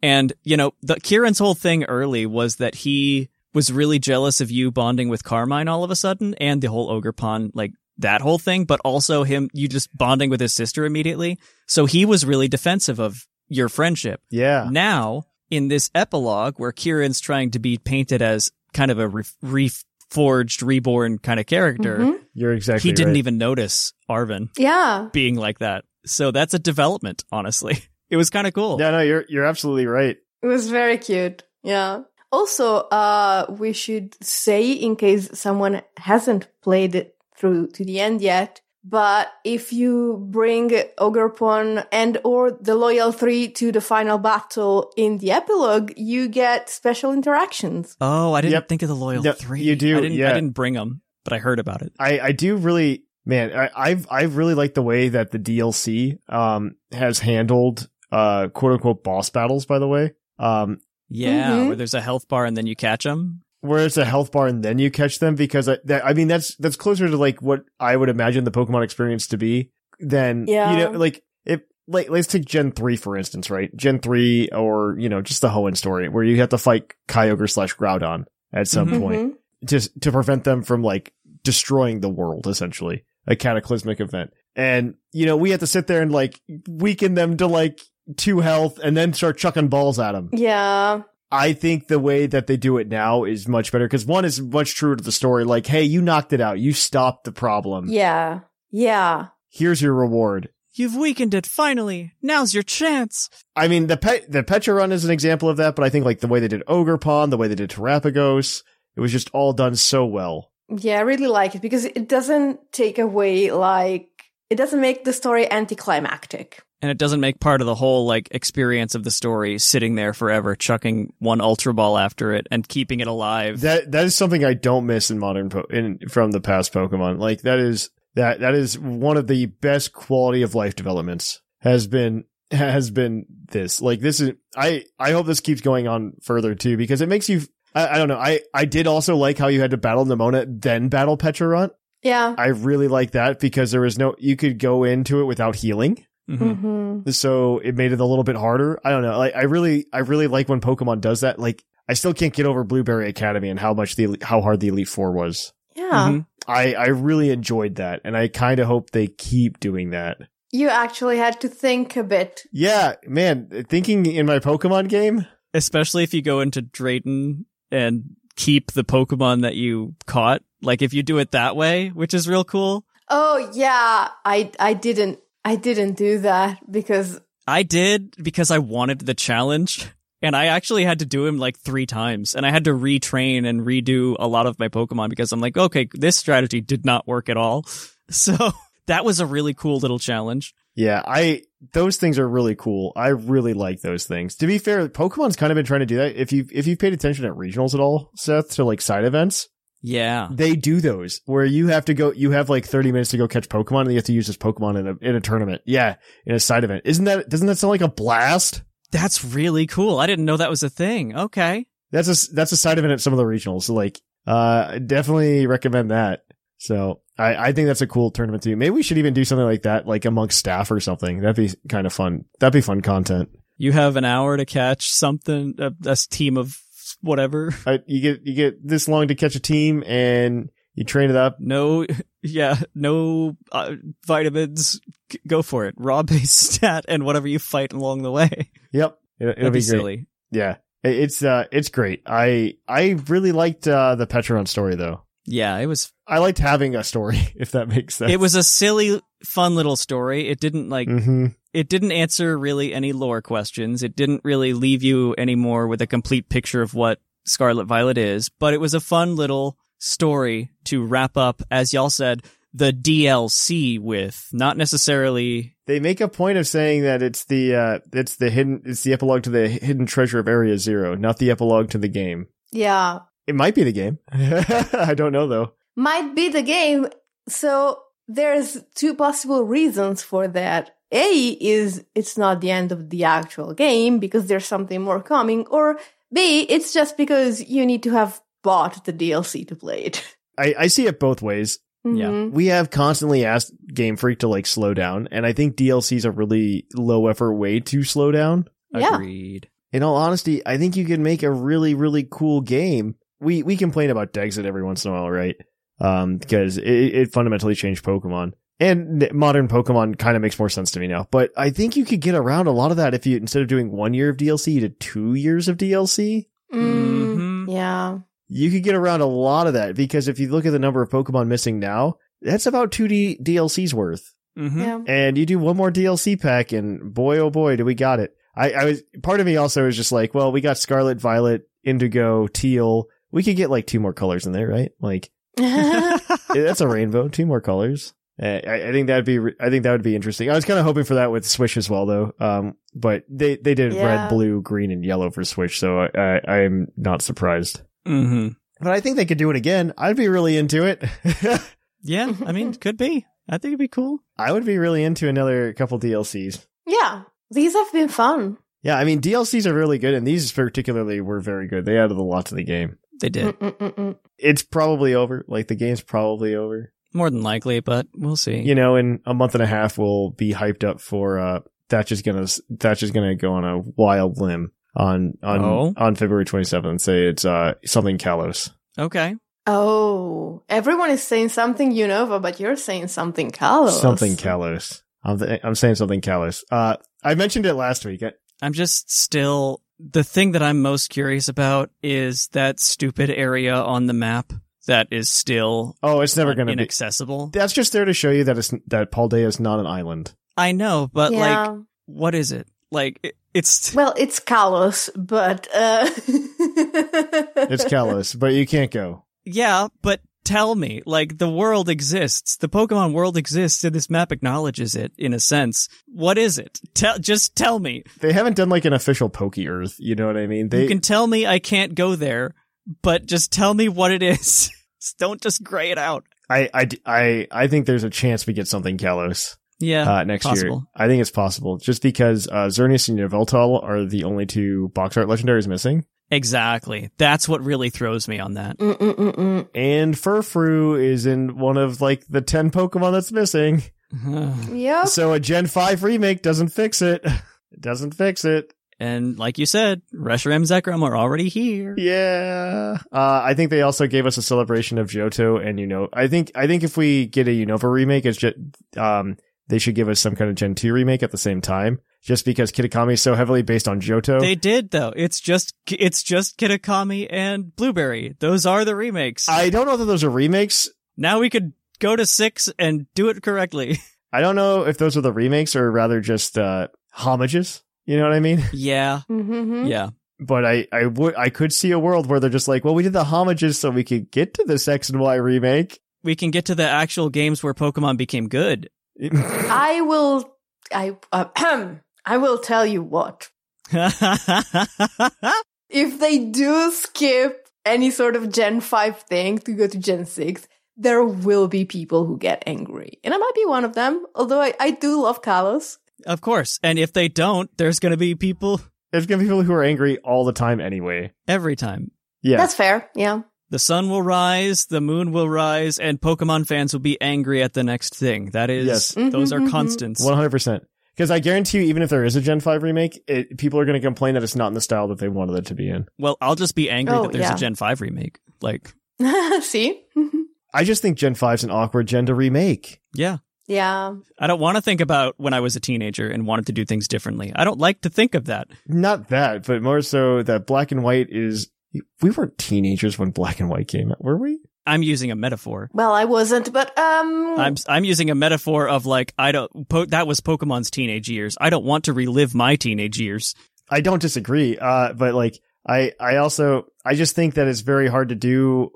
[SPEAKER 4] and you know, the Kieran's whole thing early was that he was really jealous of you bonding with Carmine all of a sudden, and the whole ogre pond like that whole thing, but also him you just bonding with his sister immediately. So he was really defensive of your friendship.
[SPEAKER 2] yeah.
[SPEAKER 4] Now, in this epilogue where Kieran's trying to be painted as kind of a re- reforged, reborn kind of character,
[SPEAKER 3] Mhm.
[SPEAKER 2] You're exactly
[SPEAKER 4] he didn't
[SPEAKER 2] right.
[SPEAKER 4] even notice Arvin
[SPEAKER 3] Yeah.
[SPEAKER 4] being like that. So that's a development, honestly. [LAUGHS] It was kind of cool.
[SPEAKER 2] No, no, you're you're absolutely right.
[SPEAKER 3] It was very cute. Yeah. Also, uh, we should say in case someone hasn't played it through to the end yet, but if you bring Ogrepon and or the Loyal Three to the final battle in the epilogue, you get special interactions.
[SPEAKER 4] Oh, I didn't
[SPEAKER 2] Yep.
[SPEAKER 4] think of the loyal
[SPEAKER 2] Yep,
[SPEAKER 4] three.
[SPEAKER 2] you do,
[SPEAKER 4] I didn't,
[SPEAKER 2] yeah.
[SPEAKER 4] I didn't bring them, but I heard about it.
[SPEAKER 2] I, I do really man I, I've I've really liked the way that the DLC um has handled uh quote unquote boss battles. By the way, um
[SPEAKER 4] Yeah,
[SPEAKER 3] Mhm.
[SPEAKER 4] where there's a health bar and then you catch them.
[SPEAKER 2] where it's a health bar and then you catch them because I, that, I mean that's that's closer to like what I would imagine the Pokemon experience to be than you
[SPEAKER 3] Yeah.
[SPEAKER 2] know like if like let's take Gen three for instance right Gen three or you know just the Hoenn story where you have to fight Kyogre slash Groudon at some
[SPEAKER 4] Mhm.
[SPEAKER 2] point
[SPEAKER 3] Mhm.
[SPEAKER 2] to to prevent them from like destroying the world essentially a cataclysmic event And, you know, we had to sit there and like weaken them to like two health and then start chucking balls at them.
[SPEAKER 3] Yeah.
[SPEAKER 2] I think the way that they do it now is much better because one is much truer to the story. Like, hey, you knocked it out. You stopped the problem.
[SPEAKER 3] Yeah. Yeah.
[SPEAKER 2] Here's your reward.
[SPEAKER 4] You've weakened it finally. Now's your chance.
[SPEAKER 2] I mean, the pet, the Petra run is an example of that, but I think like the way they did Ogre Pond, the way they did Terrapagos, it was just all done so well.
[SPEAKER 3] Yeah, I really like it because it doesn't take away like it doesn't make the story anticlimactic.
[SPEAKER 4] And it doesn't make part of the whole like experience of the story sitting there forever, chucking one ultra ball after it and keeping it alive.
[SPEAKER 2] That that is something I don't miss in modern po- in from the past Pokemon. Like that is that that is one of the best quality of life developments has been [LAUGHS] has been this. Like this is I I hope this keeps going on further too because it makes you I, I don't know. I I did also like how you had to battle Nimona then battle Petrarch.
[SPEAKER 3] Yeah.
[SPEAKER 2] I really like that because there was no you could go into it without healing
[SPEAKER 4] Mhm.
[SPEAKER 3] Mm-hmm.
[SPEAKER 2] so it made it a little bit harder. I don't know. Like I really, I really like when Pokemon does that. Like I still can't get over Blueberry Academy and how much the how hard the Elite Four was.
[SPEAKER 3] Yeah.
[SPEAKER 4] Mhm.
[SPEAKER 2] I I really enjoyed that, and I kind of hope they keep doing that.
[SPEAKER 3] You actually had to think a bit.
[SPEAKER 2] Yeah, man. Thinking in my Pokemon game,
[SPEAKER 4] Especially if you go into Drayton and keep the Pokemon that you caught. Like if you do it that way, which is real cool.
[SPEAKER 3] Oh yeah, I I didn't I didn't do that because
[SPEAKER 4] I did because I wanted the challenge. And I actually had to do him like three times. And I had to retrain and redo a lot of my Pokemon because I'm like, okay, this strategy did not work at all. [LAUGHS] So that was a really cool little challenge.
[SPEAKER 2] yeah, I those things are really cool. I really like those things. To be fair, Pokemon's kind of been trying to do that. If you if you've paid attention at regionals at all, Seth, to like side events,
[SPEAKER 4] Yeah.
[SPEAKER 2] they do those where you have to go you have like 30 minutes to go catch pokemon and you have to use this pokemon in a, in a tournament yeah in a side event isn't that doesn't that sound like a blast
[SPEAKER 4] That's really cool. I didn't know that was a thing. Okay.
[SPEAKER 2] that's a that's a side event at some of the regionals so like uh I definitely recommend that so i i think that's a cool tournament to do maybe we should even do something like that like amongst staff or something that'd be kind of fun that'd be fun content
[SPEAKER 4] You have an hour to catch something, a, a team of whatever. [LAUGHS]
[SPEAKER 2] I, you get you get this long to catch a team and you train it up
[SPEAKER 4] No, [LAUGHS] yeah, no uh, vitamins. G- Go for it. Raw based [LAUGHS] stat and whatever you fight along the way.
[SPEAKER 2] yep it, it'll
[SPEAKER 4] That'd
[SPEAKER 2] be,
[SPEAKER 4] be,
[SPEAKER 2] great
[SPEAKER 4] silly.
[SPEAKER 2] yeah It- it's uh it's great i i really liked uh the petron story though
[SPEAKER 4] Yeah, it was
[SPEAKER 2] I liked having a story, [LAUGHS] if that makes sense.
[SPEAKER 4] it was a silly fun little story it didn't like
[SPEAKER 2] hmm
[SPEAKER 4] it didn't answer really any lore questions it didn't really leave you anymore with a complete picture of what scarlet violet is but it was a fun little story to wrap up as y'all said the dlc with not necessarily
[SPEAKER 2] They make a point of saying that it's the uh, it's the hidden it's the epilogue to the hidden treasure of Area Zero, not the epilogue to the game.
[SPEAKER 3] yeah,
[SPEAKER 2] It might be the game. [LAUGHS] I don't know though.
[SPEAKER 3] might be the game. So there's two possible reasons for that. A is it's not the end of the actual game because there's something more coming, or B, it's just because you need to have bought the DLC to play it. [LAUGHS]
[SPEAKER 2] I, I see it both ways.
[SPEAKER 4] Yeah.
[SPEAKER 3] Mhm.
[SPEAKER 2] We have constantly asked Game Freak to like slow down, and I think DLC is a really low effort way to slow down.
[SPEAKER 3] Yeah.
[SPEAKER 4] agreed
[SPEAKER 2] In all honesty, I think you can make a really, really cool game. We we complain about Dexit every once in a while, right? Um, because it, it fundamentally changed Pokemon, and modern Pokemon kind of makes more sense to me now. But I think you could get around a lot of that if you instead of doing one year of DLC, you did two years of DLC.
[SPEAKER 3] Mm,
[SPEAKER 4] Mhm.
[SPEAKER 3] Yeah.
[SPEAKER 2] You could get around a lot of that because if you look at the number of Pokemon missing now, that's about two D DLCs worth
[SPEAKER 4] mm-hmm.
[SPEAKER 3] [LAUGHS] Yeah.
[SPEAKER 2] and you do one more DLC pack, and boy, oh boy, do we got it. I, I was part of me also was just like, well, we got Scarlet, Violet, Indigo, Teal. We could get like two more colors in there, right? Like
[SPEAKER 4] Mm-hmm.
[SPEAKER 2] eh, that's a rainbow, [LAUGHS] two more colors. Uh, I, I think that'd be re- I think that would be interesting. I was kind of hoping for that with Swish as well, though. Um, but they they did
[SPEAKER 3] Yeah.
[SPEAKER 2] red, blue, green, and yellow for Swish, so I, I I'm not surprised.
[SPEAKER 4] mm-hmm.
[SPEAKER 2] But I think they could do it again. I'd be really into it. [LAUGHS]
[SPEAKER 4] yeah i mean could be i think it'd be cool
[SPEAKER 2] I would be really into another couple DLCs.
[SPEAKER 3] [LAUGHS] yeah. These have been fun.
[SPEAKER 2] Yeah, I mean DLCs are really good, and these particularly were very good. They added a lot to the game.
[SPEAKER 4] they did
[SPEAKER 3] Mm-mm-mm-mm.
[SPEAKER 2] It's probably over. Like the game's probably over.
[SPEAKER 4] more than likely but we'll see
[SPEAKER 2] You know, in a month and a half, we'll be hyped up for uh, that's just gonna that's just gonna go on a wild limb on on
[SPEAKER 4] Oh.
[SPEAKER 2] on February twenty seventh and say it's uh something Kalos.
[SPEAKER 4] okay
[SPEAKER 3] Oh, everyone is saying something Unova, but you're saying something Kalos.
[SPEAKER 2] Something callous. I'm, th- I'm saying something callous. Uh, I mentioned it last week. I-
[SPEAKER 4] I'm just still the thing that I'm most curious about is that stupid area on the map that is still
[SPEAKER 2] oh, it's never going to be.
[SPEAKER 4] inaccessible.
[SPEAKER 2] That's just there to show you that it's that Paldea is not an island.
[SPEAKER 4] I know, but
[SPEAKER 3] Yeah.
[SPEAKER 4] like, what is it? Like, it, it's
[SPEAKER 3] well, it's Kalos, but uh, [LAUGHS]
[SPEAKER 2] It's callous, but you can't go.
[SPEAKER 4] yeah, but tell me, like, the world exists. The Pokemon world exists, and this map acknowledges it in a sense. What is it? Tell, just tell me.
[SPEAKER 2] They haven't done like an official Pokey Earth. You know what I mean? They
[SPEAKER 4] you can tell me I can't go there, but just tell me what it is. [LAUGHS] Don't just gray it out.
[SPEAKER 2] I, I, I, I think there's a chance we get something Kalos
[SPEAKER 4] Yeah,
[SPEAKER 2] uh, next year.
[SPEAKER 4] possible.
[SPEAKER 2] I think it's possible just because uh, Xerneas and Yveltal are the only two box art legendaries missing.
[SPEAKER 4] Exactly. That's what really throws me on that. [SIGHS]
[SPEAKER 3] Mm-mm-mm-mm.
[SPEAKER 2] And Furfru is in one of like the 10 Pokemon that's missing.
[SPEAKER 3] Yep.
[SPEAKER 2] So a Gen 5 remake doesn't fix it. [LAUGHS] It doesn't fix it.
[SPEAKER 4] and like you said, Reshiram and Zekrom are already here.
[SPEAKER 2] Yeah. Uh, I think they also gave us a celebration of Johto and you know I think I think if we get a Unova remake it's just um they should give us some kind of Gen 2 remake at the same time just because Kitakami is so heavily based on Johto.
[SPEAKER 4] They did though. It's just it's just Kitakami and Blueberry. Those are the remakes.
[SPEAKER 2] I don't know that those are remakes.
[SPEAKER 4] now we could go to 6 and do it correctly. [LAUGHS]
[SPEAKER 2] I don't know if those are the remakes or rather just uh homages. You know what I mean? [LAUGHS]
[SPEAKER 4] yeah.
[SPEAKER 2] Hmm?
[SPEAKER 3] Mm-hmm.
[SPEAKER 4] Yeah.
[SPEAKER 2] But I I would I could see a world where they're just like, well, we did the homages so we could get to this X and Y remake. [LAUGHS]
[SPEAKER 4] We can get to the actual games where Pokemon became good. [LAUGHS]
[SPEAKER 3] I will. I uh, [CLEARS THROAT] I will tell you what. If they do skip any sort of Gen Five thing to go to Gen Six, there will be people who get angry, and I might be one of them. Although I, I do love Kalos.
[SPEAKER 4] of course. And if they don't, there's going to be people
[SPEAKER 2] There's gonna be people who are angry all the time anyway.
[SPEAKER 4] every time.
[SPEAKER 2] Yeah.
[SPEAKER 3] That's fair. Yeah. [LAUGHS]
[SPEAKER 4] The sun will rise, the moon will rise, and Pokemon fans will be angry at the next thing. That is,
[SPEAKER 2] Yes.
[SPEAKER 4] those are
[SPEAKER 3] Mhm, mhm.
[SPEAKER 4] constants.
[SPEAKER 2] One hundred percent. Because I guarantee you, even if there is a Gen Five remake, it, people are going to complain that it's not in the style that they wanted it to be in.
[SPEAKER 4] Well, I'll just be angry
[SPEAKER 3] Oh,
[SPEAKER 4] that there's
[SPEAKER 3] yeah.
[SPEAKER 4] a Gen 5 remake. Like,
[SPEAKER 3] See. [LAUGHS]
[SPEAKER 2] I just think Gen 5's an awkward gen to remake.
[SPEAKER 4] yeah.
[SPEAKER 3] yeah.
[SPEAKER 4] I don't want to think about when I was a teenager and wanted to do things differently. I don't like to think of that.
[SPEAKER 2] Not that, but more so that black and white is. We weren't teenagers when black and white came out, were we?
[SPEAKER 4] I'm using a metaphor.
[SPEAKER 3] Well, I wasn't, but um.
[SPEAKER 4] I'm I'm using a metaphor of like I don't po- that was Pokemon's teenage years. I don't want to relive my teenage years. [LAUGHS]
[SPEAKER 2] I don't disagree, uh, but like I, I also, I just think that it's very hard to do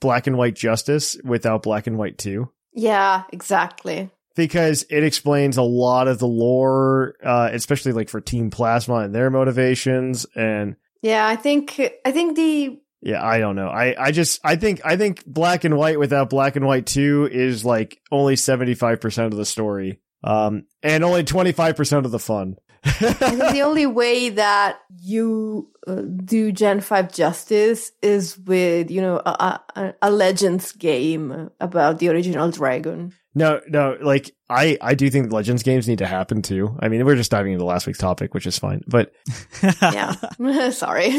[SPEAKER 2] black and white justice without black and white two.
[SPEAKER 3] yeah. Exactly.
[SPEAKER 2] because it explains a lot of the lore, uh, especially like for Team Plasma and their motivations. And
[SPEAKER 3] Yeah. I think. I think the.
[SPEAKER 2] yeah, I don't know. I, I just I think I think Black and White without Black and White Two is like only seventy five percent of the story, um, and only twenty five percent of the fun. [LAUGHS]
[SPEAKER 3] I think the only way that you uh, do Gen 5 justice is with, you know, a, a, a Legends game about the original dragon.
[SPEAKER 2] No, no, like I, I do think Legends games need to happen too. I mean, we're just diving into last week's topic, which is fine, but
[SPEAKER 4] [LAUGHS]
[SPEAKER 3] Yeah. [LAUGHS] Sorry.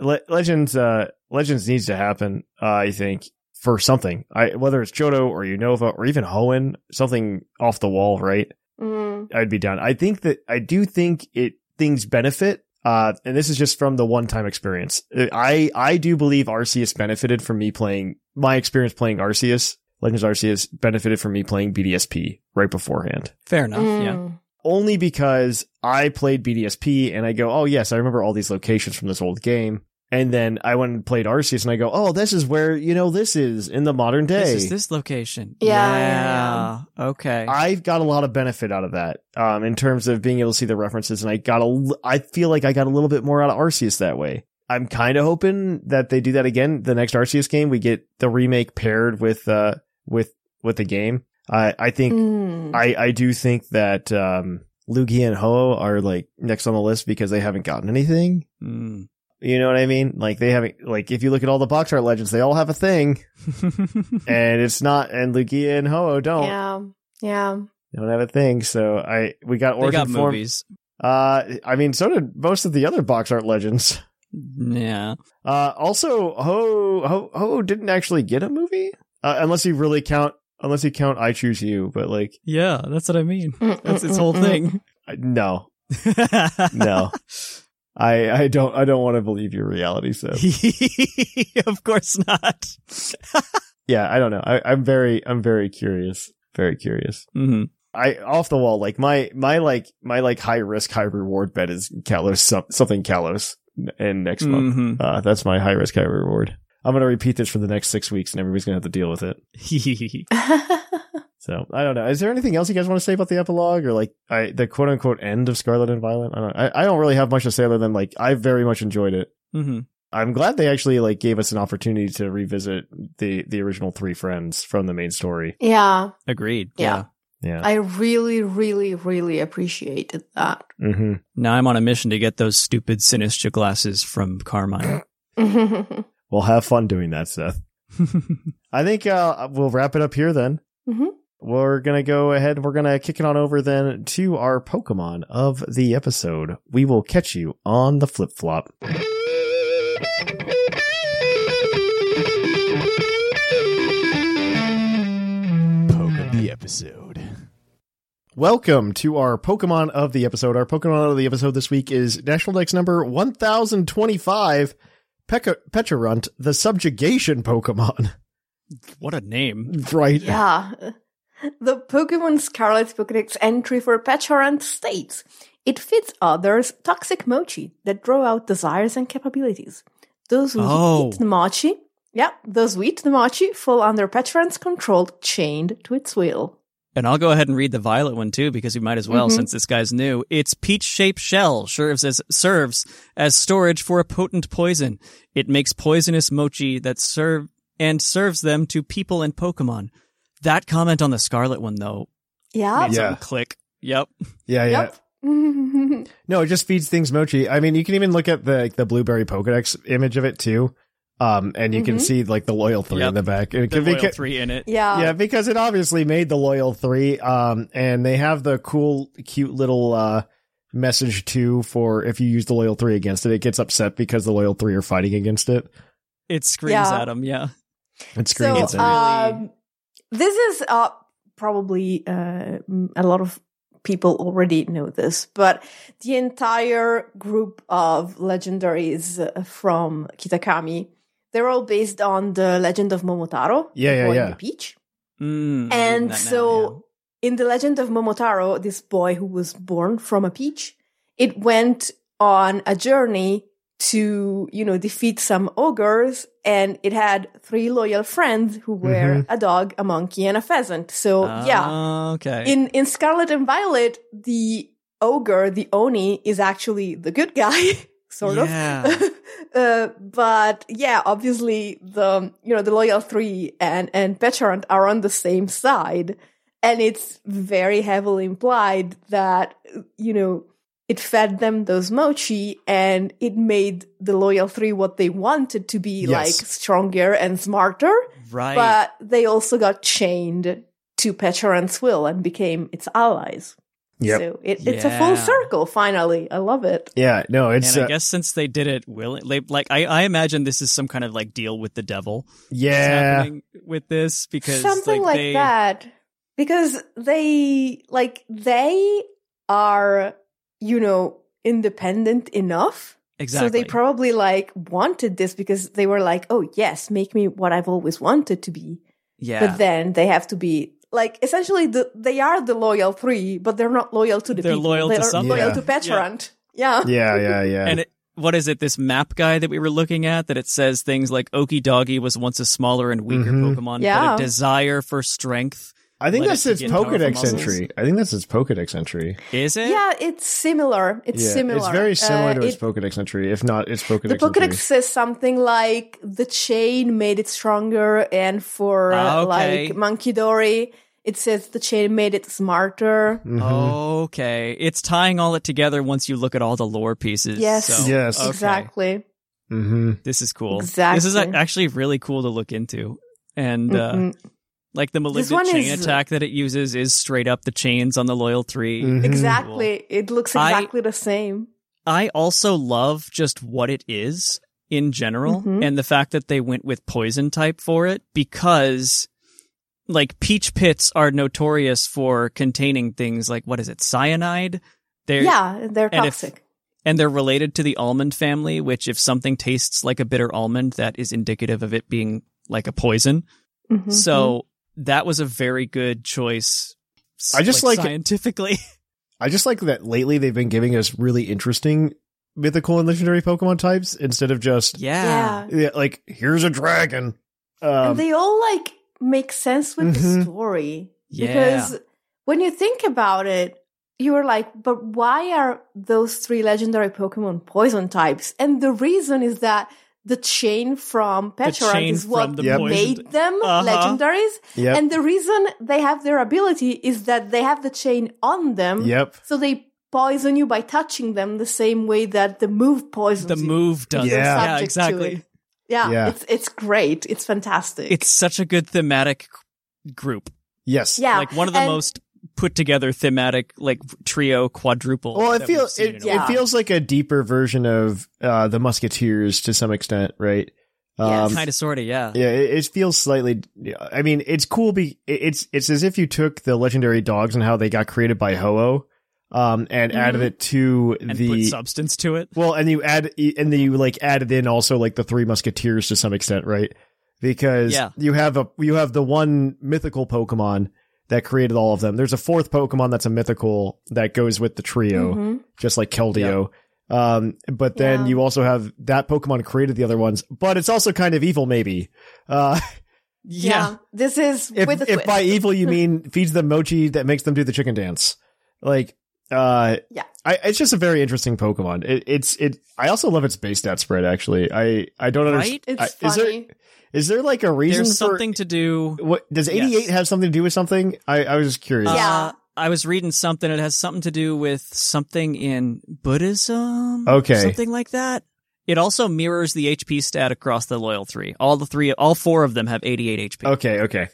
[SPEAKER 2] Le- Legends uh Legends needs to happen, uh, I think, for something. I whether it's Johto or Unova or even Hoenn, something off the wall, right?
[SPEAKER 3] Mm.
[SPEAKER 2] I'd be down. I think that I do think it things benefit. Uh, and this is just from the one-time experience. Uh, I I do believe Arceus benefited from me playing my experience playing Arceus. Legends Arceus benefited from me playing BDSP right beforehand
[SPEAKER 4] Fair enough. Yeah.
[SPEAKER 3] Mm.
[SPEAKER 2] only because I played BDSP and I go, oh yes, I remember all these locations from this old game. And then I went and played Arceus and I go, oh, this is where, you know, this is in the modern day.
[SPEAKER 4] This is this location.
[SPEAKER 3] Yeah, yeah,
[SPEAKER 4] Yeah. Okay.
[SPEAKER 2] I've got a lot of benefit out of that um, in terms of being able to see the references, and I got a, l- I feel like I got a little bit more out of Arceus that way. I'm kind of hoping that they do that again. The next Arceus game, we get the remake paired with uh with with the game. I I think
[SPEAKER 3] Mm.
[SPEAKER 2] I, I do think that um, Lugia and Ho are like next on the list because they haven't gotten anything.
[SPEAKER 4] [LAUGHS] Mm.
[SPEAKER 2] You know what I mean? Like they haven't like if you look at all the box art legends, they all have a thing, and it's not. And Lugia and Ho don't
[SPEAKER 3] Yeah. Yeah.
[SPEAKER 2] They don't have a thing. So I we got
[SPEAKER 4] they
[SPEAKER 2] Orphan
[SPEAKER 4] got
[SPEAKER 2] Form.
[SPEAKER 4] movies.
[SPEAKER 2] Uh, I mean, so did most of the other box art legends.
[SPEAKER 4] Yeah.
[SPEAKER 2] Uh, also, Ho Ho Ho didn't actually get a movie, uh, unless you really count unless you count I Choose You. But like,
[SPEAKER 4] Yeah, that's what I mean.
[SPEAKER 3] Mm,
[SPEAKER 4] That's its whole
[SPEAKER 3] [LAUGHS]
[SPEAKER 4] thing.
[SPEAKER 2] I- no,
[SPEAKER 4] [LAUGHS]
[SPEAKER 2] no, I I don't I don't want to believe your reality. So
[SPEAKER 4] [LAUGHS] of course [LAUGHS] not.
[SPEAKER 2] yeah, I don't know. I, I'm very I'm very curious, very curious.
[SPEAKER 4] hmm
[SPEAKER 2] I off the wall like my my like my like high risk high reward bet is Kalos some, something Kalos and next month.
[SPEAKER 4] hmm
[SPEAKER 2] Uh, that's my high risk high reward. I'm gonna repeat this for the next six weeks, and everybody's gonna have to deal with it.
[SPEAKER 4] Mm-hmm. [LAUGHS]
[SPEAKER 2] So I don't know. Is there anything else you guys want to say about the epilogue or like I, the quote unquote end of Scarlet and Violet? I don't. I, I don't really have much to say other than like I very much enjoyed it.
[SPEAKER 4] hmm
[SPEAKER 2] I'm glad they actually like gave us an opportunity to revisit the the original three friends from the main story.
[SPEAKER 3] yeah,
[SPEAKER 4] Agreed.
[SPEAKER 3] Yeah.
[SPEAKER 2] Yeah.
[SPEAKER 3] I really, really, really appreciated that. [LAUGHS]
[SPEAKER 2] mm-hmm.
[SPEAKER 4] Now I'm on a mission to get those stupid Sinistra glasses from Carmine.
[SPEAKER 3] Mhm.
[SPEAKER 2] Well, have fun doing that, Seth. I think uh, we'll wrap it up here then.
[SPEAKER 3] Mhm.
[SPEAKER 2] We're going to go ahead. We're going to kick it on over then to our Pokemon of the episode. We will catch you on the flip flop.
[SPEAKER 5] Poke of the episode.
[SPEAKER 2] Welcome to our Pokemon of the episode. Our Pokemon of the episode this week is National Dex number 1025, Peca- Pecharunt, the subjugation Pokemon.
[SPEAKER 4] [LAUGHS]
[SPEAKER 2] [LAUGHS]
[SPEAKER 4] what a name.
[SPEAKER 2] Right.
[SPEAKER 3] yeah. [LAUGHS] The Pokemon Scarlet Pokedex entry for Pachorant states it feeds others toxic mochi that draw out desires and capabilities. Those who
[SPEAKER 4] Oh.
[SPEAKER 3] eat the mochi, yeah, those who eat the mochi fall under Pachorant's control, chained to its will.
[SPEAKER 4] And I'll go ahead and read the violet one too, because we might as well,
[SPEAKER 3] Mhm.
[SPEAKER 4] since this guy's new. Its peach-shaped shell serves as serves as storage for a potent poison. It makes poisonous mochi that serve and serves them to people and Pokemon. That comment on the scarlet one though
[SPEAKER 3] Yeah.
[SPEAKER 4] made
[SPEAKER 2] Yeah.
[SPEAKER 4] something click. Yep.
[SPEAKER 2] Yeah, yeah.
[SPEAKER 3] Yep. Mhm.
[SPEAKER 2] No, it just feeds things mochi. I mean, you can even look at the like, the blueberry Pokedex image of it too, um, and you can
[SPEAKER 3] Mhm.
[SPEAKER 2] see like the loyal three
[SPEAKER 4] Yep.
[SPEAKER 2] in the back. It
[SPEAKER 4] The
[SPEAKER 2] can be-
[SPEAKER 4] royal three in it.
[SPEAKER 3] [LAUGHS] yeah.
[SPEAKER 2] yeah, because it obviously made the loyal three, um, and they have the cool, cute little uh, message too for if you use the loyal three against it, it gets upset because the loyal three are fighting against it.
[SPEAKER 4] It screams
[SPEAKER 3] Yeah.
[SPEAKER 4] at him. Yeah.
[SPEAKER 2] It screams
[SPEAKER 3] so,
[SPEAKER 2] at it.
[SPEAKER 3] um, this is uh, probably uh, mm, a lot of people already know this, but the entire group of legendaries uh, from Kitakami, they're all based on the legend of Momotaro.
[SPEAKER 2] Yeah,
[SPEAKER 3] the
[SPEAKER 2] yeah,
[SPEAKER 3] boy and
[SPEAKER 2] yeah.
[SPEAKER 3] the Peach.
[SPEAKER 4] Mm,
[SPEAKER 3] And
[SPEAKER 4] not now, yeah.
[SPEAKER 3] so in the legend of Momotaro, this boy who was born from a peach, it went on a journey to, you know, defeat some ogres and it had three loyal friends who were
[SPEAKER 4] Mm-hmm.
[SPEAKER 3] a dog, a monkey and a pheasant. So, oh, yeah.
[SPEAKER 4] Ah, Okay.
[SPEAKER 3] In in Scarlet and Violet, the ogre, the oni is actually the good guy, [LAUGHS] sort of.
[SPEAKER 4] Yeah.
[SPEAKER 3] [LAUGHS] Uh, but yeah, obviously the you know the loyal three and and Petrant are on the same side, and it's very heavily implied that you know it fed them those mochi and it made the loyal three what they wanted to be
[SPEAKER 2] Yes.
[SPEAKER 3] like stronger and smarter,
[SPEAKER 4] right.
[SPEAKER 3] but they also got chained to Petrant's will and became its allies.
[SPEAKER 2] Yep.
[SPEAKER 3] So it, it's a full
[SPEAKER 4] Yeah.
[SPEAKER 3] circle. Finally, I love it.
[SPEAKER 2] yeah, no, it's
[SPEAKER 4] and I
[SPEAKER 2] uh,
[SPEAKER 4] guess since they did it willingly, like I, I imagine this is some kind of like deal with the devil that's
[SPEAKER 2] yeah,
[SPEAKER 4] happening with this because
[SPEAKER 3] something like,
[SPEAKER 4] they,
[SPEAKER 3] that because they like they are you know independent enough
[SPEAKER 4] Exactly.
[SPEAKER 3] so they probably like wanted this because they were like oh yes make me what i've always wanted to be
[SPEAKER 4] yeah.
[SPEAKER 3] but then they have to be like essentially the, they are the loyal three but they're not loyal to the
[SPEAKER 4] They're
[SPEAKER 3] people
[SPEAKER 4] loyal to
[SPEAKER 3] they're
[SPEAKER 4] something.
[SPEAKER 3] loyal
[SPEAKER 2] Yeah.
[SPEAKER 3] to petrant yeah,
[SPEAKER 2] yeah, yeah, yeah.
[SPEAKER 4] and it, what is it? This map guy that we were looking at that it says things like Okie Doggy was once a smaller and weaker
[SPEAKER 2] Mhm.
[SPEAKER 4] Pokemon,
[SPEAKER 3] Yeah.
[SPEAKER 4] but a desire for strength.
[SPEAKER 2] I think
[SPEAKER 4] let
[SPEAKER 2] that's
[SPEAKER 4] it
[SPEAKER 2] its
[SPEAKER 4] begin powerful
[SPEAKER 2] Pokedex
[SPEAKER 4] muscles.
[SPEAKER 2] entry. I think that's its Pokedex entry.
[SPEAKER 4] Is it?
[SPEAKER 3] Yeah, it's similar it's
[SPEAKER 2] yeah,
[SPEAKER 3] similar
[SPEAKER 2] it's very similar
[SPEAKER 3] Uh,
[SPEAKER 2] to its
[SPEAKER 3] it-
[SPEAKER 2] Pokedex entry, if not its Pokedex.
[SPEAKER 3] The Pokedex
[SPEAKER 2] entry.
[SPEAKER 3] says something like the chain made it stronger, and for
[SPEAKER 4] Ah,
[SPEAKER 3] uh,
[SPEAKER 4] okay.
[SPEAKER 3] like Monkey Dory, it says the chain made it smarter.
[SPEAKER 4] Mm.
[SPEAKER 2] Mhm.
[SPEAKER 4] Oh. Okay. It's tying all it together once you look at all the lore pieces.
[SPEAKER 3] Yes.
[SPEAKER 4] So,
[SPEAKER 2] Yes.
[SPEAKER 4] okay.
[SPEAKER 3] Exactly.
[SPEAKER 2] Mm-hmm.
[SPEAKER 4] This is cool. This is
[SPEAKER 3] Exactly.
[SPEAKER 4] actually really cool to look into. And uh,
[SPEAKER 3] Mhm.
[SPEAKER 4] Like the
[SPEAKER 3] one
[SPEAKER 4] malignant chain
[SPEAKER 3] is-
[SPEAKER 4] attack that it uses is straight up the chains on the loyal 3
[SPEAKER 2] Mhm.
[SPEAKER 3] Exactly. It looks
[SPEAKER 4] I-
[SPEAKER 3] exactly the same.
[SPEAKER 4] I also love just what it is in general
[SPEAKER 3] Mhm.
[SPEAKER 4] and the fact that they went with poison type for it because like peach pits are notorious for containing things like what is it cyanide they're
[SPEAKER 3] yeah, they're
[SPEAKER 4] and if-
[SPEAKER 3] toxic.
[SPEAKER 4] and they're related to the almond family which if something tastes like a bitter almond that is indicative of it being like a poison
[SPEAKER 3] Mhm.
[SPEAKER 4] so that was a very good choice s-
[SPEAKER 2] I just like-
[SPEAKER 4] scientifically [LAUGHS]
[SPEAKER 2] I just like that lately they've been giving us really interesting mythical and legendary Pokemon types instead of just
[SPEAKER 4] yeah
[SPEAKER 3] yeah,
[SPEAKER 2] yeah, like here's a dragon. Um,
[SPEAKER 3] and they all like make sense with the
[SPEAKER 2] Mhm.
[SPEAKER 3] story
[SPEAKER 4] Mm-hmm. Yeah.
[SPEAKER 3] because when you think about it you were like but why are those three legendary pokemon poison types and the reason is that the chain from Petrarch
[SPEAKER 4] chain
[SPEAKER 3] is what
[SPEAKER 4] from the
[SPEAKER 2] Yep.
[SPEAKER 4] poison-
[SPEAKER 3] made them
[SPEAKER 4] Uh-huh.
[SPEAKER 3] legendaries.
[SPEAKER 2] Yep.
[SPEAKER 3] And the reason they have their ability is that they have the chain on them.
[SPEAKER 2] Yep.
[SPEAKER 3] So they poison you by touching them the same way that the move poisons
[SPEAKER 4] the
[SPEAKER 3] you.
[SPEAKER 4] move does it.
[SPEAKER 3] They're
[SPEAKER 2] Yeah.
[SPEAKER 4] yeah
[SPEAKER 3] subject to
[SPEAKER 4] exactly
[SPEAKER 3] it. Yeah,
[SPEAKER 2] Yeah.
[SPEAKER 3] it's it's great. It's fantastic.
[SPEAKER 4] it's such a good thematic group.
[SPEAKER 2] Yes.
[SPEAKER 3] yeah,
[SPEAKER 4] Like one of the
[SPEAKER 3] and-
[SPEAKER 4] most put together thematic like trio quadruple.
[SPEAKER 2] Well, it
[SPEAKER 4] that
[SPEAKER 2] feels
[SPEAKER 4] we've seen
[SPEAKER 2] it,
[SPEAKER 4] in a while.
[SPEAKER 2] it feels like a deeper version of uh, the Musketeers to some extent, right? Um,
[SPEAKER 4] kind of sorta, yeah.
[SPEAKER 2] Yeah, it, it feels slightly. I mean, it's cool. Be it- it's it's as if you took the legendary dogs and how they got created by Ho-Oh, um, and added
[SPEAKER 3] Mm-hmm.
[SPEAKER 2] it to
[SPEAKER 4] And put
[SPEAKER 2] the
[SPEAKER 4] substance to it.
[SPEAKER 2] well, and you add and then you like added in also like the Three Musketeers to some extent, right? Because
[SPEAKER 4] Yeah.
[SPEAKER 2] you have a you have the one mythical Pokemon that created all of them. There's a fourth Pokemon that's a mythical that goes with the trio,
[SPEAKER 3] Mhm.
[SPEAKER 2] just like Keldeo. Um, but then
[SPEAKER 3] Yeah.
[SPEAKER 2] you also have that Pokemon created the other ones, but it's also kind of evil, maybe. Uh,
[SPEAKER 3] Yeah. this is
[SPEAKER 2] if,
[SPEAKER 3] with a
[SPEAKER 2] if
[SPEAKER 3] twist.
[SPEAKER 2] by e- evil
[SPEAKER 3] [LAUGHS]
[SPEAKER 2] you mean feeds them mochi that makes them do the chicken dance like uh
[SPEAKER 3] Yeah.
[SPEAKER 2] I, it's just a very interesting pokemon it, it's it i also love its base stat spread actually i i don't
[SPEAKER 4] Right?
[SPEAKER 2] understand
[SPEAKER 3] it's
[SPEAKER 2] I-
[SPEAKER 3] funny.
[SPEAKER 2] is there is there like a reason
[SPEAKER 4] There's
[SPEAKER 2] for-
[SPEAKER 4] something to do.
[SPEAKER 2] what does 88
[SPEAKER 4] Yes.
[SPEAKER 2] have something to do with something i i was just curious
[SPEAKER 3] Yeah.
[SPEAKER 4] Uh, I was reading something. It has something to do with something in Buddhism.
[SPEAKER 2] Okay.
[SPEAKER 4] Something like that. It also mirrors the HP stat across the loyal three. All the three, all four of them have 88 HP.
[SPEAKER 2] okay okay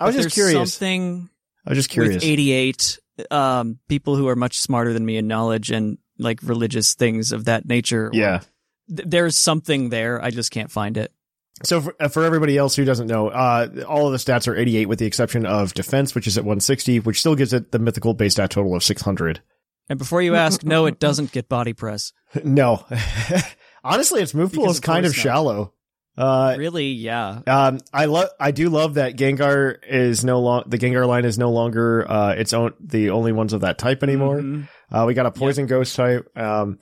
[SPEAKER 2] i was
[SPEAKER 4] But there's
[SPEAKER 2] just curious
[SPEAKER 4] Something
[SPEAKER 2] i was just curious
[SPEAKER 4] with 88 um, people who are much smarter than me in knowledge and like religious things of that nature.
[SPEAKER 2] yeah
[SPEAKER 4] Th- there's something there. I just can't find it.
[SPEAKER 2] so for, uh, for everybody else who doesn't know uh all of the stats are 88 with the exception of defense which is at 160 which still gives it the mythical base stat total of 600
[SPEAKER 4] And before you ask, no,
[SPEAKER 2] [LAUGHS]
[SPEAKER 4] it doesn't get body press.
[SPEAKER 2] No. [LAUGHS] Honestly, its move pool
[SPEAKER 4] Because
[SPEAKER 2] is
[SPEAKER 4] of
[SPEAKER 2] kind of
[SPEAKER 4] course not.
[SPEAKER 2] shallow. Uh,
[SPEAKER 4] Really? Yeah.
[SPEAKER 2] um, I love, I do love that Gengar is no long. The Gengar line is no longer uh, its own, the only ones of that type anymore.
[SPEAKER 4] Mhm.
[SPEAKER 2] Uh, we got a poison ghost type. Um,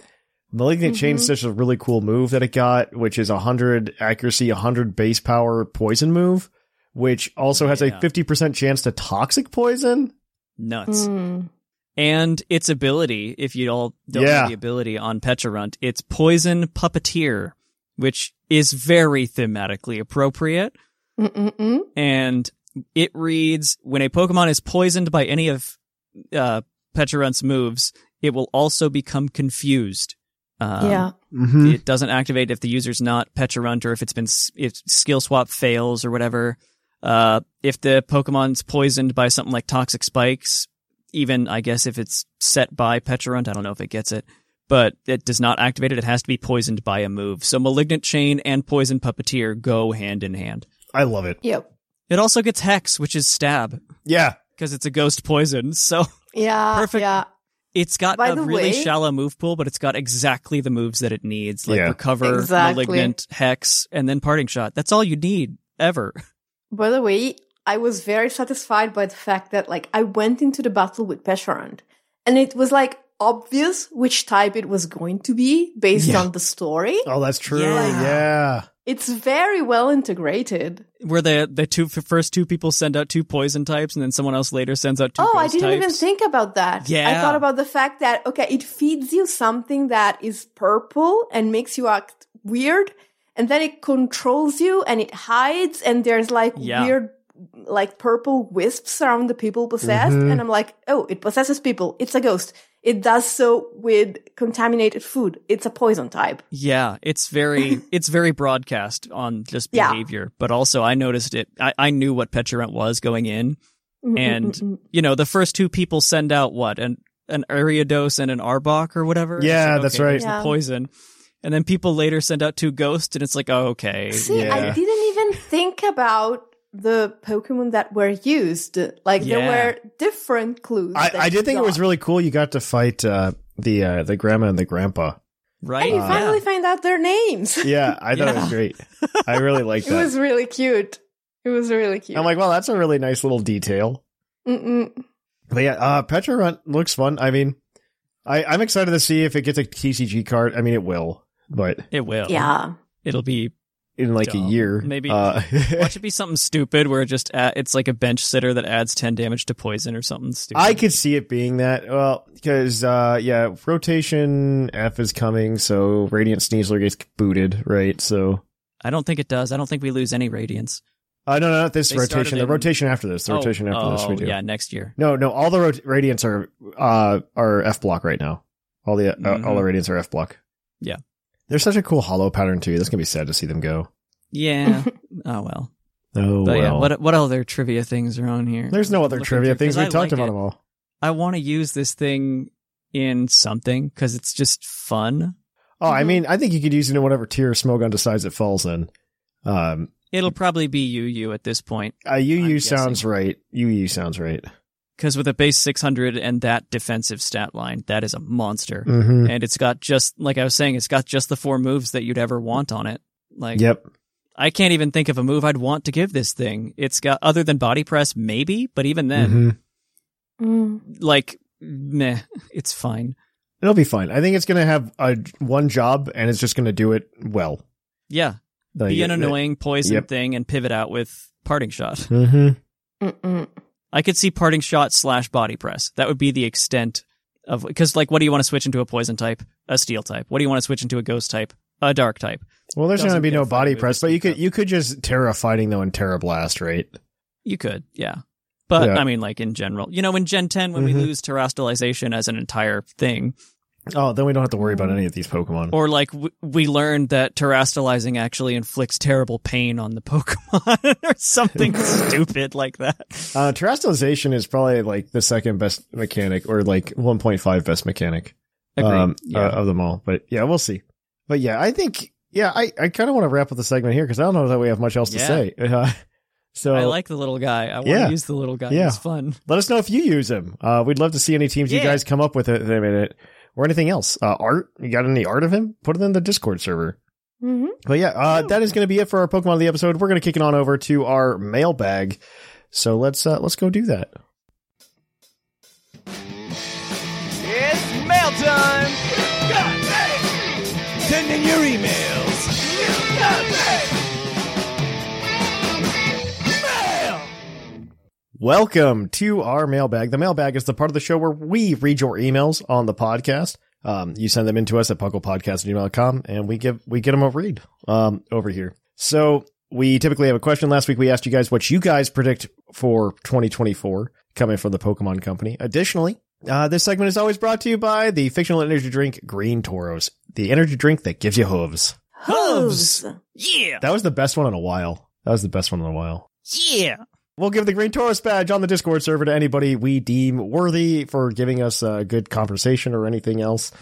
[SPEAKER 2] Malignant
[SPEAKER 4] Mm-hmm.
[SPEAKER 2] Chain Stitch is a really cool move that it got, which is hundred accuracy, hundred base power poison move, which also has a
[SPEAKER 4] Yeah.
[SPEAKER 2] fifty percent chance to toxic poison.
[SPEAKER 4] Nuts.
[SPEAKER 3] Mm.
[SPEAKER 4] And its ability, if you all don't
[SPEAKER 2] Yeah.
[SPEAKER 4] know the ability on Petrarunt, it's Poison Puppeteer, which is very thematically appropriate.
[SPEAKER 3] Mm-mm-mm.
[SPEAKER 4] and it reads when a Pokemon is poisoned by any of uh, Petrarunt's moves, it will also become confused. Um,
[SPEAKER 3] yeah,
[SPEAKER 2] Mm-hmm.
[SPEAKER 4] It doesn't activate if the user's not Petrarunt or if it's been s- if skill swap fails or whatever. Uh, if the Pokemon's poisoned by something like toxic spikes, even I guess if it's set by Petrarunt, I don't know if it gets it, but it does not activate it. It has to be poisoned by a move. So Malignant Chain and Poison Puppeteer go hand in hand.
[SPEAKER 2] I love it.
[SPEAKER 3] yep,
[SPEAKER 4] It also gets hex, which is stab,
[SPEAKER 2] Yeah,
[SPEAKER 4] because it's a ghost poison. So [LAUGHS]
[SPEAKER 3] yeah,
[SPEAKER 4] Perfect.
[SPEAKER 3] yeah.
[SPEAKER 4] it's got
[SPEAKER 3] By
[SPEAKER 4] a
[SPEAKER 3] the
[SPEAKER 4] really
[SPEAKER 3] way-
[SPEAKER 4] shallow move pool, but it's got exactly the moves that it needs, like
[SPEAKER 2] Yeah.
[SPEAKER 4] recover,
[SPEAKER 3] Exactly.
[SPEAKER 4] malignant, hex, and then parting shot. That's all you need ever. [LAUGHS]
[SPEAKER 3] By the way, I was very satisfied by the fact that like I went into the battle with Pesharand and it was like obvious which type it was going to be based
[SPEAKER 4] Yeah.
[SPEAKER 3] on the story.
[SPEAKER 2] oh, that's true.
[SPEAKER 4] Yeah.
[SPEAKER 2] yeah.
[SPEAKER 3] It's very well integrated.
[SPEAKER 4] Where the the two first two people send out two poison types, and then someone else later sends out two.
[SPEAKER 3] oh, I
[SPEAKER 4] ghost
[SPEAKER 3] didn't even
[SPEAKER 4] types.
[SPEAKER 3] think about that. I
[SPEAKER 4] Yeah.
[SPEAKER 3] thought about the fact that okay, it feeds you something that is purple and makes you act weird, and then it controls you and it hides, and there's like
[SPEAKER 4] Yeah.
[SPEAKER 3] weird, like purple wisps around the people possessed, and I'm like, oh, it possesses people. It's a ghost. It does so with contaminated food. It's a poison type.
[SPEAKER 4] Yeah, it's
[SPEAKER 3] [LAUGHS]
[SPEAKER 4] very it's very broadcast on just
[SPEAKER 3] Yeah.
[SPEAKER 4] behavior, but also I noticed it. I, I knew
[SPEAKER 3] Mm-hmm,
[SPEAKER 4] what Petrant was going in, and you know the first two people send out what and an Ariados and an Arbok or whatever. It's
[SPEAKER 2] Yeah,
[SPEAKER 4] like,
[SPEAKER 2] that's
[SPEAKER 4] okay,
[SPEAKER 2] right.
[SPEAKER 4] there's the
[SPEAKER 3] Yeah.
[SPEAKER 4] poison. And then people later send out two ghosts, and it's like, oh, okay.
[SPEAKER 3] See, I
[SPEAKER 2] Yeah.
[SPEAKER 3] didn't even think about the Pokemon that were used. Like
[SPEAKER 4] Yeah.
[SPEAKER 3] there were different clues.
[SPEAKER 2] I,
[SPEAKER 3] that
[SPEAKER 2] I
[SPEAKER 3] you
[SPEAKER 2] did think it was
[SPEAKER 3] got.
[SPEAKER 2] really cool. You got to fight uh, the uh, the grandma and the grandpa.
[SPEAKER 4] Right?
[SPEAKER 3] And you
[SPEAKER 2] Uh,
[SPEAKER 3] finally find out their names.
[SPEAKER 2] Yeah, I thought it was
[SPEAKER 4] Yeah.
[SPEAKER 2] great. I
[SPEAKER 3] [LAUGHS]
[SPEAKER 2] really liked
[SPEAKER 3] It
[SPEAKER 2] that.
[SPEAKER 3] was really cute. It was really cute.
[SPEAKER 2] I'm like, well, that's a really nice little detail.
[SPEAKER 3] Mm-mm.
[SPEAKER 2] But yeah, uh, Petra Runt looks fun. I mean, I, I'm excited to see if it gets a TCG card. I mean, it will, but
[SPEAKER 4] it will.
[SPEAKER 3] yeah.
[SPEAKER 4] It'll be,
[SPEAKER 2] in like
[SPEAKER 4] Dumb.
[SPEAKER 2] a year,
[SPEAKER 4] Maybe- [LAUGHS]
[SPEAKER 2] Uh, [LAUGHS]
[SPEAKER 4] watch it be something stupid where it just, uh, it's like a bench sitter that adds 10 damage to poison or something stupid.
[SPEAKER 2] I could see it being that. Well, because uh, yeah, rotation F is coming, so Radiant Sneasler gets booted, right? So
[SPEAKER 4] I don't think it does. I don't think we lose any radiance.
[SPEAKER 2] uh, no, no, not this
[SPEAKER 4] They started
[SPEAKER 2] rotation. The
[SPEAKER 4] in-
[SPEAKER 2] rotation after this. The
[SPEAKER 4] Oh,
[SPEAKER 2] rotation after this.
[SPEAKER 4] oh,
[SPEAKER 2] We do.
[SPEAKER 4] Yeah, next year.
[SPEAKER 2] No, no, all the rot- Radiants are uh, are F block right now. All the uh,
[SPEAKER 4] Mhm.
[SPEAKER 2] all the Radiants are F block.
[SPEAKER 4] Yeah.
[SPEAKER 2] they're such a cool hollow pattern too. That's gonna be sad to see them go.
[SPEAKER 3] [LAUGHS]
[SPEAKER 4] Yeah. oh, well.
[SPEAKER 2] Oh
[SPEAKER 4] But
[SPEAKER 2] well.
[SPEAKER 4] yeah, what, what other trivia things are on here?
[SPEAKER 2] There's no other
[SPEAKER 4] Looking
[SPEAKER 2] trivia
[SPEAKER 4] through-
[SPEAKER 2] things.
[SPEAKER 4] 'cause
[SPEAKER 2] We
[SPEAKER 4] I
[SPEAKER 2] talked
[SPEAKER 4] like
[SPEAKER 2] about
[SPEAKER 4] it.
[SPEAKER 2] them all.
[SPEAKER 4] I want to use this thing in something because it's just fun.
[SPEAKER 2] Oh,
[SPEAKER 4] Mm-hmm.
[SPEAKER 2] I mean, I think you could use it in whatever tier Smogon decides it falls in. Um,
[SPEAKER 4] It'll probably be UU at this point
[SPEAKER 2] uh, UU
[SPEAKER 4] I'm
[SPEAKER 2] sounds
[SPEAKER 4] guessing.
[SPEAKER 2] right. UU sounds right.
[SPEAKER 4] because with a base 600 and that defensive stat line, that is a monster.
[SPEAKER 2] Mm-hmm.
[SPEAKER 4] And it's got just, like I was saying, it's got just the four moves that you'd ever want on it. Like,
[SPEAKER 2] Yep.
[SPEAKER 4] I can't even think of a move I'd want to give this thing. It's got, other than body press, maybe, but even then,
[SPEAKER 2] Mhm.
[SPEAKER 3] Mm.
[SPEAKER 2] Mm-hmm.
[SPEAKER 4] like, meh, it's fine.
[SPEAKER 2] It'll be fine. I think it's gonna have a one job, and it's just gonna do it well.
[SPEAKER 4] Yeah.
[SPEAKER 2] Like, uh,
[SPEAKER 4] Be an annoying poison
[SPEAKER 2] Yep.
[SPEAKER 4] thing and pivot out with parting shot.
[SPEAKER 2] Mm-hmm.
[SPEAKER 3] Mm-mm.
[SPEAKER 4] I could see parting shot slash body press. That would be the extent of because like, what do you want to switch into a poison type, a steel type? What do you want to switch into a ghost type, a dark type?
[SPEAKER 2] Well, there's
[SPEAKER 4] Doesn't
[SPEAKER 2] gonna be
[SPEAKER 4] get
[SPEAKER 2] no
[SPEAKER 4] a
[SPEAKER 2] body
[SPEAKER 4] fight, we
[SPEAKER 2] press,
[SPEAKER 4] just
[SPEAKER 2] but you
[SPEAKER 4] keep
[SPEAKER 2] could
[SPEAKER 4] up.
[SPEAKER 2] you could just Terra fighting though and Terra blast, right?
[SPEAKER 4] You could, yeah. But
[SPEAKER 2] Yeah.
[SPEAKER 4] I mean, like in general, you know, in Gen 10, when we
[SPEAKER 2] Mhm.
[SPEAKER 4] lose terastalization as an entire thing,
[SPEAKER 2] Oh, then we don't have to worry about any of these Pokemon.
[SPEAKER 4] or like w- we learned that terastalizing actually inflicts terrible pain on the Pokemon [LAUGHS] or something
[SPEAKER 2] [LAUGHS]
[SPEAKER 4] stupid like that.
[SPEAKER 2] uh, terrestrialization is probably like the second best mechanic, or like 1.5 best mechanic
[SPEAKER 4] Agreed.
[SPEAKER 2] um,
[SPEAKER 4] Yeah.
[SPEAKER 2] uh, of them all. But yeah, we'll see. But yeah, I think yeah, I, I kind of want to wrap up the segment here because I don't know that we have much else
[SPEAKER 4] Yeah.
[SPEAKER 2] to say. [LAUGHS] Uh, so
[SPEAKER 4] I like the little guy. I want
[SPEAKER 2] Yeah.
[SPEAKER 4] to use the little guy.
[SPEAKER 2] Yeah.
[SPEAKER 4] It's fun.
[SPEAKER 2] let us know if you use them. Uh, we'd love to see any teams you
[SPEAKER 4] Yeah.
[SPEAKER 2] guys come up with uh, in a minute or anything else. Uh, art, you got any art of him? Put it in the Discord server.
[SPEAKER 3] Mhm.
[SPEAKER 2] But yeah, uh, that is going to be it for our Pokemon of the episode. We're going to kick it on over to our mailbag. So let's uh, let's go do that.
[SPEAKER 5] It's mail time! Send in your emails! Mail!
[SPEAKER 2] Welcome to our mailbag. The mailbag is the part of the show where we read your emails on the podcast. Um, you send them in to us at pucklepodcast.com and we give we get them a read um, over here. So we typically have a question. Last week we asked you guys what you guys predict for 2024 coming from the Pokemon Company. Additionally, uh, this segment is always brought to you by the fictional energy drink Green Toros, the energy drink that gives you hooves.
[SPEAKER 4] Hooves. Yeah.
[SPEAKER 2] That was the best one in a while. That was the best one in a while.
[SPEAKER 4] [LAUGHS] Yeah.
[SPEAKER 2] We'll give the Green Taurus badge on the Discord server to anybody we deem worthy for giving us a good conversation or anything else.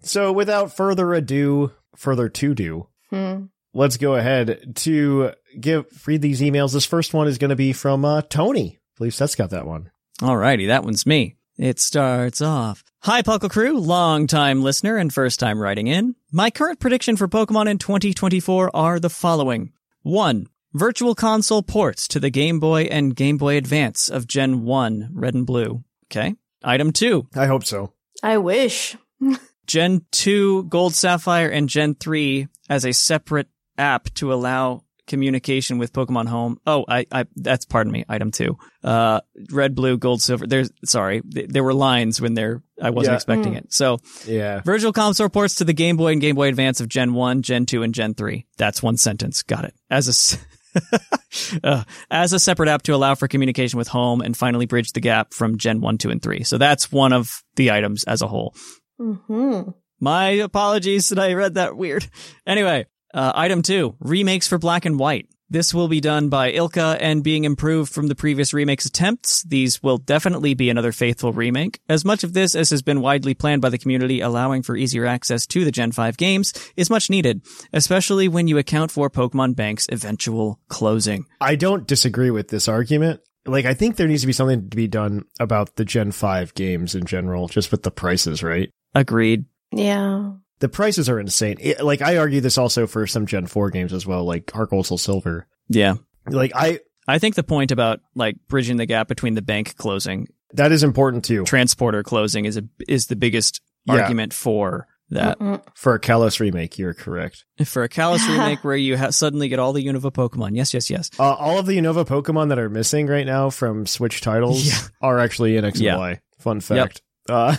[SPEAKER 2] so, without further ado, further to do,
[SPEAKER 3] Hmm.
[SPEAKER 2] let's go ahead to give read these emails. This first one is going to be from uh, Tony. I believe Seth's got that one.
[SPEAKER 4] Alrighty, that one's me. It starts off. Hi, Puckle Crew, long time listener and first time writing in. My current prediction for Pokemon in 2024 are the following. 1. Virtual console ports to the Game Boy and Game Boy Advance of Gen 1, Red and Blue. Okay. Item 2.
[SPEAKER 2] I hope so.
[SPEAKER 3] I wish.
[SPEAKER 4] Gen 2 Gold Sapphire and Gen 3 as a separate app to allow communication with Pokemon Home. Oh, I, I, that's, pardon me, item 2. Uh, red, blue, gold, silver. There's, sorry, th- there were lines when there, I wasn't
[SPEAKER 2] Yeah.
[SPEAKER 4] expecting it. So,
[SPEAKER 2] Yeah.
[SPEAKER 4] Virgil console ports to the Game Boy and Game Boy Advance of Gen 1, Gen 2, and Gen 3. That's one sentence. Got it. As a, s- [LAUGHS] uh, as a separate app to allow for communication with home and finally bridge the gap from Gen 1, 2, and 3. So that's one of the items as a whole.
[SPEAKER 3] Mm-hmm.
[SPEAKER 4] My apologies that I read that weird. Anyway, uh, item two remakes for black and white. This will be done by Ilka and being improved from the previous remake's attempts. These will definitely be another faithful remake. As much of this as has been widely planned by the community, allowing for easier access to the Gen 5 games is much needed, especially when you account for Pokemon Bank's eventual closing.
[SPEAKER 2] I don't disagree with this argument. Like, I think there needs to be something to be done about the Gen 5 games in general, just with the prices, right?
[SPEAKER 4] Agreed.
[SPEAKER 3] Yeah.
[SPEAKER 2] The prices are insane. It- like, I argue this also for some Gen 4 games as well, like Heart Gold Soul Silver.
[SPEAKER 4] Yeah.
[SPEAKER 2] Like, I,
[SPEAKER 4] I think the point about like bridging the gap between the bank closing,
[SPEAKER 2] that is important too
[SPEAKER 4] transporter closing is a, is the biggest
[SPEAKER 2] Yeah.
[SPEAKER 4] argument for that.
[SPEAKER 3] Mm-mm.
[SPEAKER 2] for a Kalos remake. You're correct.
[SPEAKER 4] For a Kalos remake where you ha- suddenly get all the Unova Pokemon. Yes, yes, yes.
[SPEAKER 2] Uh, all of the Unova Pokemon that are missing right now from Switch titles
[SPEAKER 4] Yeah.
[SPEAKER 2] are actually in X and
[SPEAKER 4] Yeah.
[SPEAKER 2] Y. Fun fact. Uh,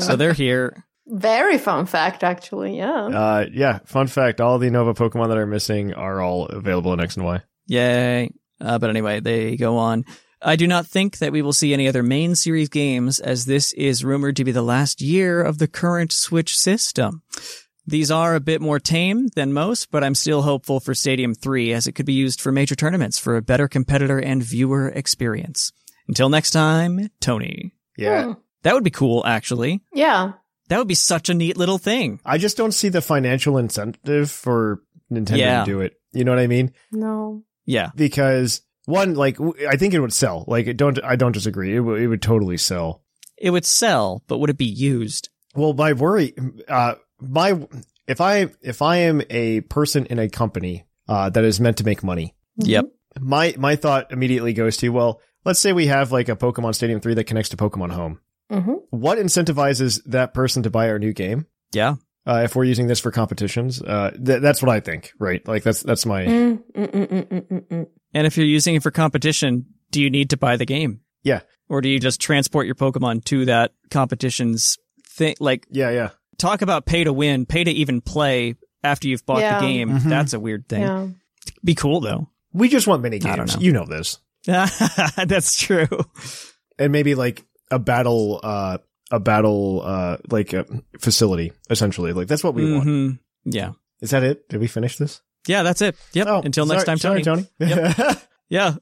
[SPEAKER 4] So they're here.
[SPEAKER 3] Very fun fact, actually.
[SPEAKER 2] [LAUGHS]
[SPEAKER 3] Yeah.
[SPEAKER 2] uh, yeah, fun fact. All of the Unova Pokemon that are missing are all available in X and Y.
[SPEAKER 4] Yay. Uh, but anyway, they go on. I do not think that we will see any other main series games as this is rumored to be the last year of the current Switch system. These are a bit more tame than most, but I'm still hopeful for Stadium 3 as it could be used for major tournaments for a better competitor and viewer experience. Until next time, Tony.
[SPEAKER 2] Yeah.
[SPEAKER 3] Hmm.
[SPEAKER 4] That would be cool, actually.
[SPEAKER 3] Yeah.
[SPEAKER 4] That would be such a neat little thing.
[SPEAKER 2] I just don't see the financial incentive for Nintendo
[SPEAKER 4] Yeah.
[SPEAKER 2] to do it. You know what I mean?
[SPEAKER 3] No.
[SPEAKER 4] Yeah.
[SPEAKER 2] Because one, like, w- I think it would sell. Like, it don't I don't disagree. It, w- it would totally sell.
[SPEAKER 4] It would sell, but would it be used?
[SPEAKER 2] Well, my worry, uh, my if I if I am a person in a company uh, that is meant to make money,
[SPEAKER 3] Mm-hmm.
[SPEAKER 4] Yep.
[SPEAKER 2] my my thought immediately goes to well, let's say we have like a Pokemon Stadium three that connects to Pokemon Home.
[SPEAKER 3] Mm-hmm.
[SPEAKER 2] What incentivizes that person to buy our new game?
[SPEAKER 4] Yeah.
[SPEAKER 2] Uh, if we're using this for competitions, uh, th- that's what I think, right? Like that's that's my
[SPEAKER 3] Mm, mm, mm, mm, mm, mm, mm.
[SPEAKER 4] And if you're using it for competition, do you need to buy the game?
[SPEAKER 2] Yeah.
[SPEAKER 4] Or do you just transport your Pokemon to that competition's thing? Like,
[SPEAKER 2] yeah yeah.
[SPEAKER 4] talk about pay to win, pay to even play after you've bought
[SPEAKER 3] Yeah.
[SPEAKER 4] the game.
[SPEAKER 2] Mhm.
[SPEAKER 4] That's a weird thing.
[SPEAKER 3] Yeah.
[SPEAKER 4] Be cool, though. [LAUGHS]
[SPEAKER 2] We just want mini
[SPEAKER 4] I don't
[SPEAKER 2] games.
[SPEAKER 4] know.
[SPEAKER 2] You know this,
[SPEAKER 4] That's true.
[SPEAKER 2] and maybe like a battle, uh, a battle, uh, like a facility essentially. Like that's what we want.
[SPEAKER 4] Mhm. Yeah.
[SPEAKER 2] Is that it? Did we finish this?
[SPEAKER 4] Yeah, that's it. Yep.
[SPEAKER 2] Oh,
[SPEAKER 4] Until next time,
[SPEAKER 2] sorry-
[SPEAKER 4] Tony.
[SPEAKER 2] Sorry, Tony. [LAUGHS]
[SPEAKER 4] Yeah.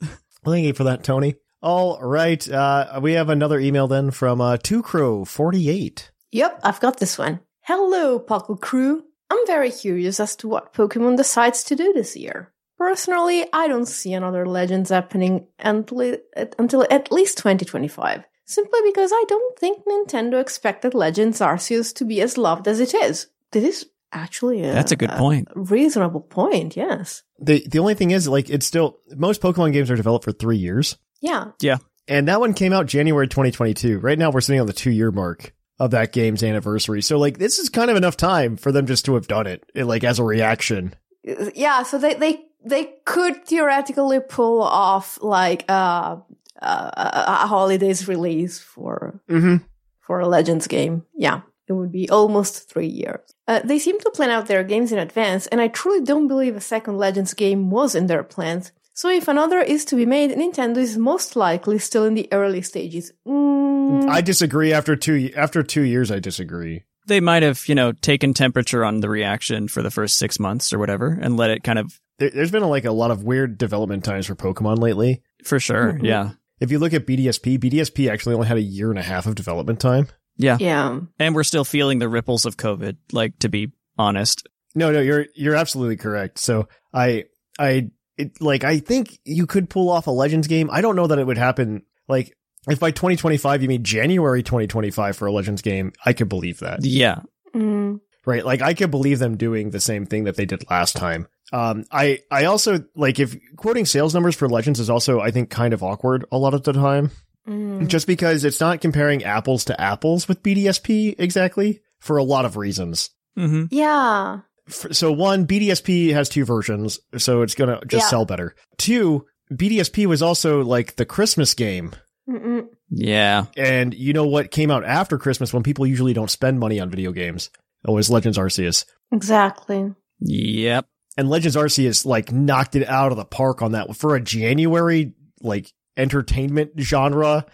[SPEAKER 2] Well, Thank you for that, Tony. All right. Uh, we have another email then from uh, Two Crow 48.
[SPEAKER 3] Yep, I've got this one. Hello, Puckle Crew. I'm very curious as to what Pokemon decides to do this year. Personally, I don't see another Legends happening until, until at least 2025, simply because I don't think Nintendo expected Legends Arceus to be as loved as it is. This is actually a,
[SPEAKER 4] That's a good point.
[SPEAKER 3] reasonable point, yes.
[SPEAKER 2] The the only thing is, like, it's still most Pokemon games are developed for three years,
[SPEAKER 3] Yeah.
[SPEAKER 2] and that one came out January 2022. Right now, we're sitting on the two year mark of that game's anniversary. So, like, this is kind of enough time for them just to have done it, it, like as a reaction.
[SPEAKER 3] yeah so they they they could theoretically pull off like uh, uh, a a holidays release for
[SPEAKER 2] Mm-hmm.
[SPEAKER 3] for a legends game yeah it would be almost three years uh, they seem to plan out their games in advance and i truly don't believe a second legends game was in their plans so if another is to be made nintendo is most likely still in the early stages mm,
[SPEAKER 2] I disagree. After two ye- after two years, I disagree.
[SPEAKER 4] They might have, you know, taken temperature on the reaction for the first six months or whatever and let it kind of,
[SPEAKER 2] There, there's been like a lot of weird development times for Pokemon lately.
[SPEAKER 4] for sure.
[SPEAKER 3] Mhm.
[SPEAKER 4] Yeah.
[SPEAKER 2] If you look at BDSP, BDSP actually only had a year and a half of development time.
[SPEAKER 4] Yeah.
[SPEAKER 3] yeah
[SPEAKER 4] And we're still feeling the ripples of COVID, like, to be honest.
[SPEAKER 2] No, no, you're you're absolutely correct. So I I it, like I think you could pull off a Legends game. I don't know that it would happen. Like if by 2025 you mean January 2025 for a Legends game, I could believe that.
[SPEAKER 4] Yeah.
[SPEAKER 3] mm,
[SPEAKER 2] Right? Like I could believe them doing the same thing that they did last time. Um, I I also like if quoting sales numbers for Legends is also I think kind of awkward a lot of the time,
[SPEAKER 3] mm.
[SPEAKER 2] just because it's not comparing apples to apples with BDSP exactly for a lot of reasons.
[SPEAKER 4] Mm-hmm.
[SPEAKER 3] yeah
[SPEAKER 2] f- so one BDSP has two versions, so it's gonna just
[SPEAKER 3] Yeah.
[SPEAKER 2] sell better. Two BDSP was also like the Christmas game,
[SPEAKER 3] Mm-mm.
[SPEAKER 4] Yeah.
[SPEAKER 2] and you know what came out after Christmas when people usually don't spend money on video games? It was Legends Arceus,
[SPEAKER 3] exactly
[SPEAKER 4] Yep.
[SPEAKER 2] and Legends Arceus like knocked it out of the park on that for a January like entertainment genre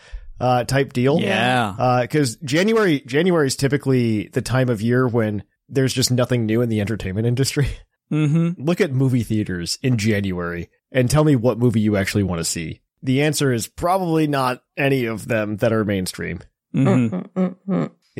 [SPEAKER 2] uh, type deal.
[SPEAKER 4] Yeah.
[SPEAKER 2] because January January is typically the time of year when there's just nothing new in the entertainment industry. [LAUGHS]
[SPEAKER 4] Mm-hmm.
[SPEAKER 2] Look at movie theaters in January and tell me what movie you actually want to see. The answer is probably not any of them that are mainstream.
[SPEAKER 4] Mm-hmm.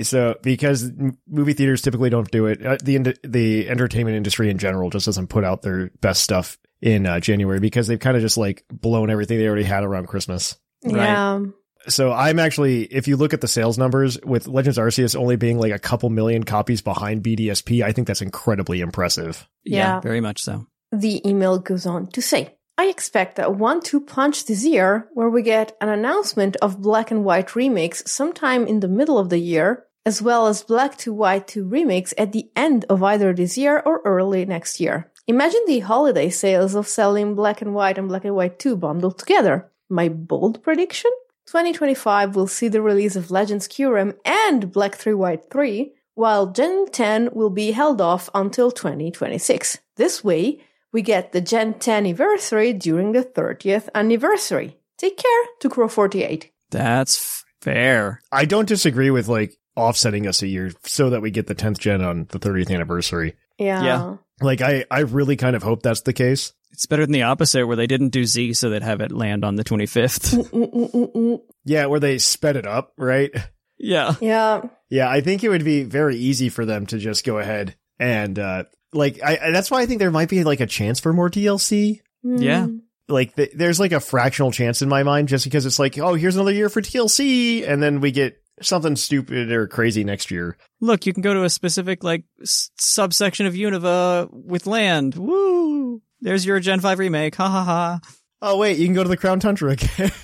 [SPEAKER 2] So, because m- movie theaters typically don't do it, uh, the ind- the entertainment industry in general just doesn't put out their best stuff in uh, January because they've kind of just like blown everything they already had around Christmas.
[SPEAKER 3] Yeah.
[SPEAKER 2] So I'm actually, if you look at the sales numbers with Legends Arceus only being like a couple million copies behind BDSP, I think that's incredibly impressive.
[SPEAKER 3] Yeah.
[SPEAKER 4] Very much so.
[SPEAKER 3] The email goes on to say, I expect a one two punch this year where we get an announcement of black and white remakes sometime in the middle of the year, as well as black to white to remakes at the end of either this year or early next year. Imagine the holiday sales of selling black and white and black and white 2 bundled together. My bold prediction? 2025 will see the release of Legends Curum and Black 3 White 3, while Gen 10 will be held off until 2026. This way, we get the Gen 10 anniversary during the 30th anniversary. Take care, to Crow 48.
[SPEAKER 4] That's f- fair.
[SPEAKER 2] I don't disagree with like offsetting us a year so that we get the 10th gen on the 30th anniversary.
[SPEAKER 3] Yeah.
[SPEAKER 4] Yeah.
[SPEAKER 2] Like I, I really kind of hope that's the case.
[SPEAKER 4] It's better than the opposite, where they didn't do Z, so they'd have it land on the 25th.
[SPEAKER 3] Mm-mm-mm-mm.
[SPEAKER 2] Yeah, where they sped it up, right?
[SPEAKER 4] [LAUGHS] yeah.
[SPEAKER 3] Yeah.
[SPEAKER 2] Yeah, I think it would be very easy for them to just go ahead and uh like I I- that's why I think there might be like a chance for more DLC.
[SPEAKER 4] Yeah.
[SPEAKER 3] Mm.
[SPEAKER 2] Like th- there's like a fractional chance in my mind just because it's like, oh, here's another year for TLC and then we get something stupid or crazy next year.
[SPEAKER 4] Look, you can go to a specific like s- subsection of Unova with land. Woo! There's your Gen 5 remake. Ha ha ha.
[SPEAKER 2] Oh wait, you can go to the Crown Tundra again. [LAUGHS]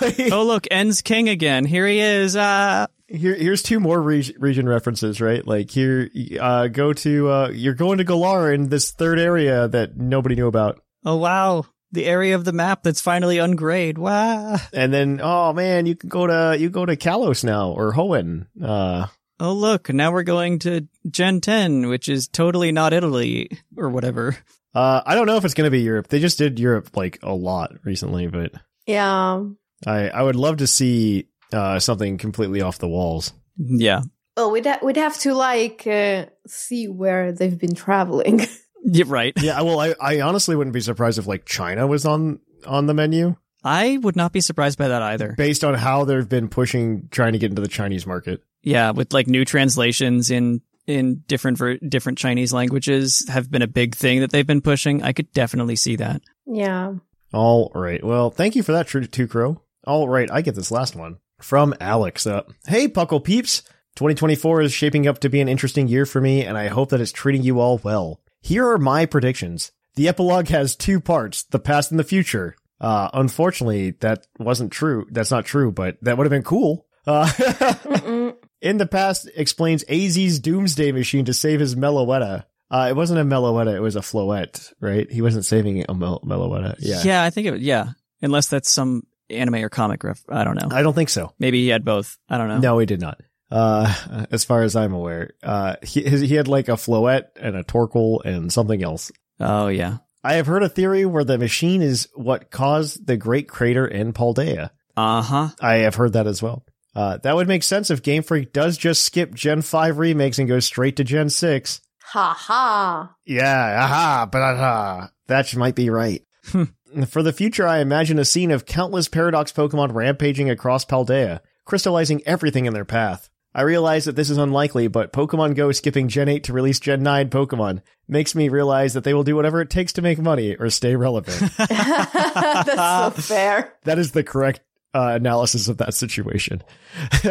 [SPEAKER 2] Like,
[SPEAKER 4] [LAUGHS] Oh look, N's king again. Here he is. Ah.
[SPEAKER 2] Here, here's two more reg- region references, right? Like here, uh, go to uh, you're going to Galar in this third area that nobody knew about,
[SPEAKER 4] Oh wow. The area of the map that's finally ungrayed. Wow.
[SPEAKER 2] and then oh man, you can go to you go to Kalos now or Hoenn. Uh,
[SPEAKER 4] Oh look, now we're going to Gen 10, which is totally not Italy or whatever.
[SPEAKER 2] uh, I don't know if it's gonna be Europe. They just did Europe like a lot recently, but
[SPEAKER 3] Yeah.
[SPEAKER 2] I I would love to see uh something completely off the walls.
[SPEAKER 4] Yeah.
[SPEAKER 3] Well, we'd, ha- we'd have to like uh, see where they've been traveling. [LAUGHS]
[SPEAKER 4] Yeah, right.
[SPEAKER 2] Yeah, well, I I honestly wouldn't be surprised if like China was on on the menu
[SPEAKER 4] I would not be surprised by that either.
[SPEAKER 2] based on how they've been pushing trying to get into the Chinese market.
[SPEAKER 4] yeah with like new translations in in different ver- different chinese languages have been a big thing that they've been pushing i could definitely see that
[SPEAKER 3] yeah.
[SPEAKER 2] All right. Well, thank you for that, True Two Crow. All right, I get this last one from Alex. Uh, hey, Puckle Peeps. 2024 is shaping up to be an interesting year for me, and I hope that it's treating you all well. Here are my predictions. The epilogue has two parts: the past and the future. Uh, unfortunately, that wasn't true. That's not true, but that would have been cool. Uh, [LAUGHS]
[SPEAKER 3] Mm-mm.
[SPEAKER 2] in the past explains AZ's doomsday machine to save his Meloetta. Uh, it wasn't a Meloetta, it was a Floette, right? He wasn't saving a Mel- Meloetta. Yeah.
[SPEAKER 4] i think it yeah unless that's some anime or comic ref i don't know
[SPEAKER 2] I don't think so.
[SPEAKER 4] maybe he had both i don't know
[SPEAKER 2] No, he did not. Uh, as far as I'm aware, uh, he, his, he had like a Floette and a Torkoal and something else.
[SPEAKER 4] oh yeah
[SPEAKER 2] I have heard a theory where the machine is what caused the great crater in Paldea.
[SPEAKER 4] uh-huh
[SPEAKER 2] I have heard that as well. Uh, that would make sense if Game Freak does just skip Gen 5 remakes and goes straight to Gen 6.
[SPEAKER 3] Ha ha.
[SPEAKER 2] Yeah, aha, aha. That might be right.
[SPEAKER 4] Hmm.
[SPEAKER 2] For the future, I imagine a scene of countless Paradox Pokemon rampaging across Paldea, crystallizing everything in their path. I realize that this is unlikely, but Pokemon Go skipping Gen 8 to release Gen 9 Pokemon makes me realize that they will do whatever it takes to make money or
[SPEAKER 4] [LAUGHS]
[SPEAKER 2] stay relevant.
[SPEAKER 3] [LAUGHS] [LAUGHS] That's so fair.
[SPEAKER 2] that is the correct uh, analysis of that situation. [LAUGHS]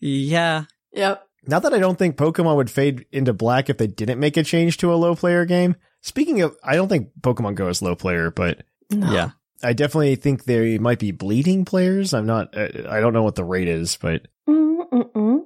[SPEAKER 4] yeah
[SPEAKER 3] Yep.
[SPEAKER 2] Not that I don't think Pokemon would fade into black if they didn't make a change to a low player game. Speaking of, I don't think Pokemon Go is low player, but
[SPEAKER 4] yeah
[SPEAKER 2] I definitely think they might be bleeding players. I'm not. I I don't know what the rate is, but
[SPEAKER 3] Mm-mm-mm-mm.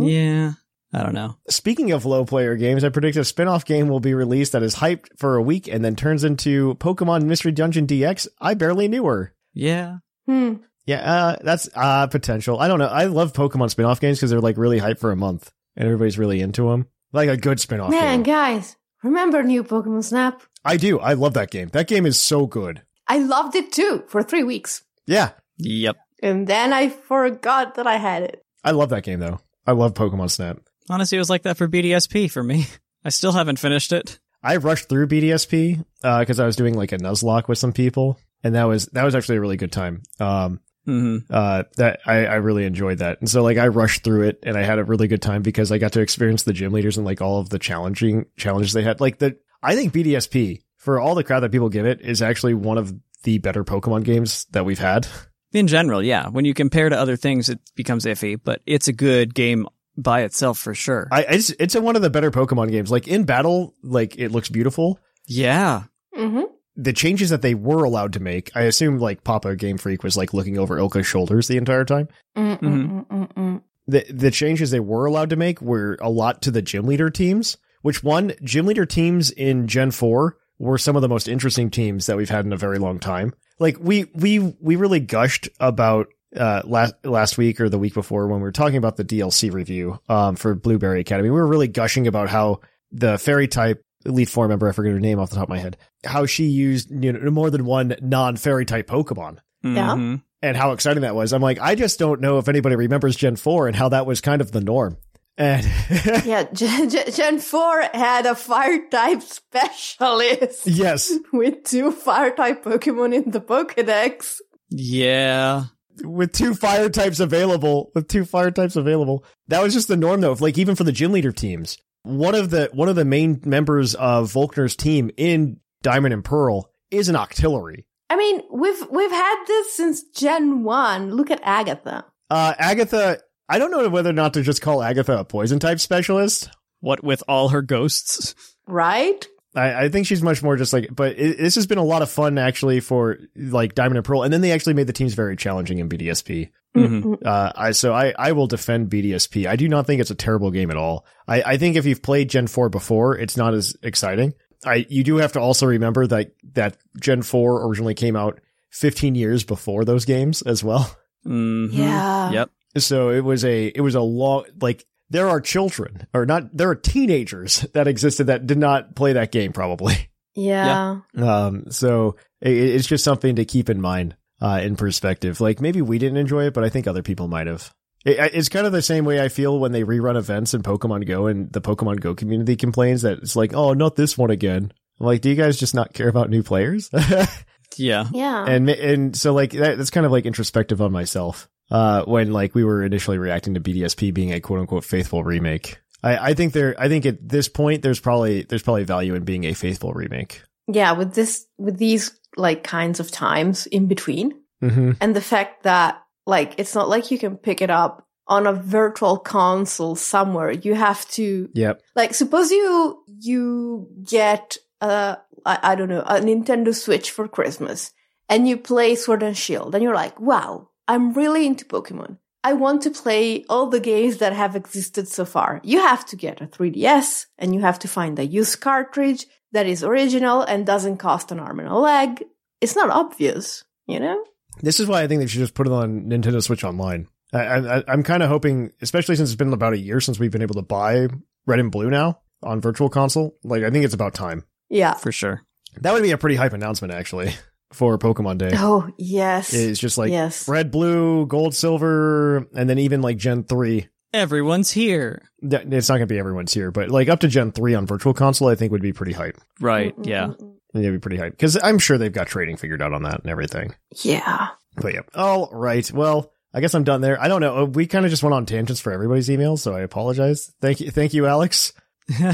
[SPEAKER 4] yeah i don't know
[SPEAKER 2] speaking of low player games, I predict a spin-off game will be released that is hyped for a week and then turns into Pokemon Mystery Dungeon DX. I barely knew her.
[SPEAKER 4] yeah
[SPEAKER 3] Hmm.
[SPEAKER 2] Yeah, uh, that's uh, potential. I don't know. I love Pokemon spin-off games because they're like really hyped for a month and everybody's really into them. Like a good spin-off
[SPEAKER 3] Man,
[SPEAKER 2] game.
[SPEAKER 3] guys, remember new Pokemon Snap?
[SPEAKER 2] I do. I love that game. That game is so good.
[SPEAKER 3] I loved it too for three weeks.
[SPEAKER 2] Yeah,
[SPEAKER 4] yep
[SPEAKER 3] And then I forgot that I had it.
[SPEAKER 2] I love that game though. I love Pokemon Snap.
[SPEAKER 4] honestly it was like that for bdsp for me i still haven't finished it
[SPEAKER 2] I rushed through BDSP because uh, I was doing like a nuzlocke with some people, and that was that was actually a really good time. Um,
[SPEAKER 4] Mm-hmm.
[SPEAKER 2] uh, that I, I really enjoyed that, and so like I rushed through it, and I had a really good time because I got to experience the gym leaders and like all of the challenging challenges they had. Like the I think BDSP for all the crowd that people give it is actually one of the better Pokemon games that we've had.
[SPEAKER 4] In general, yeah. When you compare to other things, it becomes iffy, but it's a good game by itself for sure.
[SPEAKER 2] I, I just, it's one of the better Pokemon games. Like in battle, like it looks beautiful.
[SPEAKER 4] yeah.
[SPEAKER 3] Mm-hmm.
[SPEAKER 2] The changes that they were allowed to make, I assume like Papa Game Freak was like looking over Ilka's shoulders the entire time.
[SPEAKER 3] Mm-hmm. Mm-mm-mm-mm-mm.
[SPEAKER 2] The the changes they were allowed to make were a lot to the gym leader teams. Which one gym leader teams in Gen Four were some of the most interesting teams that we've had in a very long time. Like we we we really gushed about uh last last week or the week before when we were talking about the DLC review um for Blueberry Academy. We were really gushing about how the fairy type elite four member, I forget her name off the top of my head, how she used you know more than one non fairy type Pokemon
[SPEAKER 3] Yeah.
[SPEAKER 4] Mhm.
[SPEAKER 2] and how exciting that was. I'm like, I just don't know if anybody remembers Gen 4 and how that was kind of the norm. And [LAUGHS]
[SPEAKER 3] Yeah, Gen, Gen, Gen 4 had a fire type specialist
[SPEAKER 2] yes,
[SPEAKER 3] with two fire type Pokemon in the Pokedex.
[SPEAKER 4] Yeah.
[SPEAKER 2] with two fire types available, with two fire types available, that was just the norm though. Like even for the gym leader teams, one of the one of the main members of Volkner's team in Diamond and Pearl is an Octillery.
[SPEAKER 3] I mean, we've we've had this since Gen 1. Look at Agatha.
[SPEAKER 2] Uh, Agatha, I don't know whether or not to just call Agatha a poison type specialist.
[SPEAKER 4] What with all her ghosts?
[SPEAKER 3] Right?
[SPEAKER 2] I, I think she's much more just like, but it, this has been a lot of fun actually for like Diamond and Pearl, and then they actually made the teams very challenging in BDSP.
[SPEAKER 4] Mm-hmm.
[SPEAKER 2] Uh, I so I I will defend BDSP. I do not think it's a terrible game at all. I I think if you've played Gen four before, it's not as exciting. I you do have to also remember that that Gen four originally came out 15 years before those games as well. [LAUGHS]
[SPEAKER 3] Yeah.
[SPEAKER 4] Mm-hmm. Yep.
[SPEAKER 2] So it was a it was a long like there are children or not there are teenagers that existed that did not play that game probably. [LAUGHS]
[SPEAKER 3] Yeah.
[SPEAKER 4] Yeah.
[SPEAKER 2] Um, so it, it's just something to keep in mind, uh, in perspective. Like maybe we didn't enjoy it, but I think other people might have. It, I- it's kind of the same way I feel when they rerun events in Pokemon Go and the Pokemon Go community complains that it's like, oh, not this one again. I'm like, do you guys just not care about new players? [LAUGHS]
[SPEAKER 4] Yeah.
[SPEAKER 3] Yeah.
[SPEAKER 2] and ma- and so like that, that's kind of like introspective on myself. Uh, when like we were initially reacting to BDSP being a quote unquote faithful remake, I, I think there, I think at this point there's probably there's probably value in being a faithful remake.
[SPEAKER 3] yeah, with this with these like kinds of times in between.
[SPEAKER 2] Mm-hmm.
[SPEAKER 3] and the fact that like it's not like you can pick it up on a virtual console somewhere you have to
[SPEAKER 2] Yep.
[SPEAKER 3] like suppose you you get uh I, I don't know a nintendo switch for christmas and you play sword and shield and you're like wow i'm really into pokemon i want to play all the games that have existed so far you have to get a 3ds and you have to find a used cartridge that is original and doesn't cost an arm and a leg it's not obvious you know
[SPEAKER 2] This is why I think they should just put it on Nintendo Switch Online. I, I, I'm kind of hoping, especially since it's been about a year since we've been able to buy Red and Blue now on Virtual Console. Like, I think it's about time.
[SPEAKER 3] Yeah.
[SPEAKER 4] For sure.
[SPEAKER 2] That would be a pretty hype announcement, actually, [LAUGHS] for Pokemon Day.
[SPEAKER 3] Oh, yes.
[SPEAKER 2] It's just like
[SPEAKER 3] yes.
[SPEAKER 2] Red, Blue, Gold, Silver, and then even like Gen three.
[SPEAKER 4] Everyone's here.
[SPEAKER 2] Th- It's not going to be everyone's here, but like up to Gen three on Virtual Console, I think would be pretty hype.
[SPEAKER 4] Right. Yeah.
[SPEAKER 2] It'd be pretty hype because I'm sure they've got trading figured out on that and everything.
[SPEAKER 3] Yeah.
[SPEAKER 2] But yeah. All right. Well, I guess I'm done there. I don't know. Uh, We kind of just went on tangents for everybody's emails, so I apologize. Thank you. Thank you, Alex.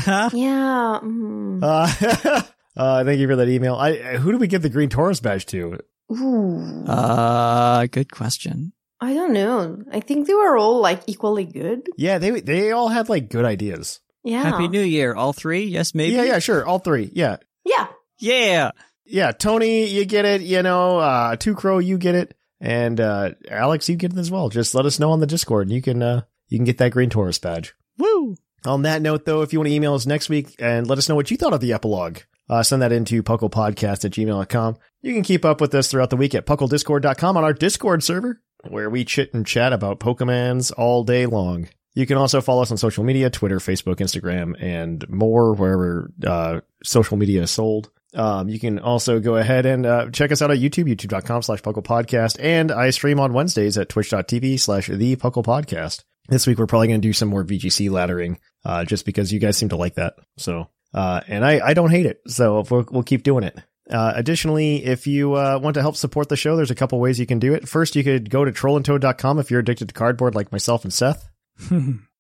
[SPEAKER 3] Yeah. mm.
[SPEAKER 2] Uh, [LAUGHS] uh, thank you for that email. I uh, who do we give the Green Taurus badge to?
[SPEAKER 3] Ooh.
[SPEAKER 4] [LAUGHS] uh, good question.
[SPEAKER 3] I don't know. I think they were all like equally good.
[SPEAKER 2] Yeah, they they all had like good ideas.
[SPEAKER 3] Yeah.
[SPEAKER 4] Happy New Year, all three. Yes, maybe.
[SPEAKER 2] Yeah, yeah, sure. All three. Yeah.
[SPEAKER 4] [LAUGHS]
[SPEAKER 3] Yeah.
[SPEAKER 4] Yeah.
[SPEAKER 2] Yeah, Tony, you get it, you know, uh Two Crow, you get it, and uh Alex, you get it as well. Just let us know on the Discord and you can uh you can get that Green Taurus badge.
[SPEAKER 4] Woo.
[SPEAKER 2] On that note, though, if you want to email us next week and let us know what you thought of the epilogue, uh, send that into pucklepodcast at gmail.com. You can keep up with us throughout the week at pucklediscord.com on our Discord server, where we chit and chat about Pokemons all day long. You can also follow us on social media Twitter, Facebook, Instagram, and more, wherever uh, social media is sold. Um, you can also go ahead and uh, check us out at YouTube, youtube.com slash Puckle Podcast. And I stream on Wednesdays at twitch.tv slash the Puckle Podcast. This week, we're probably going to do some more VGC laddering, uh, just because you guys seem to like that. So Uh, and I, I don't hate it. So if we'll, we'll keep doing it. Uh, additionally, if you uh, want to help support the show, there's a couple ways you can do it. First, you could go to trollandtoad.com if you're addicted to cardboard like myself and Seth.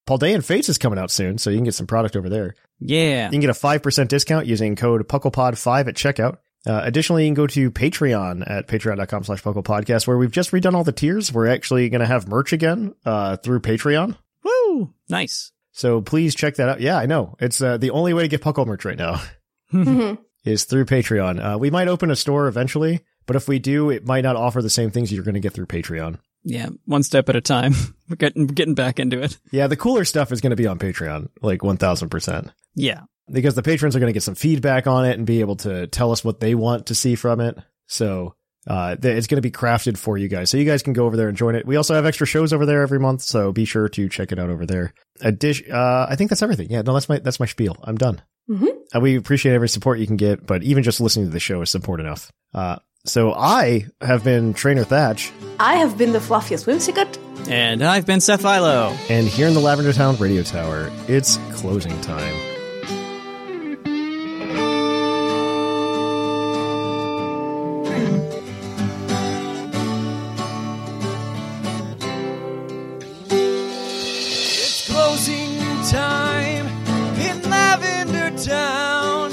[SPEAKER 2] Paul Day and Fates is coming out soon, so you can get some product over there.
[SPEAKER 9] [LAUGHS] Yeah.
[SPEAKER 2] You can get a 5% discount using code PucklePod5 at checkout. Uh, additionally, you can go to Patreon at patreon.com slash PucklePodcast, where we've just redone all the tiers. We're actually going to have merch again uh, through Patreon.
[SPEAKER 9] Woo! Nice.
[SPEAKER 2] So please check that out. Yeah, I know. It's uh, the only way to get Puckle merch right now [LAUGHS]
[SPEAKER 3] Mm-hmm.
[SPEAKER 2] is through Patreon. Uh, we might open a store eventually, but if we do, it might not offer the same things you're going to get through Patreon.
[SPEAKER 9] Yeah, one step at a time. [LAUGHS] We're getting getting back into it.
[SPEAKER 2] Yeah, the cooler stuff is going to be on Patreon, like 1000%.
[SPEAKER 9] Yeah.
[SPEAKER 2] because the patrons are going to get some feedback on it and be able to tell us what they want to see from it. So uh, th- it's going to be crafted for you guys. So you guys can go over there and join it. We also have extra shows over there every month, so be sure to check it out over there. A dish, uh, I think that's everything. Yeah, no, that's my that's my spiel. I'm done.
[SPEAKER 10] Mhm.
[SPEAKER 2] Uh, we appreciate every support you can get, but even just listening to the show is support enough. Uh, so I have been Trainer Thatch,
[SPEAKER 10] I have been the fluffiest whimsicott.
[SPEAKER 9] And I've been Seth Philo.
[SPEAKER 2] and here in the Lavender Town Radio Tower, it's closing time.
[SPEAKER 4] It's closing time in Lavender Town.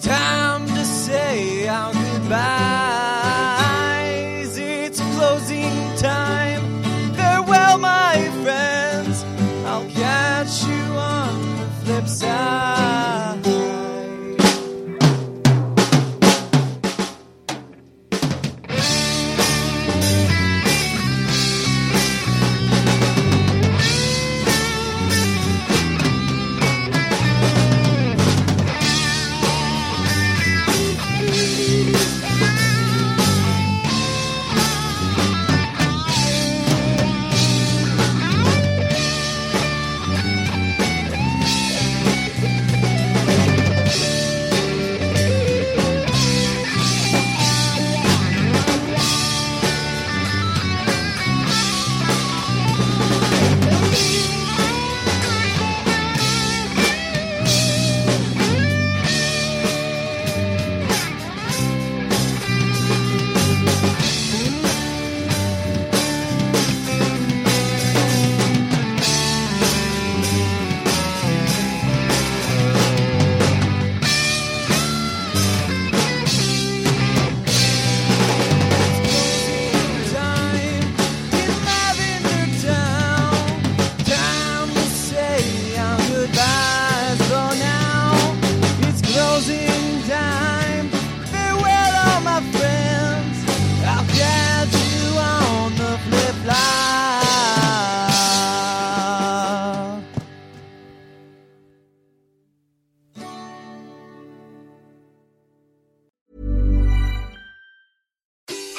[SPEAKER 4] Time to say our goodbyes. It's closing time. Farewell, my friends. I'll catch you on the flip side.